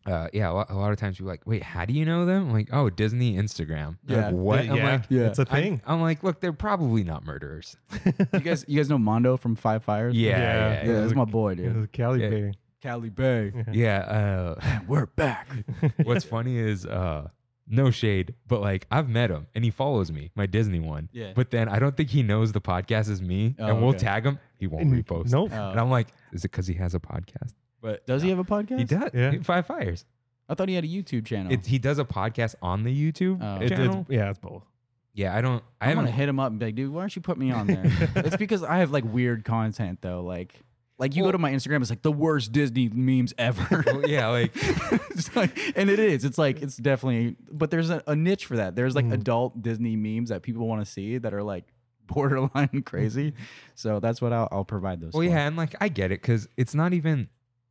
Speaker 1: uh, yeah, a lot, a lot of times people are like, wait, how do you know them? I'm like, oh, Disney Instagram. They're
Speaker 3: Yeah.
Speaker 1: like, what?
Speaker 2: Yeah,
Speaker 1: I'm like,
Speaker 3: yeah.
Speaker 2: It's a
Speaker 1: I'm-
Speaker 2: thing.
Speaker 1: I'm, like, look, they're probably not murderers.
Speaker 3: you guys you guys know Mondo from Five Fires?
Speaker 1: Yeah,
Speaker 2: Yeah.
Speaker 1: yeah,
Speaker 3: yeah,
Speaker 1: yeah.
Speaker 3: that's my boy,
Speaker 2: It was
Speaker 3: dude.
Speaker 2: a Cali
Speaker 1: Yeah.
Speaker 2: Bay.
Speaker 3: Cali Bay.
Speaker 1: uh,
Speaker 3: We're back.
Speaker 1: what's funny is, uh, no shade, but like I've met him and he follows me, my Disney one.
Speaker 3: Yeah.
Speaker 1: But then I don't think he knows the podcast is me,
Speaker 3: Oh,
Speaker 1: and we'll
Speaker 3: okay.
Speaker 1: tag him. He won't
Speaker 2: And-
Speaker 1: repost.
Speaker 2: Nope.
Speaker 1: And I'm like, is it because he has a podcast? But
Speaker 3: Uh, Does he have a podcast?
Speaker 1: He does.
Speaker 2: Yeah.
Speaker 1: Five Fires.
Speaker 3: I thought he had a YouTube channel.
Speaker 1: It's, he does a podcast on the YouTube
Speaker 3: Oh. It-
Speaker 2: It- it's-
Speaker 1: channel.
Speaker 2: yeah, it's both.
Speaker 1: yeah, I don't. I
Speaker 3: I'm
Speaker 1: haven't.
Speaker 3: gonna hit him up and be like, dude, why don't you put me on there? it's because I have like weird content though. Like, like you go
Speaker 1: Well-
Speaker 3: to my Instagram, it's like the worst Disney memes ever.
Speaker 1: Well, yeah, like
Speaker 3: It's like- and it is. It's like it's definitely. But there's a, a niche for that. There's like adult Disney memes that people want to see that are like borderline crazy. So that's what I'll, I'll provide those.
Speaker 1: Well,
Speaker 3: for.
Speaker 1: yeah, and like I get it because it's not even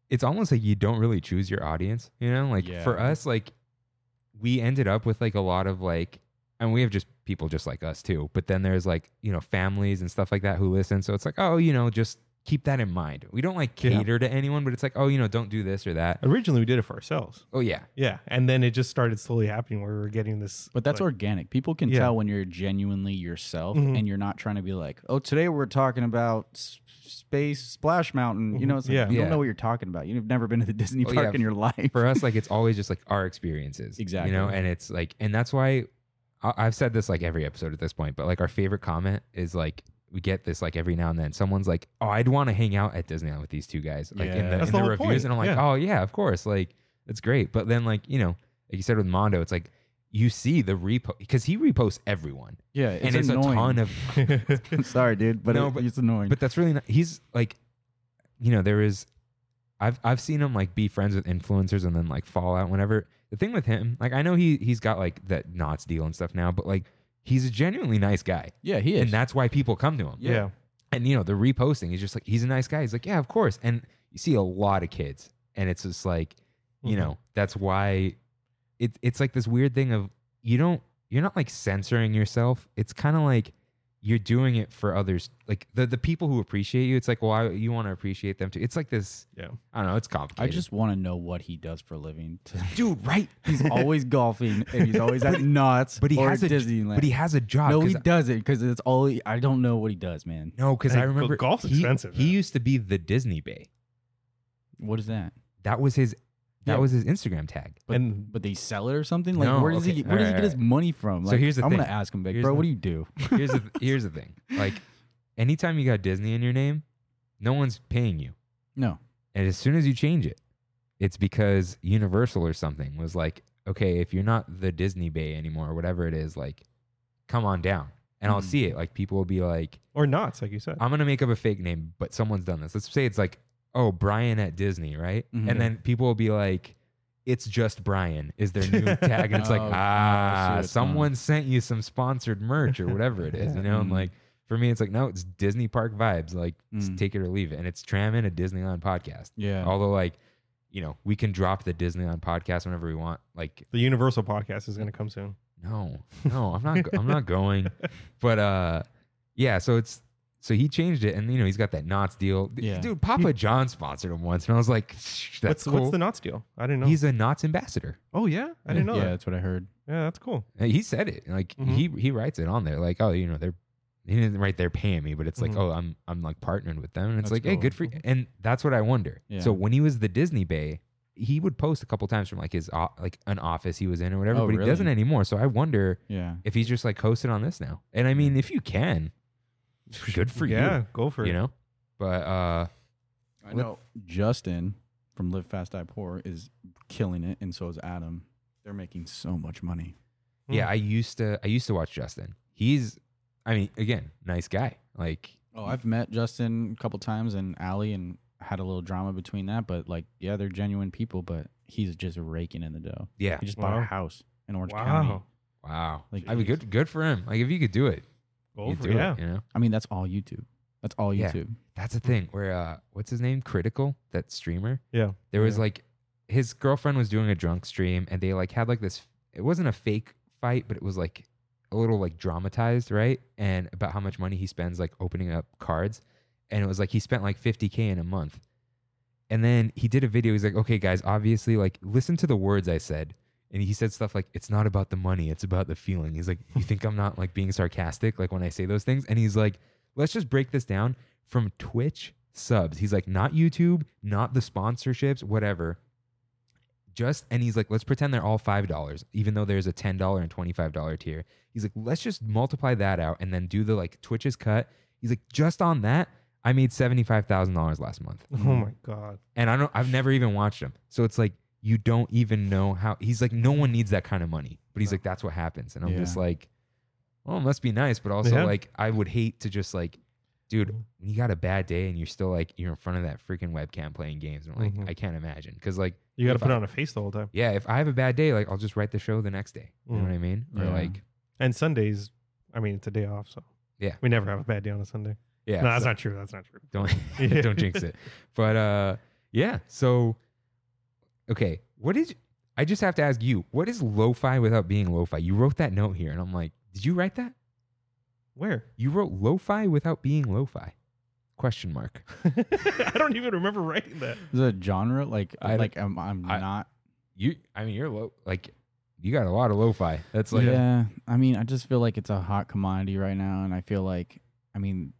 Speaker 1: it's almost like you don't really choose your audience, you know? Like for
Speaker 3: Yeah.
Speaker 1: us, like we ended up with like a lot of like and we have just people just like us too. But then there's like, you know, families and stuff like that who listen. So it's like, oh, you know, just keep that in mind. We don't like
Speaker 3: Yeah.
Speaker 1: cater to anyone, but it's like, oh, you know, don't do this or that.
Speaker 2: Originally, we did it for ourselves.
Speaker 1: Oh yeah.
Speaker 2: Yeah, and then it just started slowly happening where we were getting this.
Speaker 3: But that's
Speaker 2: like,
Speaker 3: organic. People can
Speaker 2: Yeah.
Speaker 3: tell when you're genuinely yourself
Speaker 2: Mhm.
Speaker 3: and you're not trying to be like, oh, today we're talking about s- space splash mountain. You know, it's like,
Speaker 2: Mm-hmm. Yeah.
Speaker 3: you
Speaker 1: Yeah.
Speaker 3: don't know what you're talking about. You've never been to the Disney
Speaker 1: Oh,
Speaker 3: park
Speaker 1: yeah.
Speaker 3: in your life.
Speaker 1: for us, like it's always just like our experiences,
Speaker 3: Exactly.
Speaker 1: You know, and it's like, and that's why I- I've said this like every episode at this point, but like our favorite comment is like we get this like every now and then. Someone's like, "Oh, I'd want to hang out at Disneyland with these two guys," like in
Speaker 3: Yeah.
Speaker 1: the
Speaker 2: That's
Speaker 1: in the
Speaker 2: the whole
Speaker 1: reviews,
Speaker 2: point.
Speaker 1: and I'm like,
Speaker 2: Yeah.
Speaker 1: "Oh yeah, of course, like that's great." But then like you know, like you said with Mondo, it's like you see the repo because he reposts everyone,
Speaker 3: Yeah, it's
Speaker 1: and it's
Speaker 3: annoying.
Speaker 1: a ton of
Speaker 3: Sorry, dude, but,
Speaker 1: No,
Speaker 3: it-
Speaker 1: but-
Speaker 3: it's annoying.
Speaker 1: but that's really not. He's like, you know, there is. I've I've seen him like be friends with influencers and then like fall out whenever. The thing with him, like I know he he's got like that Knots deal and stuff now, but like he's a genuinely nice guy,
Speaker 3: yeah, he is.
Speaker 1: and that's why people come to him.
Speaker 3: Yeah.
Speaker 2: yeah,
Speaker 1: And you know, the reposting is just like he's a nice guy. He's like, yeah, of course. And you see a lot of kids, and it's just like, you
Speaker 2: Mhm.
Speaker 1: know, that's why it it's like this weird thing of you don't you're not like censoring yourself. It's kind of like you're doing it for others. Like the the people who appreciate you, it's like, well, I, you want to appreciate them too. It's like this.
Speaker 2: Yeah.
Speaker 1: I don't know. It's
Speaker 3: I
Speaker 1: complicated.
Speaker 3: just want to know what he does for a living.
Speaker 1: dude, right?
Speaker 3: he's always golfing and he's always at Knott's
Speaker 1: But he
Speaker 3: or
Speaker 1: has a
Speaker 3: Disneyland.
Speaker 1: But he has a job.
Speaker 3: no,
Speaker 1: 'cause
Speaker 3: he doesn't because it's all. He, I don't know what he does, man.
Speaker 1: no, because
Speaker 2: Hey,
Speaker 1: I remember
Speaker 2: golf's
Speaker 1: he,
Speaker 2: expensive,
Speaker 1: He
Speaker 2: man.
Speaker 1: used to be the Disney Bay.
Speaker 3: What is that?
Speaker 1: That was his. That
Speaker 3: Yeah.
Speaker 1: was his Instagram tag.
Speaker 3: But,
Speaker 2: And-
Speaker 3: but they sell it or something. Like
Speaker 1: No,
Speaker 3: where does he
Speaker 1: okay,
Speaker 3: where does he get
Speaker 1: alright,
Speaker 3: his money from?
Speaker 1: So
Speaker 3: Like,
Speaker 1: here's the
Speaker 3: I'm
Speaker 1: thing.
Speaker 3: gonna ask him, like,
Speaker 1: Here's
Speaker 3: bro,
Speaker 1: the-
Speaker 3: what do you do?
Speaker 1: here's the here's the thing. Like anytime you got Disney in your name, no one's paying you.
Speaker 3: No,
Speaker 1: And as soon as you change it, it's because Universal or something was like, okay, if you're not the Disney Bay anymore or whatever it is, like, come on down. And I'll
Speaker 3: Mm.
Speaker 1: see it. Like people will be like,
Speaker 2: or knots, like you said.
Speaker 1: I'm gonna make up a fake name, but someone's done this. Let's say it's like, oh, Brian at Disney, right?
Speaker 3: Mhm.
Speaker 1: And then people will be like, it's just Brian is their new tag, and it's like,
Speaker 3: Oh, I see
Speaker 1: ah,
Speaker 3: what's going
Speaker 1: someone
Speaker 3: on.
Speaker 1: sent you some sponsored merch or whatever it is, you know. And
Speaker 3: Mhm.
Speaker 1: like for me, it's like, no, it's Disney Park vibes. Like s-
Speaker 3: Mm.
Speaker 1: take it or leave it, and it's Trammin a Disneyland podcast.
Speaker 3: yeah,
Speaker 1: Although like, you know, we can drop the Disneyland podcast whenever we want. Like
Speaker 2: the Universal podcast is going to come soon.
Speaker 1: no no i'm not go- i'm not going but uh yeah so it's so he changed it and you know he's got that knots deal D-
Speaker 3: Yeah.
Speaker 1: dude papa john sponsored him once and i was like "Shh, that's
Speaker 2: what's,
Speaker 1: cool
Speaker 2: what's the knots deal? I didn't know.
Speaker 1: he's a knots ambassador
Speaker 2: oh yeah, I didn't know
Speaker 3: yeah,
Speaker 2: that.
Speaker 3: that's what I heard.
Speaker 2: Yeah, that's cool.
Speaker 1: And Uh, he said it like
Speaker 3: Mm-hmm.
Speaker 2: Mhm.
Speaker 1: he he writes it on there like oh you know they're he didn't write they're paying me but it's
Speaker 2: Mhm.
Speaker 1: like oh i'm i'm like partnering with them and it's
Speaker 3: Mm-hmm.
Speaker 1: like
Speaker 3: That's
Speaker 1: hey
Speaker 3: cool.
Speaker 1: good for you and that's what i wonder
Speaker 3: Yeah.
Speaker 1: so when he was the disney bay he would post a couple times from like his o- like an office he was in or whatever
Speaker 3: Oh,
Speaker 1: but he
Speaker 3: really?
Speaker 1: doesn't anymore so i wonder
Speaker 3: Yeah,
Speaker 1: if he's just like hosted on this now. And I mean, if you can, good for
Speaker 2: yeah,
Speaker 1: you.
Speaker 2: go for it.
Speaker 1: You know, but uh,
Speaker 3: I know Justin from Live Fast Die Poor is killing it, and so is Adam. They're making so much money. Hmm.
Speaker 1: yeah, I used to I used to watch Justin. He's, I mean, again, nice guy. Like,
Speaker 3: Oh, I've met Justin a couple times and Allie and had a little drama between that, but like, yeah, they're genuine people, but he's just raking in the dough.
Speaker 1: yeah,
Speaker 3: He just bought
Speaker 2: Wow.
Speaker 3: a house in Orange County.
Speaker 2: Wow.
Speaker 1: wow. Like,
Speaker 3: Like,
Speaker 1: I mean, good good for him. Like, if you could do it,
Speaker 2: Go
Speaker 1: you
Speaker 2: for
Speaker 1: do
Speaker 2: it. Yeah.
Speaker 1: it. You know,
Speaker 3: I mean, that's all YouTube. That's all
Speaker 1: Yeah.
Speaker 3: YouTube.
Speaker 1: that's the thing. Where uh, what's his name? Critical, that streamer.
Speaker 2: Yeah.
Speaker 1: There was
Speaker 2: Yeah.
Speaker 1: like his girlfriend was doing a drunk stream, and they like had like this. It wasn't a fake fight, but it was like a little like dramatized, right? And about how much money he spends like opening up cards, and it was like he spent like 50k in a month, and then he did a video. He's like, okay, guys, obviously, like listen to the words I said. And he said stuff like, "It's not about the money; it's about the feeling." He's like, "You think I'm not like being sarcastic, like when I say those things?" And he's like, "Let's just break this down from Twitch subs. He's like, not YouTube, not the sponsorships, whatever. Just and he's like, let's pretend they're all five dollars, even though there's a ten dollar and twenty five dollar tier. He's like, let's just multiply that out and then do the like Twitch's cut. He's like, just on that, I made seventy five thousand dollars last month,
Speaker 2: Oh my god.
Speaker 1: and I don't, I've never even watched him. So it's like you don't even know how. He's like, no one needs that kind of money, but he's like, that's what happens, and I'm just
Speaker 3: Yeah.
Speaker 1: like, well, it must be nice, but also
Speaker 2: Yeah.
Speaker 1: like, I would hate to just like dude, when you got a bad day and you're still like you're in front of that freaking webcam playing games, I'm like,
Speaker 2: Mhm.
Speaker 1: I can't imagine because like,
Speaker 2: You got to
Speaker 1: If
Speaker 2: put
Speaker 1: I-
Speaker 2: on a face the whole time.
Speaker 1: yeah, if I have a bad day, like I'll just write the show the next day. You know
Speaker 2: Mm.
Speaker 1: what I mean? Or
Speaker 3: Yeah.
Speaker 1: like,
Speaker 2: And Sundays, I mean, it's a day off, so
Speaker 1: Yeah.
Speaker 2: we never have a bad day on a Sunday.
Speaker 1: yeah,
Speaker 2: no, that's
Speaker 1: so
Speaker 2: not true. That's not true.
Speaker 1: don't don't jinx it. But uh, Yeah. So, okay. What did you, I just have to ask you? What is lo-fi without being lo-fi? You wrote that note here, and I'm like, did you write that?
Speaker 2: Where?
Speaker 1: You wrote lo-fi without being lo-fi? Question mark.
Speaker 2: I don't even remember writing that.
Speaker 3: Is it a genre? Like,
Speaker 1: I
Speaker 3: I
Speaker 1: don't-
Speaker 3: like I'm, I'm
Speaker 1: I-
Speaker 3: not.
Speaker 1: You. I mean, you're low. Like, you got a lot of lo-fi. That's like.
Speaker 3: yeah, I mean, I just feel like it's a hot commodity right now, and I feel like, I mean,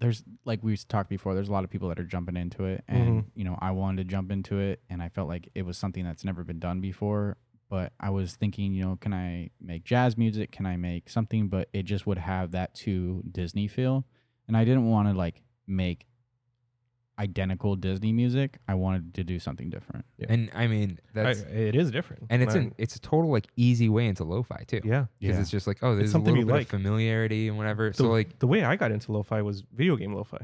Speaker 3: there's like we used to talk before. There's a lot of people that are jumping into it, and you know, I wanted to jump into it, and I felt like it was something that's never been done before. But I was thinking, you know, can I make jazz music? Can I make something? But it just would have that too Disney feel, and I didn't want to like make identical Disney music. I wanted to do something different.
Speaker 1: And I mean, that's
Speaker 2: I- it is different.
Speaker 1: and it's
Speaker 2: I-
Speaker 1: an it's a total like easy way into lo-fi too.
Speaker 2: yeah.
Speaker 1: Because
Speaker 3: Yeah.
Speaker 1: it's just like, oh, there's a
Speaker 2: something
Speaker 1: little
Speaker 2: you
Speaker 1: bit
Speaker 2: like.
Speaker 1: of familiarity and whatever.
Speaker 2: The,
Speaker 1: so like,
Speaker 2: the way I got into lo-fi was video game lo-fi.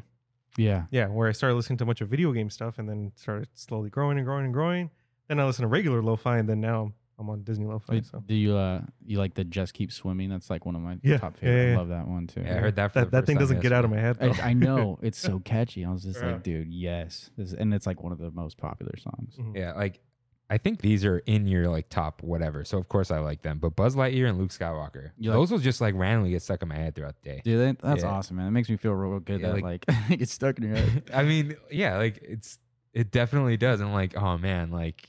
Speaker 3: Yeah,
Speaker 2: Yeah, where I started listening to a bunch of video game stuff and then started slowly growing and growing and growing. Then I listened to regular lo-fi and then now I'm on Disney lo-fi.
Speaker 3: Wait,
Speaker 2: so
Speaker 3: Do you uh you like the just keep swimming? That's like one of my
Speaker 2: Yeah,
Speaker 3: top
Speaker 2: yeah,
Speaker 3: favorite.
Speaker 2: yeah.
Speaker 3: I love that one too.
Speaker 1: yeah, I heard that. For the
Speaker 2: that, that thing doesn't get out of my head. Though.
Speaker 3: It's- I know it's so catchy. I was just
Speaker 2: Yeah.
Speaker 3: like, dude, yes, this, and it's like one of the most popular songs.
Speaker 2: Mhm.
Speaker 1: Yeah, like I think these are in your like top whatever. So of course I like them. But Buzz Lightyear and Luke Skywalker,
Speaker 3: You like-
Speaker 1: those will just like randomly get stuck in my head throughout the day.
Speaker 3: Dude, that, that's
Speaker 1: Yeah.
Speaker 3: awesome, man. It makes me feel real good
Speaker 1: Yeah,
Speaker 3: that like, it gets stuck in your head.
Speaker 1: I mean, yeah, like it's it definitely does. And like, oh man, like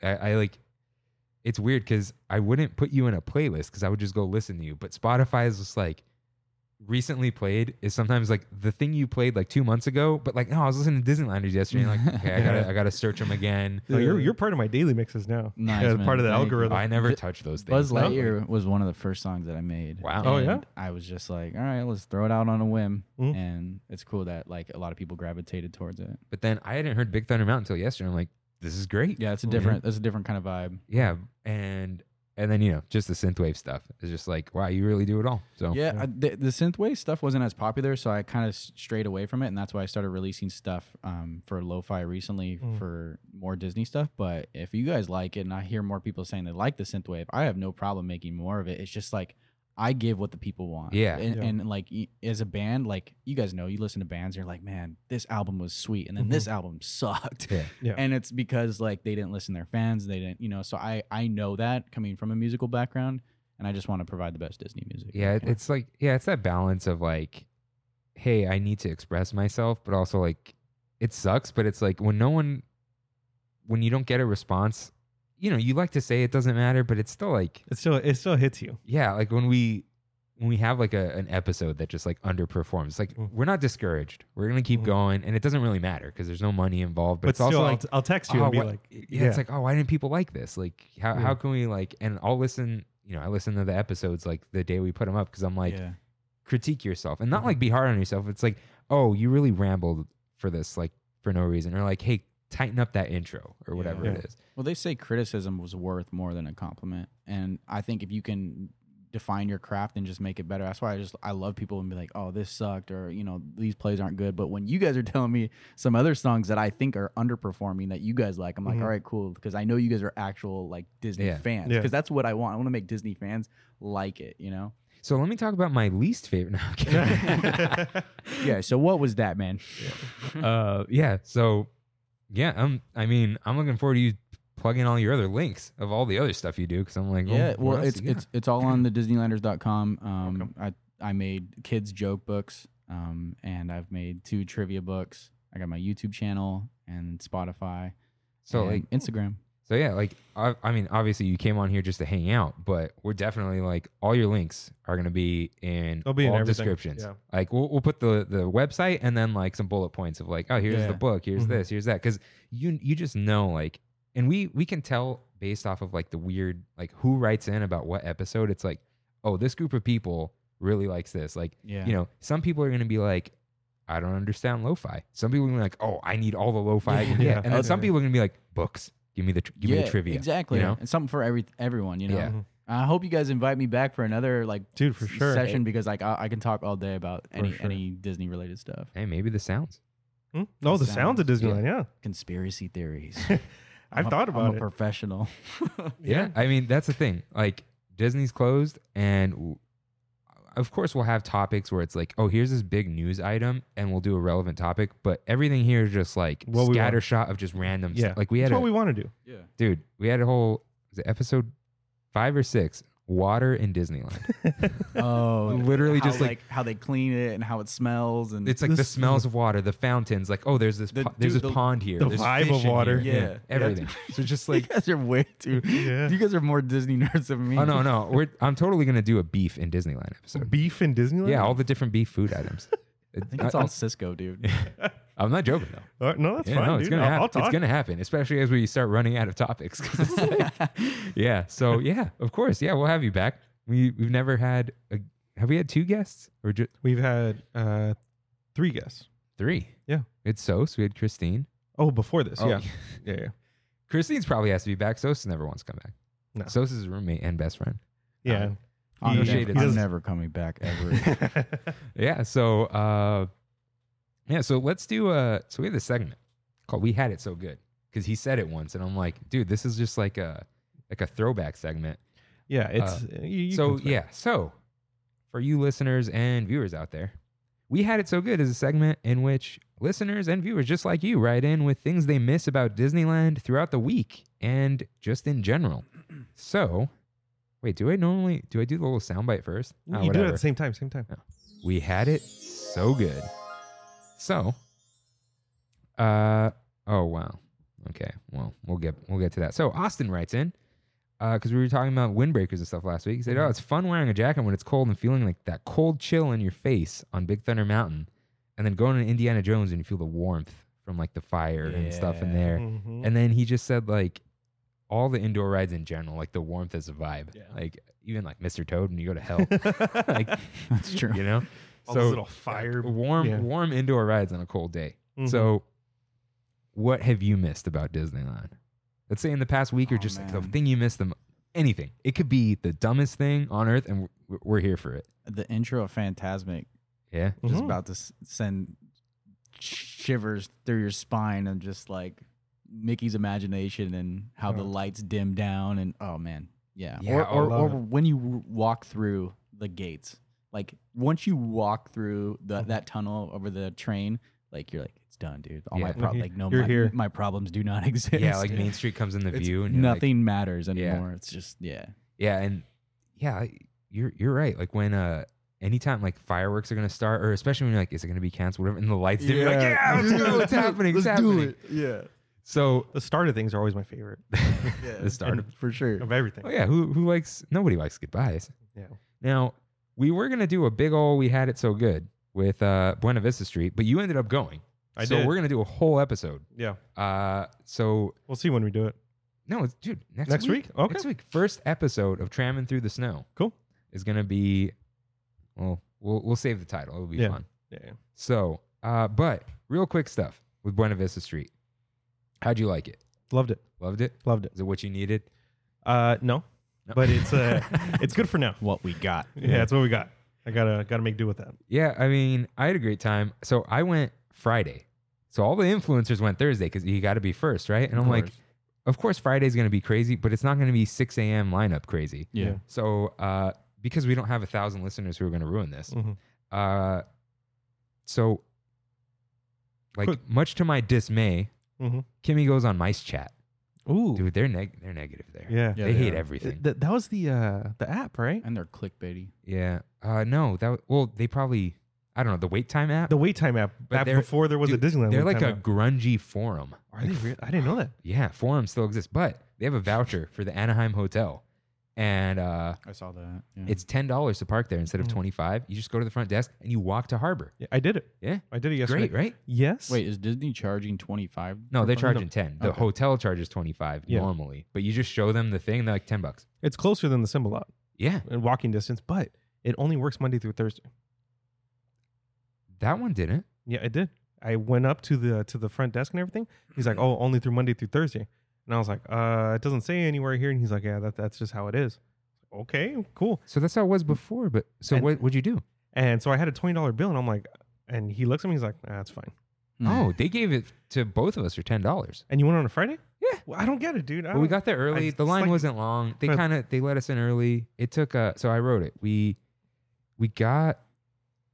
Speaker 1: I, I like it's weird because I wouldn't put you in a playlist because I would just go listen to you. But Spotify is just like recently played is sometimes like the thing you played like two months ago, but like no, I was listening to Disneylanders yesterday. And like, okay, I gotta I gotta search them again.
Speaker 2: Oh, you're you're part of my daily mixes now.
Speaker 3: Nice,
Speaker 2: yeah,
Speaker 3: man.
Speaker 2: part of the
Speaker 3: Thank you.
Speaker 2: algorithm.
Speaker 1: I never
Speaker 3: Th-
Speaker 1: touch those things.
Speaker 3: Buzz
Speaker 1: No.
Speaker 3: Lightyear was one of the first songs that I made.
Speaker 1: Wow.
Speaker 2: Oh, yeah?
Speaker 3: and I was just like, all right, let's throw it out on a whim,
Speaker 2: Mm.
Speaker 3: and it's cool that like a lot of people gravitated towards it.
Speaker 1: But then I hadn't heard Big Thunder Mountain until yesterday. I'm like, this is great.
Speaker 3: Yeah, it's a
Speaker 1: Well, yeah.
Speaker 3: different. That's a different kind of vibe.
Speaker 1: Yeah. And and then, you know, just the synthwave stuff. It's just like, wow, you really do it all. So
Speaker 3: Yeah, I, the, the synthwave stuff wasn't as popular, so I kind of strayed away from it, and that's why I started releasing stuff um, for lo-fi recently
Speaker 2: Mm.
Speaker 3: for more Disney stuff. But if you guys like it, and I hear more people saying they like the synthwave, I have no problem making more of it. It's just like I give what the people want.
Speaker 1: Yeah.
Speaker 3: and,
Speaker 2: Yeah.
Speaker 3: and like y- as a band, like you guys know, you listen to bands, you're like, man, this album was sweet, and then this album sucked
Speaker 1: yeah.
Speaker 2: Yeah.
Speaker 3: and it's because like they didn't listen to their fans they didn't you know so i i know that coming from a musical background and i just want to provide the best disney music
Speaker 1: Yeah, it- it's like yeah, it's that balance of like, hey, I need to express myself, but also like it sucks, but it's like when no one when you don't get a response, you know, you like to say it doesn't matter, but it's still like
Speaker 2: it still it still hits you.
Speaker 1: yeah, like when we when we have like a, an episode that just like underperforms, it's like
Speaker 2: Mm.
Speaker 1: we're not discouraged. We're gonna keep
Speaker 2: Mhm.
Speaker 1: going, and it doesn't really matter because there's no money involved. But,
Speaker 2: But,
Speaker 1: it's
Speaker 2: still,
Speaker 1: also
Speaker 2: I'll,
Speaker 1: like uh-huh,
Speaker 2: I'll text you and be
Speaker 1: why-
Speaker 2: like,
Speaker 1: yeah,
Speaker 2: yeah,
Speaker 1: it's like, oh, why didn't people like this? Like, how,
Speaker 2: Yeah.
Speaker 1: how can we like? And I'll listen. You know, I listen to the episodes like the day we put them up because I'm like
Speaker 3: yeah
Speaker 1: critique yourself and not
Speaker 2: Mhm.
Speaker 1: like be hard on yourself. It's like, oh, you really rambled for this like for no reason, or like, hey, tighten up that intro or whatever
Speaker 2: Yeah.
Speaker 1: it is.
Speaker 3: well they say criticism was worth more than a compliment and i think if you can define your craft and just make it better that's why i just i love people and be like oh this sucked or you know these plays aren't good but when you guys are telling me some other songs that i think are underperforming that you guys like i'm like
Speaker 2: Mhm.
Speaker 3: "All right cool because i know you guys are actual like disney
Speaker 1: Yeah.
Speaker 3: fans
Speaker 2: Yeah.
Speaker 3: because that's what i want i want to make disney fans like it you know
Speaker 1: So let me talk about my least favorite. No, I'm kidding.
Speaker 3: yeah so what was that man Mm-hmm.
Speaker 1: uh, yeah. So, yeah. Um, I mean, I'm looking forward to you plugging all your other links of all the other stuff you do because I'm like,
Speaker 3: Yeah,
Speaker 1: what
Speaker 3: well,
Speaker 1: else
Speaker 3: it's
Speaker 1: you got?
Speaker 3: it's it's all on the Disneylanders.com. Um, I I made kids joke books, um, and I've made two trivia books. I got my YouTube channel and Spotify,
Speaker 1: so
Speaker 3: and
Speaker 1: like
Speaker 3: Instagram.
Speaker 1: So yeah, like I, I mean, obviously you came on here just to hang out, but we're definitely like all your links are gonna be in
Speaker 2: They'll be in
Speaker 1: all
Speaker 2: everything,
Speaker 1: descriptions.
Speaker 2: yeah.
Speaker 1: Like we'll we'll put the the website and then like some bullet points of like, oh here's
Speaker 3: Yeah.
Speaker 1: the book, here's
Speaker 2: Mhm.
Speaker 1: this, here's that, because you you just know like, and we we can tell based off of like the weird like who writes in about what episode. It's like, oh this group of people really likes this. Like
Speaker 3: Yeah,
Speaker 1: you know, some people are gonna be like. I don't understand lo-fi. Some people are gonna be like, "Oh, I need all the lo-fi I can get,"
Speaker 2: Yeah.
Speaker 1: and then some
Speaker 2: Okay.
Speaker 1: people are gonna be like, "Books, give me the tr- give me the trivia."
Speaker 3: exactly.
Speaker 1: you know?
Speaker 3: and something for every everyone. You know,
Speaker 1: Yeah.
Speaker 2: Mhm.
Speaker 3: I hope you guys invite me back for another like
Speaker 2: dude, for
Speaker 3: s-
Speaker 2: sure.
Speaker 3: session because like I, I can talk all day about any
Speaker 2: sure.
Speaker 3: any Disney related stuff,
Speaker 1: Hey, maybe the sounds.
Speaker 2: Hmm? No, the
Speaker 3: The
Speaker 2: sounds of
Speaker 3: sounds,
Speaker 2: Disneyland. Yeah,
Speaker 3: conspiracy theories.
Speaker 2: I've
Speaker 3: I'm a-
Speaker 2: thought
Speaker 3: I'm
Speaker 2: about
Speaker 3: a
Speaker 2: it.
Speaker 3: professional.
Speaker 1: I mean, that's the thing. Like Disney's closed, and w- of course, we'll have topics where it's like, oh, here's this big news item, and we'll do a relevant topic. But everything here is just like
Speaker 2: What we want.
Speaker 1: scattershot of just random
Speaker 2: Yeah.
Speaker 1: stuff. Like we had
Speaker 2: That's
Speaker 1: a
Speaker 2: what we want to do.
Speaker 3: Yeah.
Speaker 1: dude, we had a whole was it episode five or six, water in Disneyland.
Speaker 3: Oh,
Speaker 1: Literally
Speaker 3: how,
Speaker 1: just like-
Speaker 3: how they clean it and how it smells and
Speaker 1: it's like the
Speaker 2: This-
Speaker 1: smells of water, the fountains. Like, oh, there's this
Speaker 3: The-
Speaker 1: po- there's
Speaker 3: dude,
Speaker 1: this
Speaker 3: the-
Speaker 1: pond here,
Speaker 2: the
Speaker 1: there's
Speaker 2: vibe
Speaker 1: fish
Speaker 2: of
Speaker 1: in
Speaker 2: water.
Speaker 1: here.
Speaker 3: Yeah. Yeah.
Speaker 1: everything. so just like.
Speaker 3: you guys are way too.
Speaker 2: Yeah.
Speaker 3: You guys are more Disney nerds than me.
Speaker 1: Oh no no! We're, I'm totally gonna do a beef in Disneyland episode.
Speaker 2: Oh, Beef in Disneyland?
Speaker 1: Yeah, all the different beef food items.
Speaker 3: I think it's all Cisco, dude.
Speaker 1: I'm not joking though.
Speaker 2: All right, Uh, no, that's
Speaker 1: Yeah,
Speaker 2: fine.
Speaker 1: no, it's
Speaker 2: dude.
Speaker 1: gonna
Speaker 2: I'll,
Speaker 1: happen.
Speaker 2: I'll talk.
Speaker 1: It's gonna happen, especially as we start running out of topics. 'Cause it's like- yeah. So yeah, of course. Yeah, we'll have you back. We we've never had a, have we had two guests or just
Speaker 2: We've had uh, three guests.
Speaker 1: three?
Speaker 2: Yeah.
Speaker 1: It's Sos. We had Christine.
Speaker 2: Oh, before this.
Speaker 1: Oh,
Speaker 2: yeah. yeah. Yeah.
Speaker 1: Christine's probably has to be back. Sos never wants to come back.
Speaker 2: No.
Speaker 1: Sos is a roommate and best friend.
Speaker 2: Yeah.
Speaker 3: Um, I'm,
Speaker 2: He-
Speaker 1: shade
Speaker 3: never,
Speaker 1: is-
Speaker 3: I'm never coming back ever.
Speaker 1: Yeah. So uh, yeah. So let's do uh. So we have this segment called "We Had It So Good" because he said it once, and I'm like, dude, this is just like a like a throwback segment.
Speaker 2: yeah. It's. you, you
Speaker 1: Uh, so
Speaker 2: can-
Speaker 1: yeah so for you listeners and viewers out there we had it so good is a segment in which listeners and viewers just like you write in with things they miss about disneyland throughout the week and just in general so wait do i normally do i do the little soundbite first Ah,
Speaker 2: you do it at
Speaker 1: whatever.
Speaker 2: the same time. Same time.
Speaker 1: we had it so good so uh oh wow okay well we'll get we'll get to that so austin writes in because we were talking about windbreakers and stuff last week. He said, "Oh, it's fun wearing a jacket when it's cold and feeling like that cold chill in your face on Big Thunder Mountain, and then going to Indiana Jones and you feel the warmth from like the fire and stuff in
Speaker 3: Yeah.
Speaker 1: there."
Speaker 2: Mhm.
Speaker 1: And then he just said like all the indoor rides in general, like the warmth is a vibe. Like even like Mr. Toad when you go to hell, like
Speaker 3: That's true.
Speaker 1: you know,
Speaker 2: All those little fire-
Speaker 1: warm
Speaker 2: yeah.
Speaker 1: warm indoor rides on a cold day.
Speaker 2: Mhm.
Speaker 1: So, what have you missed about Disneyland? Let's say in the past week, or
Speaker 3: Oh,
Speaker 1: just like the
Speaker 3: man.
Speaker 1: thing you missed the mo- anything. It could be the dumbest thing on earth, and we're, we're here for it.
Speaker 3: The intro of Fantasmic
Speaker 1: Yeah,
Speaker 3: just
Speaker 2: Mhm.
Speaker 3: about to s- send shivers through your spine and just like Mickey's imagination and how the
Speaker 2: Oh.
Speaker 3: lights dim down and oh man, yeah.
Speaker 1: Yeah,
Speaker 3: or
Speaker 1: I
Speaker 3: or, or
Speaker 2: love it.
Speaker 3: when you w- walk through the gates, like once you walk through the, that tunnel over the train, like you're like it's done, dude. All my
Speaker 1: Yeah.
Speaker 3: problems, like no,
Speaker 2: You're
Speaker 3: my,
Speaker 2: here.
Speaker 3: my problems do not exist.
Speaker 1: yeah. Like Main Street comes in the
Speaker 3: It's-
Speaker 1: view, and you're like-
Speaker 3: nothing matters
Speaker 1: Yeah.
Speaker 3: anymore. It's just yeah,
Speaker 1: yeah, and yeah, you're you're right. Like when uh. Anytime like fireworks are gonna start, or especially when you're like, is it gonna be canceled? Whatever, and the lights dim, you're like, yeah, let's go, it's happening, it's
Speaker 3: Let's
Speaker 1: happening.
Speaker 3: Do it. Yeah,
Speaker 1: So
Speaker 2: The start of things are always my favorite
Speaker 1: the start of
Speaker 3: for sure.
Speaker 2: of everything.
Speaker 1: oh yeah, who who likes nobody likes goodbyes.
Speaker 2: Yeah.
Speaker 1: Now, we were gonna do a big ol' we had it so good with uh Buena Vista Street, but you ended up going.
Speaker 2: I
Speaker 1: so
Speaker 2: did.
Speaker 1: we're gonna do a whole episode.
Speaker 2: Yeah.
Speaker 1: Uh so
Speaker 2: We'll see when we do it.
Speaker 1: no, it's dude, next,
Speaker 2: Next
Speaker 1: week.
Speaker 2: week? Okay.
Speaker 1: Next week. First episode of Tramming Through the Snow.
Speaker 2: Cool.
Speaker 1: Is gonna be well, we'll we'll save the title. It'll be
Speaker 2: Yeah.
Speaker 1: fun.
Speaker 2: Yeah. yeah.
Speaker 1: So uh but real quick stuff with Buena Vista Street. How'd you like it?
Speaker 2: Loved it.
Speaker 1: Loved it?
Speaker 2: Loved it.
Speaker 1: Is it what you needed?
Speaker 2: Uh, no,
Speaker 1: No.
Speaker 2: but it's uh, it's good for now.
Speaker 3: What we got?
Speaker 2: Yeah, that's what we got. I gotta gotta make do with that.
Speaker 1: Yeah, I mean, I had a great time. So I went Friday. So all the influencers went Thursday because you got to be first, right? And I'm like, of course, Friday's going to be crazy, but it's not going to be 6 a.m. lineup crazy.
Speaker 3: Yeah.
Speaker 1: So uh, because we don't have a thousand listeners who are going to ruin this,
Speaker 2: Mhm.
Speaker 1: uh, so like
Speaker 2: Quick.
Speaker 1: much to my dismay,
Speaker 2: Mhm.
Speaker 1: Kimmy goes on Mice Chat.
Speaker 2: Ooh,
Speaker 1: Dude, they're neg- they're negative there.
Speaker 2: yeah.
Speaker 3: Yeah,
Speaker 1: they,
Speaker 3: they
Speaker 1: hate
Speaker 3: are.
Speaker 1: everything.
Speaker 2: Th- that was the uh the app, right?
Speaker 3: And they're clickbaity.
Speaker 1: yeah. Uh, no, that w- well, they probably I don't know the wait time app.
Speaker 2: The wait time app
Speaker 1: But
Speaker 2: back
Speaker 1: they're-
Speaker 2: before there was
Speaker 1: Dude,
Speaker 2: a Disneyland.
Speaker 1: They're
Speaker 2: wait
Speaker 1: like a
Speaker 2: time app.
Speaker 1: grungy forum.
Speaker 2: Are
Speaker 1: Like,
Speaker 2: they real? I didn't know that.
Speaker 1: Yeah, forum still exists, but they have a voucher for the Anaheim Hotel, and uh,
Speaker 3: I saw that.
Speaker 1: it's ten dollars to park there instead of
Speaker 2: Mhm.
Speaker 1: twenty five. You just go to the front desk and you walk to Harbor.
Speaker 2: Yeah, I did it.
Speaker 1: Yeah,
Speaker 2: I did it yesterday.
Speaker 1: great, right?
Speaker 2: Yes.
Speaker 3: Wait, is Disney charging twenty five?
Speaker 1: No, they're charging ten. The
Speaker 3: Okay.
Speaker 1: hotel charges twenty five
Speaker 2: Yeah.
Speaker 1: normally, but you just show them the thing. They're like ten bucks.
Speaker 2: it's closer than the Symbolot
Speaker 1: Yeah,
Speaker 2: in walking distance, but it only works Monday through Thursday.
Speaker 1: that one didn't.
Speaker 2: Yeah, it did. I went up to the to the front desk and everything. He's like, "Oh, only through Monday through Thursday," and I was like, "Uh, it doesn't say anywhere here." And he's like, "Yeah, that, that's just how it is." Okay, cool.
Speaker 1: So that's how it was before. But so
Speaker 2: And-
Speaker 1: what? What'd you do?
Speaker 2: And so I had a twenty dollar bill, and I'm like, and he looks at me, he's like, nah, "That's fine."
Speaker 3: Mm.
Speaker 1: Oh, they gave it to both of us for ten dollars.
Speaker 2: And you went on a Friday?
Speaker 1: Yeah.
Speaker 2: Well, I don't get it, dude. Oh, I
Speaker 1: But we
Speaker 2: don't-
Speaker 1: got there early.
Speaker 2: just
Speaker 1: The line
Speaker 2: like-
Speaker 1: wasn't long. They
Speaker 2: Uh,
Speaker 1: kind of they let us in early. It took uh so I wrote it. We we got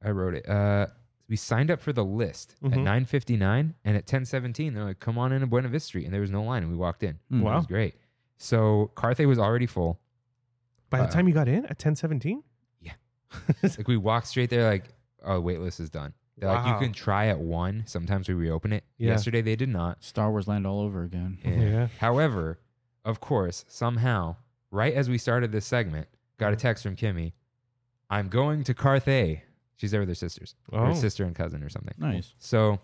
Speaker 1: I wrote it. Uh we signed up for the list at
Speaker 2: Mhm.
Speaker 1: 9:59 and at 10:17 they're like come on in to Buena Vista Street and there was no line and we walked in.
Speaker 3: Mm.
Speaker 1: It
Speaker 2: Wow.
Speaker 1: was great. So Carthay was already full.
Speaker 2: By the
Speaker 1: Uh,
Speaker 2: time you got in at ten seventeen,
Speaker 1: like we walked straight there like oh wait list is done. They're like
Speaker 2: Wow.
Speaker 1: you can try at 1. Sometimes we reopen it.
Speaker 2: Yeah.
Speaker 1: Yesterday they did not.
Speaker 3: Star Wars Land all over again.
Speaker 1: Yeah.
Speaker 2: Yeah.
Speaker 1: However, of course, somehow, right as we started this segment, got
Speaker 2: Mm-hmm.
Speaker 1: a text from Kimmy. I'm going to Carthay. She's there with her sisters, or
Speaker 2: Oh.
Speaker 1: her sister and cousin, or something.
Speaker 3: Nice.
Speaker 1: So,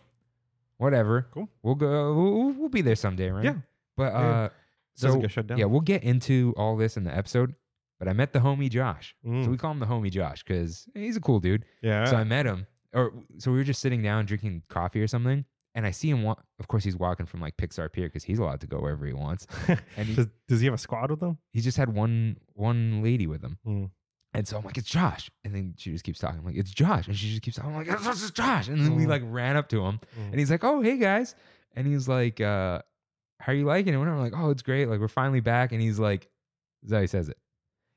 Speaker 1: whatever.
Speaker 2: Cool.
Speaker 1: We'll go. We'll, we'll be there someday, right?
Speaker 2: Yeah.
Speaker 1: But uh,
Speaker 2: Yeah.
Speaker 1: so
Speaker 2: doesn't get shut down.
Speaker 1: yeah, we'll get into all this in the episode. But I met the homie Josh.
Speaker 2: Mm.
Speaker 1: So we call him the homie Josh because he's a cool dude.
Speaker 2: yeah.
Speaker 1: So I met him, or so we were just sitting down drinking coffee or something, and I see him. Wa- of course, he's walking from like Pixar Pier because he's allowed to go wherever he wants. and he-
Speaker 2: does, does he have a squad with him?
Speaker 1: He just had one one lady with him,
Speaker 2: Mm.
Speaker 1: and so I'm like, it's Josh, and then she just keeps talking. I'm like, it's Josh, and she just keeps talking. I'm like, it's it's Josh, and then we
Speaker 2: Mm.
Speaker 1: like ran up to him,
Speaker 2: Mm.
Speaker 1: and he's like, oh hey guys, and he's like, uh, how are you liking it? And I'm like, oh it's great, like we're finally back, and he's like, this is how he says it.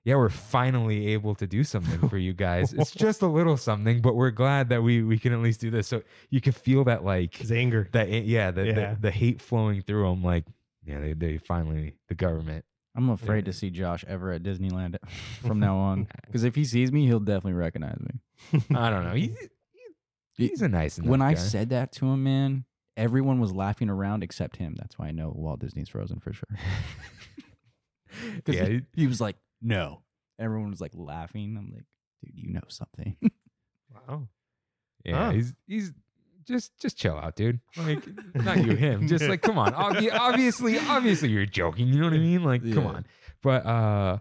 Speaker 1: Yeah, we're finally able to do something for you guys. It's just a little something, but we're glad that we we can at least do this. So you can feel that like
Speaker 2: His anger.
Speaker 1: that eh, yeah, the,
Speaker 2: Yeah.
Speaker 1: The, the hate flowing through him. Like yeah, they they finally the government.
Speaker 3: I'm afraid to see Josh ever at Disneyland from now on. Because if he sees me, he'll definitely recognize me.
Speaker 1: I don't know. He's,
Speaker 3: He-
Speaker 1: he's a nice enough
Speaker 3: when I
Speaker 1: guy.
Speaker 3: said that to him, man, everyone was laughing around except him. That's why I know Walt Disney's frozen for sure. 'Cause
Speaker 1: yeah,
Speaker 3: he, he was like, no. Everyone was like laughing. I'm like, dude, you know something.
Speaker 2: Wow.
Speaker 1: yeah,
Speaker 2: Huh.
Speaker 1: he's he's just just chill out, dude. Like not you, him. Just like come on. Obvi- obviously, obviously you're joking. You know what I mean? Like come
Speaker 3: Yeah.
Speaker 1: on. But uh,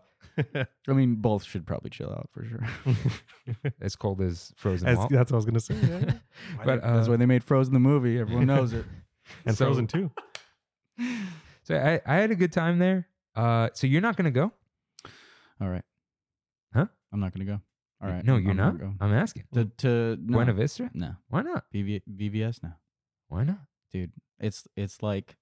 Speaker 3: I mean, both should probably chill out for sure.
Speaker 1: as cold as frozen
Speaker 2: As-
Speaker 1: Walt.
Speaker 2: that's what I was gonna say. yeah.
Speaker 1: But uh,
Speaker 3: That's why they made Frozen the movie. Everyone knows it.
Speaker 2: and
Speaker 1: so-
Speaker 2: Frozen too.
Speaker 1: so I I had a good time there. Uh, so you're not gonna go?
Speaker 3: All right.
Speaker 1: Huh?
Speaker 3: I'm not gonna go. All right.
Speaker 1: No,
Speaker 3: I'm-
Speaker 1: you're
Speaker 3: I'm
Speaker 1: not.
Speaker 3: going.
Speaker 1: I'm asking.
Speaker 3: To to no.
Speaker 1: Buena Vista?
Speaker 3: No.
Speaker 1: Why not?
Speaker 3: BV, BVS no.
Speaker 1: Why not?
Speaker 3: Dude, it's it's like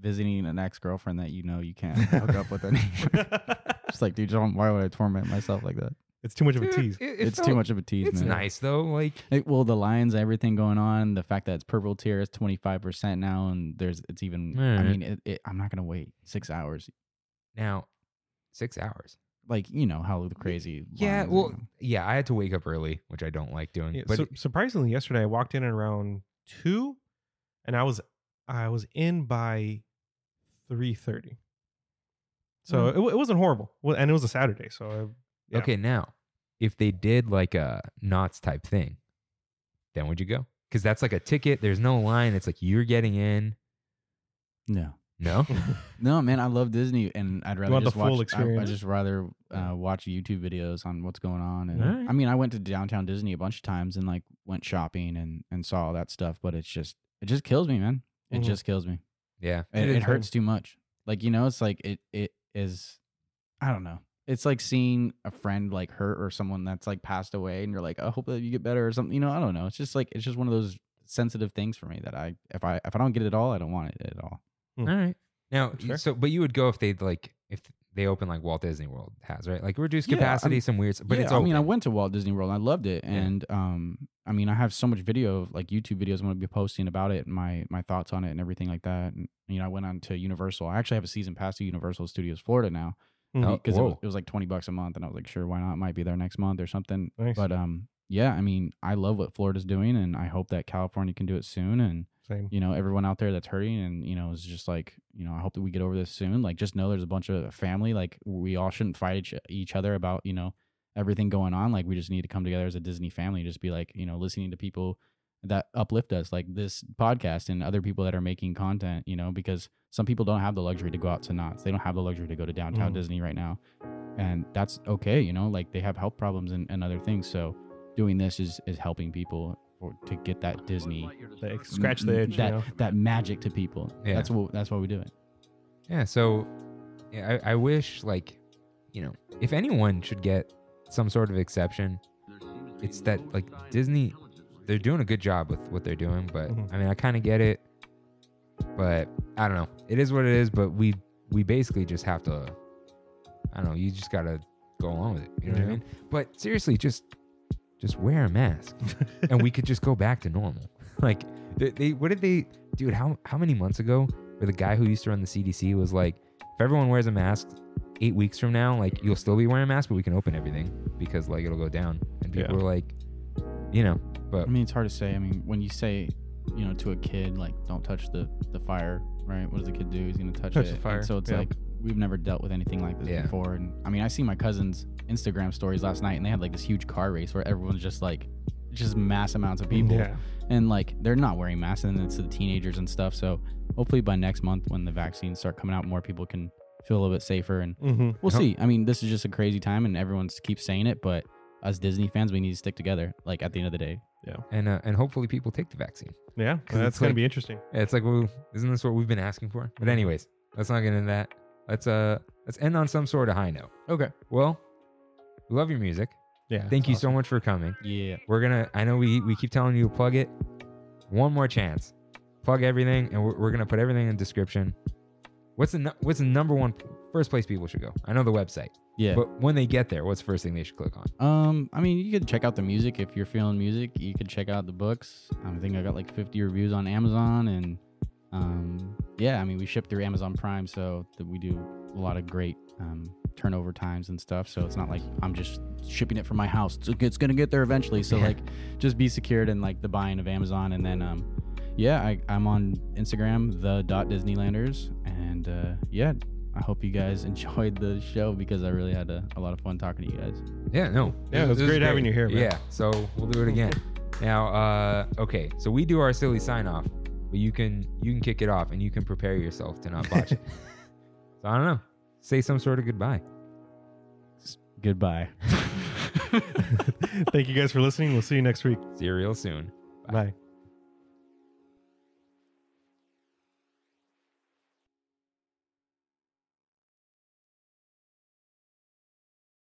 Speaker 3: visiting an ex girlfriend that you know you can't hook up with anymore. It's like, dude, John, why would I torment myself like that?
Speaker 2: it's too much of a
Speaker 1: Dude,
Speaker 2: tease.
Speaker 1: it- it
Speaker 3: It's too
Speaker 1: felt-
Speaker 3: much of a tease,
Speaker 1: It's
Speaker 3: man.
Speaker 1: nice though. Like
Speaker 3: It- well, the lines, everything going on, the fact that it's purple tier is twenty five percent now, and there's it's even. I
Speaker 1: Alright.
Speaker 3: mean, it, it, I'm not gonna wait six hours.
Speaker 1: now, six hours.
Speaker 3: Like you know how the crazy.
Speaker 1: Yeah,
Speaker 3: lines are
Speaker 1: well,
Speaker 3: now.
Speaker 1: yeah, I had to wake up early, which I don't like doing.
Speaker 2: Yeah,
Speaker 1: but
Speaker 2: su- surprisingly, yesterday I walked in at around two, and I was I was in by three thirty. So
Speaker 1: Mm-hmm.
Speaker 2: it, wa- it wasn't horrible, well, and it was a Saturday. So I, yeah.
Speaker 1: okay, now if they did like a knots type thing, then would you go? Because that's like a ticket. There's no line. It's like you're getting in.
Speaker 3: no.
Speaker 1: No,
Speaker 3: No, man, I love Disney, and I'd rather
Speaker 2: want the
Speaker 3: just watch.
Speaker 2: full
Speaker 3: I, I
Speaker 2: experience?
Speaker 3: just rather uh, watch YouTube videos on what's going on. And
Speaker 1: Alright.
Speaker 3: I mean, I went to downtown Disney a bunch of times and like went shopping and and saw all that stuff. But it's just it just kills me, man. It
Speaker 2: Mhm.
Speaker 3: just kills me.
Speaker 1: yeah,
Speaker 3: It,
Speaker 2: It is
Speaker 3: it hurts too much. Like you know, it's like it it is. I don't know. It's like seeing a friend like hurt or someone that's like passed away, and you're like, I hope that you get better or something. You know, I don't know. It's just like it's just one of those sensitive things for me that I if I if I don't get it all, I don't want it at all.
Speaker 1: all right. Now,
Speaker 2: That's
Speaker 1: you-
Speaker 2: fair.
Speaker 1: so but you would go if they'd like if they open like Walt Disney World has right, like reduced
Speaker 3: Yeah,
Speaker 1: capacity,
Speaker 3: I'm-
Speaker 1: some weird. s- But
Speaker 3: yeah,
Speaker 1: it's
Speaker 3: I
Speaker 1: open.
Speaker 3: mean, I went to Walt Disney World and I loved it.
Speaker 1: Yeah.
Speaker 3: And um, I mean, I have so much video of like YouTube videos I'm gonna be posting about it and my my thoughts on it and everything like that. And you know, I went on to Universal. I actually have a season pass to Universal Studios Florida now
Speaker 1: Oh,
Speaker 3: because it, was,
Speaker 1: whoa.
Speaker 3: it was like twenty bucks a month, and I was like, sure, why not? It might be there next month or something.
Speaker 2: Nice.
Speaker 3: But um, yeah, I mean, I love what Florida's doing, and I hope that California can do it soon. And
Speaker 2: Same.
Speaker 3: you know, everyone out there that's hurting, and you know, is just like, you know, I hope that we get over this soon. Like, just know there's a bunch of family. Like, we all shouldn't fight each, each other about you know everything going on. Like, we just need to come together as a Disney family. Just be like, you know, listening to people that uplift us, like this podcast and other people that are making content. You know, because some people don't have the luxury to go out to knots. They don't have the luxury to go to downtown
Speaker 2: Mm.
Speaker 3: Disney right now and that's okay you know like they have health problems and, and other things so doing this is is helping people for, to get that disney
Speaker 2: They scratch the
Speaker 3: mm,
Speaker 2: edge.
Speaker 3: that
Speaker 2: you know?
Speaker 3: that magic to people
Speaker 1: Yeah.
Speaker 3: that's what that's why we do it
Speaker 1: Yeah, so yeah, I, I wish like you know, if anyone should get some sort of exception, it's that like Disney they're doing a good job with what they're doing, but
Speaker 2: Mhm.
Speaker 1: I mean I kinda get it. But I don't know. It is what it is, but we we basically just have to I don't know, you just gotta go along with it. You know what I
Speaker 2: Yeah.
Speaker 1: mean? But seriously, just just wear a mask and we could just go back to normal. Like, they, they what did they, dude? How how many months ago where the guy who used to run the CDC was like, if everyone wears a mask, eight weeks from now, like you'll still be wearing a mask, but we can open everything because like it'll go down. And people
Speaker 2: Yeah.
Speaker 1: were like, you know, but
Speaker 3: I mean, it's hard to say. I mean, when you say, you know, to a kid, like, don't touch the, the fire, right? What does the kid do? He's going to touch,
Speaker 2: Touch
Speaker 3: it.
Speaker 2: the
Speaker 3: And
Speaker 2: fire,
Speaker 3: so it's
Speaker 2: yeah.
Speaker 3: like, we've never dealt with anything like this
Speaker 1: Yeah.
Speaker 3: before. And I mean, I see my cousin's Instagram stories last night, and they had like this huge car race where everyone's just like, just mass amounts of people.
Speaker 2: Yeah.
Speaker 3: And like, they're not wearing masks, and it's the teenagers and stuff. So hopefully by next month, when the vaccines start coming out, more people can feel a little bit safer and
Speaker 2: Mm-hmm.
Speaker 3: We'll
Speaker 1: Yep.
Speaker 3: see. I mean, this is just a crazy time, and everyone keeps saying it, but us Disney fans, we need to stick together. Like at the end of the day,
Speaker 1: and uh, and hopefully people take the vaccine.
Speaker 2: Yeah.
Speaker 1: Because
Speaker 2: That's
Speaker 1: it's
Speaker 2: going to
Speaker 1: like-
Speaker 2: be interesting.
Speaker 1: Yeah, It's like, well, isn't this what we've been asking for? But anyways, let's not get into that. Let's uh, let's end on some sort of high note.
Speaker 3: Okay.
Speaker 1: Well, we love your music.
Speaker 2: Yeah. Uh,
Speaker 1: Thank you so much for coming.
Speaker 3: yeah,
Speaker 1: We're gonna. I know we we keep telling you to plug it. One more chance. Plug everything, and we're, we're gonna put everything in the description. What's the nu- what's the number one first place people should go? I know the website,
Speaker 3: yeah.
Speaker 1: but when they get there, what's the first thing they should click on?
Speaker 3: um, I mean, you could check out the music if you're feeling music. You could check out the books. I think I got like 50 reviews on Amazon, and um, yeah, I mean, we ship through Amazon Prime, so that we do a lot of great um, turnover times and stuff. So it's not like I'm just shipping it from my house. It's, it's gonna get there eventually. So
Speaker 1: Yeah.
Speaker 3: like, just be secured in like the buying of Amazon, and then um, yeah, I, I'm on Instagram, the dot Disneylanders, and uh, yeah, I hope you guys enjoyed the show because I really had a, a lot of fun talking to you guys.
Speaker 1: Yeah, no.
Speaker 2: Yeah, it was
Speaker 1: This is
Speaker 2: great having you here, man.
Speaker 1: Yeah, so we'll do it again. Now, uh, okay, so we do our silly sign off, but you can you can kick it off and you can prepare yourself to not botch it. So I don't know. Say some sort of goodbye.
Speaker 3: Goodbye.
Speaker 2: Thank you guys for listening. We'll see you next week.
Speaker 1: See you real soon.
Speaker 2: Bye.